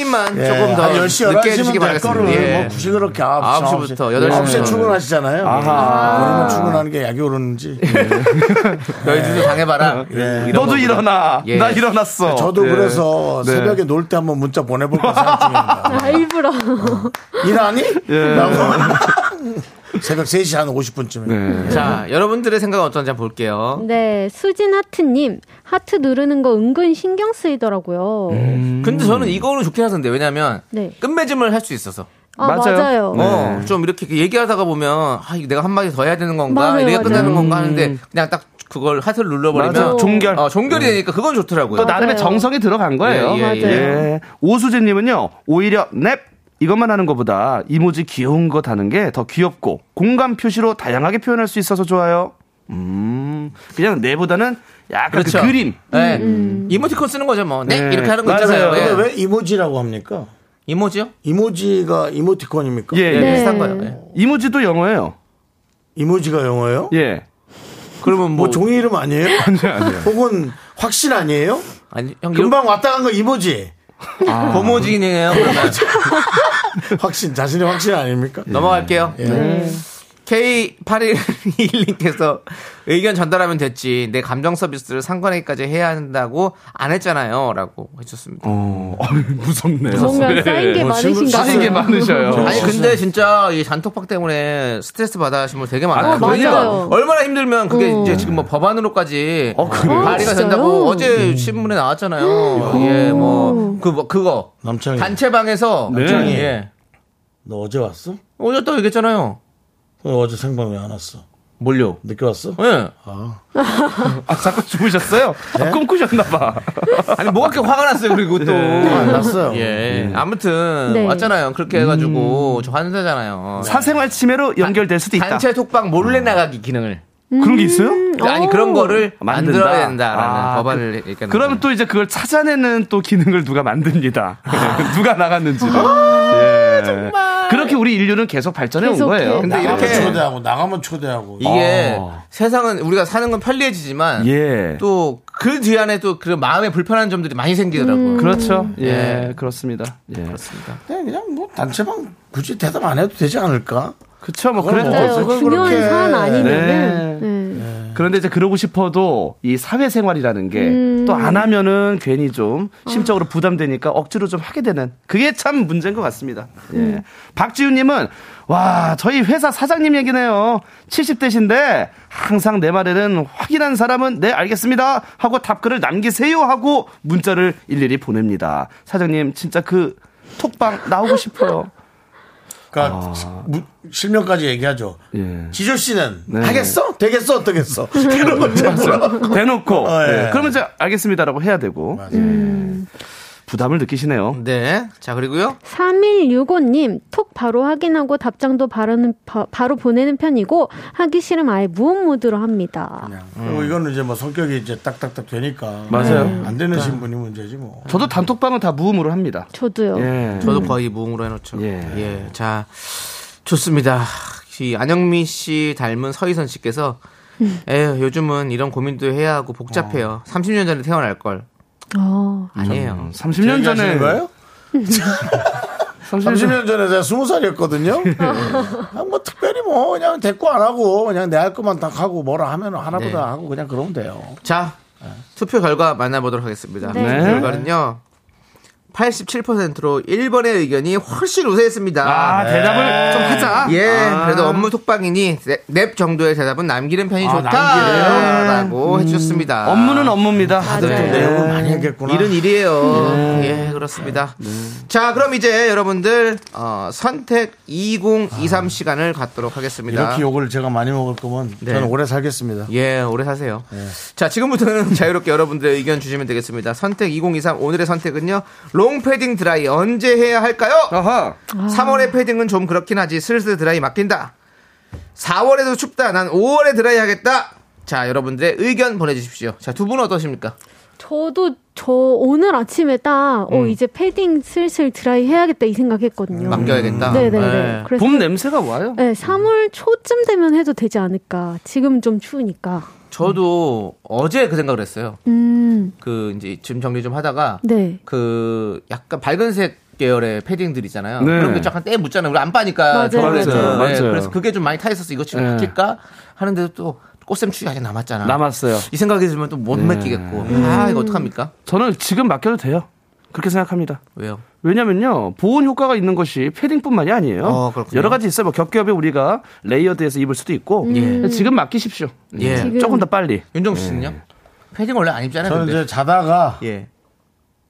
Speaker 2: 피디님만
Speaker 1: 예,
Speaker 2: 그 조금 더
Speaker 1: 한 10시,
Speaker 2: 늦게 해주시기
Speaker 1: 11시면 될 거를
Speaker 2: 바라겠습니다.
Speaker 1: 뭐
Speaker 2: 예.
Speaker 1: 굳이 그렇게 9시,
Speaker 2: 9시 부터
Speaker 1: 8시.
Speaker 2: 8시
Speaker 1: 9시에
Speaker 2: 부터.
Speaker 1: 출근하시잖아요. 그러면 출근하는 게 약이 오르는지.
Speaker 2: 너희들도 당해봐라.
Speaker 1: 예.
Speaker 5: 너도 일어나.
Speaker 2: 예.
Speaker 5: 나 일어났어.
Speaker 1: 저도
Speaker 2: 네.
Speaker 5: 예.
Speaker 1: 그래서 새벽에 놀 때 한번 문자 보내볼까 생각 중입니다.
Speaker 6: 아, 일부러.
Speaker 2: 예.
Speaker 1: 일하니? 라고. 새벽 3시 한 50분쯤에.
Speaker 2: 네. 자, 여러분들의 생각은 어떤지 한번 볼게요.
Speaker 6: 네. 수진 하트님. 하트 누르는 거 은근 신경 쓰이더라고요.
Speaker 5: 음.
Speaker 2: 근데 저는 이거는 좋긴 하던데 왜냐면
Speaker 6: 네.
Speaker 2: 끝맺음을 할 수 있어서.
Speaker 6: 아,
Speaker 5: 맞아요.
Speaker 6: 맞아요.
Speaker 2: 어, 좀 이렇게 얘기하다가 보면 아, 이거 내가 한마디 더 해야 되는 건가?
Speaker 6: 맞아요,
Speaker 2: 이래야 끝나는
Speaker 6: 맞아요.
Speaker 2: 건가 하는데 그냥 딱 그걸 하트를 눌러버리면
Speaker 5: 맞아. 종결.
Speaker 2: 어, 종결이 되니까 그건 좋더라고요.
Speaker 5: 또 나름의
Speaker 6: 맞아요.
Speaker 5: 정성이 들어간 거예요.
Speaker 2: 예, 예,
Speaker 6: 맞아요. 그러니까
Speaker 5: 예. 오수진님은요, 오히려 넵! 이것만 하는 것보다 이모지 귀여운 거 다는 게 더 귀엽고 공감 표시로 다양하게 표현할 수 있어서 좋아요. 음, 그냥 내보다는 약간 그
Speaker 2: 그렇죠.
Speaker 5: 그림.
Speaker 2: 네. 이모티콘 쓰는 거죠, 뭐. 네,
Speaker 5: 네.
Speaker 2: 이렇게 하는 거
Speaker 1: 맞아요.
Speaker 2: 있잖아요.
Speaker 1: 근데
Speaker 2: 예.
Speaker 1: 왜 이모지라고 합니까?
Speaker 2: 이모지요?
Speaker 1: 이모지가 이모티콘입니까?
Speaker 5: 예,
Speaker 2: 예,
Speaker 5: 예.
Speaker 6: 네.
Speaker 2: 비슷한 거예요. 예.
Speaker 5: 이모지도 영어예요.
Speaker 1: 이모지가 영어예요?
Speaker 5: 예.
Speaker 2: 그러면 뭐,
Speaker 1: 뭐 종이 이름 아니에요?
Speaker 2: 네,
Speaker 1: 혹은 확신 아니에요?
Speaker 2: 아니 형 금방
Speaker 1: 금방 왔다 간 거 이모지.
Speaker 2: 고모진이에요. 그러면.
Speaker 1: 확신 자신의 확신 아닙니까?
Speaker 2: 예. 넘어갈게요. 네.
Speaker 6: 네.
Speaker 2: K8121님께서 의견 전달하면 됐지. 내 감정 서비스를 상관에까지 해야 한다고 안 했잖아요. 라고 해줬습니다.
Speaker 5: 어, 아유, 무섭네요.
Speaker 6: 뭔가
Speaker 5: 네.
Speaker 6: 쌓인 게 많으신가
Speaker 5: 쌓인 게
Speaker 6: 봐요.
Speaker 5: 많으셔요.
Speaker 2: 아니, 근데 진짜 이 잔톡방 때문에 스트레스 받아하신 분 되게 많아요.
Speaker 6: 아, 맞아요.
Speaker 2: 그러니까 얼마나 힘들면 그게
Speaker 6: 어.
Speaker 2: 이제 지금 뭐 법안으로까지
Speaker 5: 어, 그래요?
Speaker 2: 발의가
Speaker 6: 아, 진짜요?
Speaker 2: 된다고 어제 신문에 나왔잖아요. 예,
Speaker 6: 음.
Speaker 2: 뭐, 그, 뭐, 그거.
Speaker 1: 남창이
Speaker 2: 단체방에서.
Speaker 5: 네.
Speaker 2: 예.
Speaker 1: 너 어제 왔어?
Speaker 2: 어제 또 얘기했잖아요.
Speaker 1: 너 어제 생방 왜 안 왔어?
Speaker 2: 뭘요?
Speaker 1: 늦게 왔어?
Speaker 2: 예.
Speaker 5: 아, 잠깐 주무셨어요? 아, 꿈꾸셨나봐.
Speaker 2: 아니 뭐가 그렇게 화가 났어요 그리고 또
Speaker 1: 안 왔어요.
Speaker 2: 예. 아무튼
Speaker 6: 네.
Speaker 2: 왔잖아요 그렇게 해가지고 저 음. 네. 환자잖아요
Speaker 5: 사생활 침해로 연결될 수도 있다.
Speaker 2: 단체 톡방 몰래 나가기 기능을
Speaker 5: 그런 게 있어요?
Speaker 2: 아니 그런 거를
Speaker 5: 만든다.
Speaker 2: 만들어야 된다라는
Speaker 5: 아,
Speaker 2: 법안을 얘기하는
Speaker 5: 그러면 또 이제 그걸 찾아내는 또 기능을 누가 만듭니다. 누가 나갔는지. 예. 그렇게 우리 인류는 계속 발전해 온
Speaker 6: 계속해.
Speaker 5: 거예요.
Speaker 2: 근데
Speaker 1: 나가면
Speaker 2: 이렇게-
Speaker 1: 초대하고 나가면 초대하고
Speaker 2: 이게
Speaker 5: 어.
Speaker 2: 세상은 우리가 사는 건 편리해지지만
Speaker 5: 예.
Speaker 2: 또 그 뒤 안에 또 그 마음의 불편한 점들이 많이 생기더라고요
Speaker 5: 그렇죠. 예,
Speaker 2: 예.
Speaker 5: 그렇습니다. 예.
Speaker 2: 그렇습니다
Speaker 1: 그냥, 그냥 뭐 단체방 굳이 대답 안 해도 되지 않을까?
Speaker 5: 그렇죠. 뭐
Speaker 1: 그건
Speaker 5: 그래도
Speaker 1: 뭐
Speaker 6: 맞아요.
Speaker 1: 그건
Speaker 6: 네, 중요한
Speaker 1: 그렇게.
Speaker 6: 사안
Speaker 5: 네.
Speaker 6: 아니면은 네.
Speaker 5: 그런데 이제 그러고 싶어도 이 사회생활이라는 게 또 안 하면은 괜히 좀 심적으로 부담되니까 억지로 좀 하게 되는 그게 참 문제인 것 같습니다. 예. 박지훈님은 와 저희 회사 사장님 얘기네요. 70대신데 항상 내 말에는 확인한 사람은 네 알겠습니다 하고 답글을 남기세요 하고 문자를 일일이 보냅니다. 사장님 진짜 그 톡방 나오고 싶어요.
Speaker 1: 그러니까 무- 실명까지 얘기하죠.
Speaker 5: 예.
Speaker 1: 지조 씨는
Speaker 5: 네.
Speaker 1: 하겠어? 되겠어? 어떻겠어? 이런 거 물어.
Speaker 5: 대놓고
Speaker 1: 어, 예.
Speaker 5: 예. 그러면 이제 알겠습니다라고 해야 되고 예. 부담을 느끼시네요.
Speaker 2: 네자 그리고요
Speaker 6: 3165님, 톡 바로 확인하고 답장도 바로는, 바, 로 보내는 편이고, 하기 싫으면 아예 무음 모드로 합니다.
Speaker 1: 그리고 이거는 이제 뭐 성격이 이제 딱딱딱 되니까 네.
Speaker 5: 맞아요.
Speaker 1: 안 되는 신분이 문제지 뭐.
Speaker 5: 저도 단톡방은 다 무음으로 합니다.
Speaker 6: 저도요.
Speaker 5: 예.
Speaker 2: 저도 거의 무응으로 해놓죠.
Speaker 5: 예.
Speaker 2: 예. 자, 좋습니다. 이 안영미 씨 닮은 서희선 씨께서 에휴, 요즘은 이런 고민도 해야 하고
Speaker 5: 어.
Speaker 2: 복잡해요. 30년 전에 태어날 걸.
Speaker 6: 어.
Speaker 5: 음.
Speaker 2: 아니에요.
Speaker 5: 30년 전에
Speaker 1: 거예요? 30년 전에 제가 20살이었거든요. 그냥 뭐 특별히 뭐 그냥 대꾸 안 하고 그냥 내 할 것만 딱 하고 뭐라 하면 하나보다
Speaker 2: 네.
Speaker 1: 하고 그냥 그러면 돼요.
Speaker 2: 자, 투표 결과 만나보도록 하겠습니다.
Speaker 6: 네.
Speaker 5: 네.
Speaker 2: 결과는요. 87%로 1번의 의견이 훨씬 우세했습니다. 네.
Speaker 5: 아 대답을 좀 하자.
Speaker 2: 예,
Speaker 5: 아.
Speaker 2: 그래도 업무 톡방이니 넵- 넵 정도의 대답은 남기는 편이 좋다라고 해주셨습니다.
Speaker 5: 아, 업무는 업무입니다.
Speaker 2: 네.
Speaker 1: 내용을 많이 했겠구나. 네.
Speaker 2: 일은 일이에요. 예, 그렇습니다. 자, 그럼 이제 여러분들 어, 선택 2023 시간을 갖도록 하겠습니다.
Speaker 1: 아. 이렇게 욕을 제가 많이 먹을 거면
Speaker 2: 네.
Speaker 1: 저는 오래 살겠습니다.
Speaker 2: 예, 오래 사세요.
Speaker 1: 네.
Speaker 2: 자, 지금부터는 자유롭게 여러분들의 의견 주시면 되겠습니다. 선택 2023 오늘의 선택은요. 롱 패딩 드라이 언제 해야 할까요?
Speaker 5: 아하.
Speaker 2: 3월에 패딩은 좀 그렇긴 하지 슬슬 드라이 맡긴다. 4월에도 춥다. 난 5월에 드라이 하겠다. 자, 여러분들의 의견 보내주십시오. 자, 두 분은 어떠십니까?
Speaker 6: 저도 저 오늘 아침에 딱, 어,
Speaker 5: 음.
Speaker 6: 이제 패딩 슬슬 드라이 해야겠다 이 생각했거든요.
Speaker 2: 음. 맡겨야겠다.
Speaker 6: 음.
Speaker 2: 음.
Speaker 6: 네네네.
Speaker 2: 예.
Speaker 6: 그래서
Speaker 5: 봄 냄새가 와요.
Speaker 6: 네, 3월 초쯤 되면 해도 되지 않을까. 지금 좀 추우니까.
Speaker 2: 저도 어제 그 생각을 했어요.
Speaker 6: 음,
Speaker 2: 그 이제 짐 정리 좀 하다가
Speaker 6: 네.
Speaker 2: 그 약간 밝은색 계열의 패딩들 있잖아요.
Speaker 5: 네.
Speaker 2: 그런 게 약간 때 묻잖아요. 우리 안 빠니까
Speaker 6: 맞아요.
Speaker 2: 저번에는.
Speaker 5: 맞아요.
Speaker 2: 네,
Speaker 5: 맞아요.
Speaker 2: 그래서 그게 좀 많이 타 있어서 이거 지금
Speaker 5: 네.
Speaker 2: 맡길까 하는데도 또 꽃샘 추위 아직 남았잖아.
Speaker 5: 남았어요. 네. 음.
Speaker 2: 이 생각이 들면 또 못 맡기겠고. 아 이거 어떡합니까?
Speaker 5: 저는 지금 맡겨도 돼요. 그렇게 생각합니다.
Speaker 2: 왜요?
Speaker 5: 왜냐면요 보온 효과가 있는 것이 패딩뿐만이 아니에요.
Speaker 2: 어, 그렇군요.
Speaker 5: 여러 가지 있어요. 뭐 겹겹이 우리가 레이어드해서 입을 수도 있고
Speaker 2: 예.
Speaker 5: 음. 지금 맡기십시오.
Speaker 2: 예.
Speaker 6: 지금-
Speaker 5: 조금 더 빨리.
Speaker 2: 윤정수 씨는요?
Speaker 5: 네.
Speaker 2: 패딩 원래 안 입잖아요.
Speaker 1: 저는
Speaker 2: 근데.
Speaker 1: 이제 자다가
Speaker 2: 예.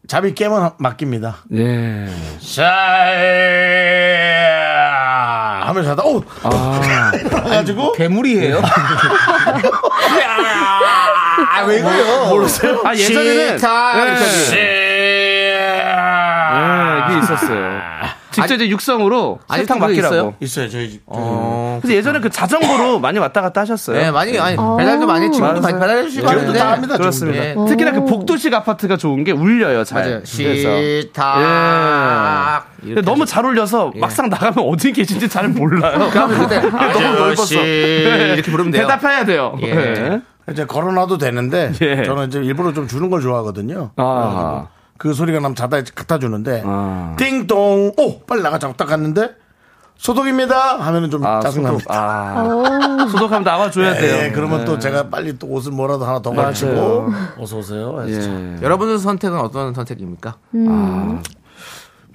Speaker 1: 잠이 깨면 맡깁니다.
Speaker 5: 예.
Speaker 1: 자 하면 자다 오
Speaker 5: 아.
Speaker 1: 가지고
Speaker 2: 괴물이에요.
Speaker 5: 네.
Speaker 1: 아왜 이거요? 모르세요?
Speaker 5: 아 예전에는
Speaker 2: 시타
Speaker 5: 예. 예, 이게 있었어요. 아. 직접 이제 육성으로
Speaker 2: 아직도
Speaker 5: 설탕
Speaker 2: 그게
Speaker 5: 맡기라고.
Speaker 2: 있어요?
Speaker 1: 있어요 저희 집.
Speaker 2: 어.
Speaker 5: 그래서 예전에 그 자전거로 많이 왔다 갔다 하셨어요.
Speaker 2: 네, 많이 아니 배달도 많이 지금도 많이
Speaker 5: 맞아요.
Speaker 2: 배달해 주시고
Speaker 1: 지금도
Speaker 2: 하는데
Speaker 1: 다 합니다. 지금도.
Speaker 5: 그렇습니다.
Speaker 2: 예.
Speaker 5: 특히나 그 복도식 아파트가 좋은 게 울려요, 잘.
Speaker 2: 맞아요.
Speaker 5: 그래서. 예.
Speaker 2: 시탁.
Speaker 5: 네, 근데 너무 잘 울려서 막상 나가면 어디 계신지 잘 몰라요.
Speaker 2: 그러면 그때
Speaker 5: 너무 넓었어.
Speaker 2: 아저씨 이렇게 부르면 돼요.
Speaker 5: 대답해야 돼요.
Speaker 2: 예.
Speaker 5: 예.
Speaker 1: 이제 걸어놔도 되는데
Speaker 5: 예.
Speaker 1: 저는 이제 일부러 좀 주는 걸 좋아하거든요.
Speaker 5: 아.
Speaker 1: 그 소리가 나면 자다 갖다 주는데
Speaker 5: 아.
Speaker 1: 띵동 오 빨리 나가자고 딱 갔는데 소독입니다 하면은 좀
Speaker 5: 아, 소독.
Speaker 1: 짜증납니다.
Speaker 5: 아. 소독하면 나와줘야 돼요. 네.
Speaker 1: 예, 그러면 또 제가 빨리 또 옷을 뭐라도 하나 더 걸치고 어서 오세요. 해서 참.
Speaker 5: 예. 아.
Speaker 2: 여러분의 선택은 어떤 선택입니까?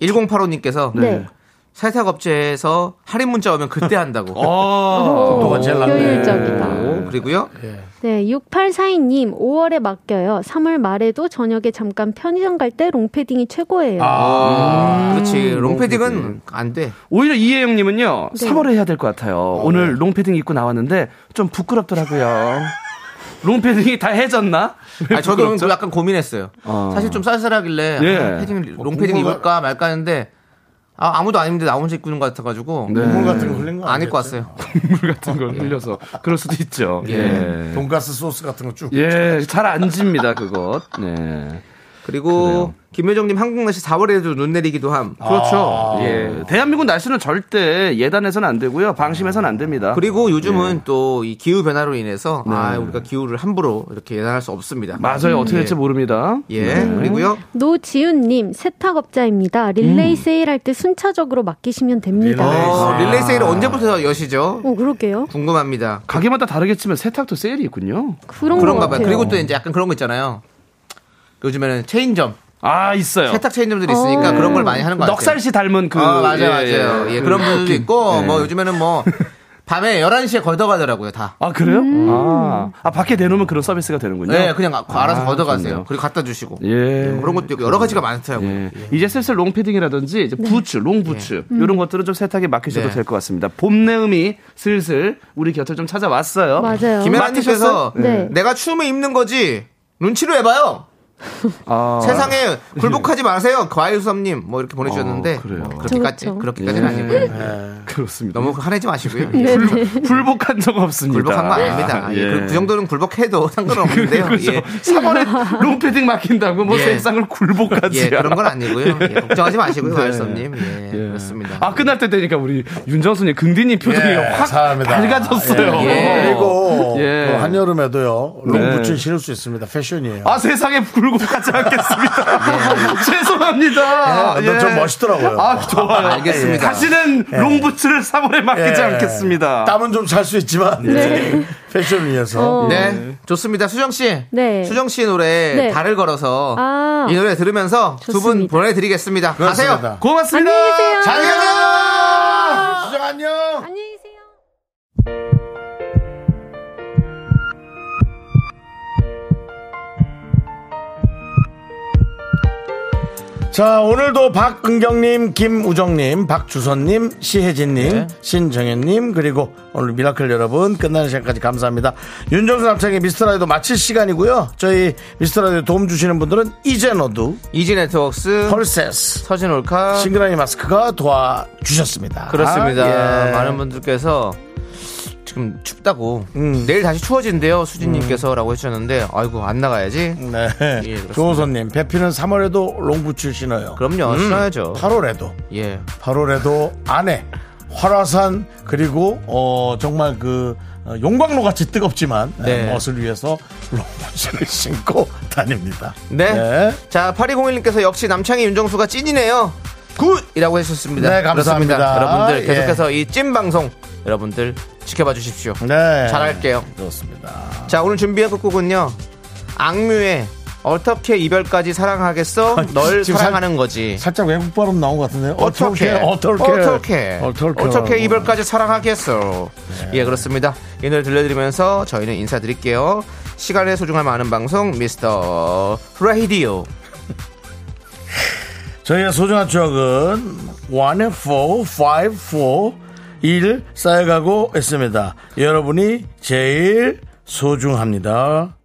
Speaker 2: 1085님께서
Speaker 6: 네.
Speaker 2: 세탁업체에서 할인 문자 오면 그때 한다고.
Speaker 5: 어.
Speaker 1: 속도가 제일 낫네.
Speaker 6: 효율적이다.
Speaker 2: 그리고요.
Speaker 5: 예.
Speaker 6: 네, 6842님, 5월에 맡겨요. 3월 말에도 저녁에 잠깐 편의점 갈 때 롱패딩이 최고예요.
Speaker 2: 아.
Speaker 5: 아,
Speaker 2: 그렇지. 롱패딩은 안 돼.
Speaker 5: 오히려 이혜영님은요,
Speaker 2: 네.
Speaker 5: 3월에 해야 될 것 같아요.
Speaker 2: 어.
Speaker 5: 오늘 롱패딩 입고 나왔는데 좀 부끄럽더라고요. 롱패딩이 다 해졌나? 왜
Speaker 2: 아, 저도
Speaker 5: 부끄럽죠?
Speaker 2: 약간 고민했어요.
Speaker 5: 어.
Speaker 2: 사실 좀 쌀쌀하길래
Speaker 5: 그렇죠? 예.
Speaker 2: 아, 패딩을, 롱패딩
Speaker 1: 공부가-
Speaker 2: 입을까 말까 했는데 아, 아무도 안 입는데 나 혼자 입고 있는 것 같아가지고
Speaker 5: 네.
Speaker 1: 국물 같은 거 흘린 거
Speaker 2: 안 입고
Speaker 1: 아니겠어요?
Speaker 2: 왔어요.
Speaker 5: 물 같은 걸 흘려서 그럴 수도 있죠. 예.
Speaker 1: 돈가스 소스 같은 거 쭉.
Speaker 5: 예, 잘 안 집니다, 그것. 네.
Speaker 2: 그리고 김효정님 한국 날씨 4월에도 눈 내리기도 함.
Speaker 5: 그렇죠.
Speaker 1: 아,
Speaker 5: 예. 대한민국 날씨는 절대 예단해서는 안 되고요. 방심해서는 안 됩니다.
Speaker 2: 그리고 요즘은 또 이 기후 변화로 인해서 아, 우리가 기후를 함부로 이렇게 예단할 수 없습니다.
Speaker 5: 네. 맞아요. 네. 어떻게 될지 모릅니다.
Speaker 2: 예. 그리고요.
Speaker 6: 노지훈님, 세탁업자입니다. 릴레이 세일할 때 순차적으로 맡기시면 됩니다.
Speaker 5: 아.
Speaker 2: 어, 음. 릴레이 세일은 언제부터 여시죠?
Speaker 6: 어, 그러게요.
Speaker 2: 궁금합니다.
Speaker 5: 가게마다 다르겠지만 세탁도 세일이 있군요.
Speaker 6: 그런 것
Speaker 2: 그런가 봐요.
Speaker 6: 어, 같아요.
Speaker 2: 그리고 또 이제 약간 그런 거 있잖아요. 요즘에는 체인점,
Speaker 5: 아, 있어요.
Speaker 2: 세탁 체인점들이 있으니까
Speaker 6: 어.
Speaker 2: 그런 걸 많이 하는 것 같아요.
Speaker 5: 넉살 씨 닮은 그.
Speaker 2: 아, 맞아요,
Speaker 5: 예,
Speaker 2: 맞아요. 예,
Speaker 5: 그
Speaker 2: 그런 분들도 있고,
Speaker 5: 예.
Speaker 2: 뭐 요즘에는 뭐 밤에 11시에 걷어가더라고요, 다.
Speaker 5: 아, 그래요? 아, 아, 밖에 내놓으면 그런 서비스가 되는군요.
Speaker 2: 네, 그냥 아- 알아서
Speaker 5: 아,
Speaker 2: 걷어가세요.
Speaker 5: 좋네요.
Speaker 2: 그리고 갖다 주시고.
Speaker 5: 예.
Speaker 2: 그런 것도 있고, 여러 가지가 많더라고요.
Speaker 5: 예. 이제 슬슬 롱패딩이라든지 이제 부츠, 롱부츠 이런 것들은 좀 세탁에 맡기셔도
Speaker 2: 네.
Speaker 5: 될 것 같습니다. 봄내음이 슬슬 우리 곁을 좀 찾아왔어요.
Speaker 6: 맞아요.
Speaker 2: 김혜란님께서 음,
Speaker 6: 네.
Speaker 2: 내가 추우면 입는 거지, 눈치로 해봐요.
Speaker 5: 아,
Speaker 2: 세상에 굴복하지 마세요. 과일수섭님, 뭐 이렇게 보내주셨는데.
Speaker 5: 아, 그래요.
Speaker 2: 그렇게까지,
Speaker 6: 그렇죠.
Speaker 2: 그렇게까지는 아니고요. 네.
Speaker 5: 그렇습니다.
Speaker 2: 너무 화내지 마시고요.
Speaker 6: 네,
Speaker 5: 굴복한 적 없습니다. 그렇죠.
Speaker 2: 굴복한 거 아닙니다. 예, 그- 그 정도는 굴복해도 상관없는데요. 예.
Speaker 5: 3월에 롱패딩 맡긴다고 뭐
Speaker 2: 예.
Speaker 5: 세상을 굴복하지.
Speaker 2: 예, 그런 건
Speaker 5: 않아.
Speaker 2: 아니고요. 예, 걱정하지 마시고요, 과일수섭님. 예, 그렇습니다.
Speaker 5: 아 끝날 때 되니까 우리 윤정수님 긍디님 표정이
Speaker 1: 예,
Speaker 5: 확
Speaker 1: 사람이다.
Speaker 5: 밝아졌어요.
Speaker 1: 네.
Speaker 2: 예.
Speaker 1: 그리고
Speaker 5: 예.
Speaker 1: 그 한여름에도요
Speaker 5: 네.
Speaker 1: 롱부츠 신을 수 있습니다. 패션이에요.
Speaker 5: 아 세상에 굴복하지 않겠습니다. 죄송합니다.
Speaker 1: 예, 너좀 멋있더라고요.
Speaker 5: 아 좋아요.
Speaker 2: 알겠습니다.
Speaker 5: 다시는 롱부츠를 3월에 맡기지
Speaker 1: 예.
Speaker 5: 않겠습니다. 네.
Speaker 1: 땀은 좀 잘 수 있지만 패션을 위해서
Speaker 6: 어.
Speaker 2: 네, 좋습니다. 수정 씨.
Speaker 6: 네.
Speaker 2: 수정 씨 노래
Speaker 6: 네.
Speaker 2: 달을 걸어서
Speaker 6: 아.
Speaker 2: 이 노래 들으면서 두 분
Speaker 6: 좋습니다.
Speaker 2: 보내드리겠습니다. 가세요.
Speaker 1: 네, 그렇습니다.
Speaker 5: 고맙습니다.
Speaker 6: 안녕히 계세요.
Speaker 2: 안녕히 계세요.
Speaker 1: 수정 안녕.
Speaker 6: 안녕히 계세요.
Speaker 1: 자, 오늘도 박은경님, 김우정님, 박주선님, 시혜진님, 신정현님, 그리고 오늘 미라클 여러분 끝나는 시간까지 감사합니다. 윤정수 남창의 미스터라이도 마칠 시간이고요. 저희 미스터라이도 도움 주시는 분들은 이제너두,
Speaker 2: 이지 네트워크스
Speaker 1: 펄세스,
Speaker 2: 서진 올카.
Speaker 1: 싱그라니 마스크가 도와주셨습니다.
Speaker 2: 그렇습니다.
Speaker 1: 아, 예.
Speaker 2: 많은 분들께서 지금 춥다고
Speaker 1: 음.
Speaker 2: 내일 다시 추워진대요 수진님께서라고 해주셨는데 아이고 안 나가야지
Speaker 1: 네.
Speaker 2: 예, 그렇습니다.
Speaker 1: 조호선님, 배피는 3월에도 롱부츠 신어요.
Speaker 2: 그럼요 신어야죠
Speaker 1: 8월에도,
Speaker 2: 예
Speaker 1: 8월에도 안에 화라산 그리고 어 정말 그 어, 용광로 같이 뜨겁지만 네.
Speaker 2: 네.
Speaker 1: 멋을 위해서 롱부츠를 신고 다닙니다.
Speaker 2: 네.
Speaker 1: 네.
Speaker 2: 자, 8201님께서 역시 남창희 윤정수가 찐이네요. 굿! 이라고 해주셨습니다.
Speaker 1: 네, 감사합니다.
Speaker 2: 그렇습니다. 여러분들
Speaker 1: 예.
Speaker 2: 계속해서 이 찐 방송 여러분들 지켜봐 주십시오.
Speaker 1: 네.
Speaker 2: 잘할게요.
Speaker 1: 그렇습니다.
Speaker 2: 자, 오늘 준비한 끝곡은요. 악뮤의 어떻게 아, 이별까지 사랑하겠어? 널
Speaker 1: 지금
Speaker 2: 사랑하는 거지.
Speaker 1: 살짝 외국 발음 나온 것 같은데요.
Speaker 2: 어떻게
Speaker 1: 어떻게
Speaker 2: 어떻게
Speaker 1: 어떻게
Speaker 2: 어떻게 이별까지 사랑하겠어 예 그렇습니다 이 노래 들려드리면서 저희는 인사드릴게요 시간의 소중함 아는 방송 미스터 라디오
Speaker 1: 저희의 소중한 추억은 1 4 5 4 1 쌓여가고 있습니다. 여러분이 제일 소중합니다.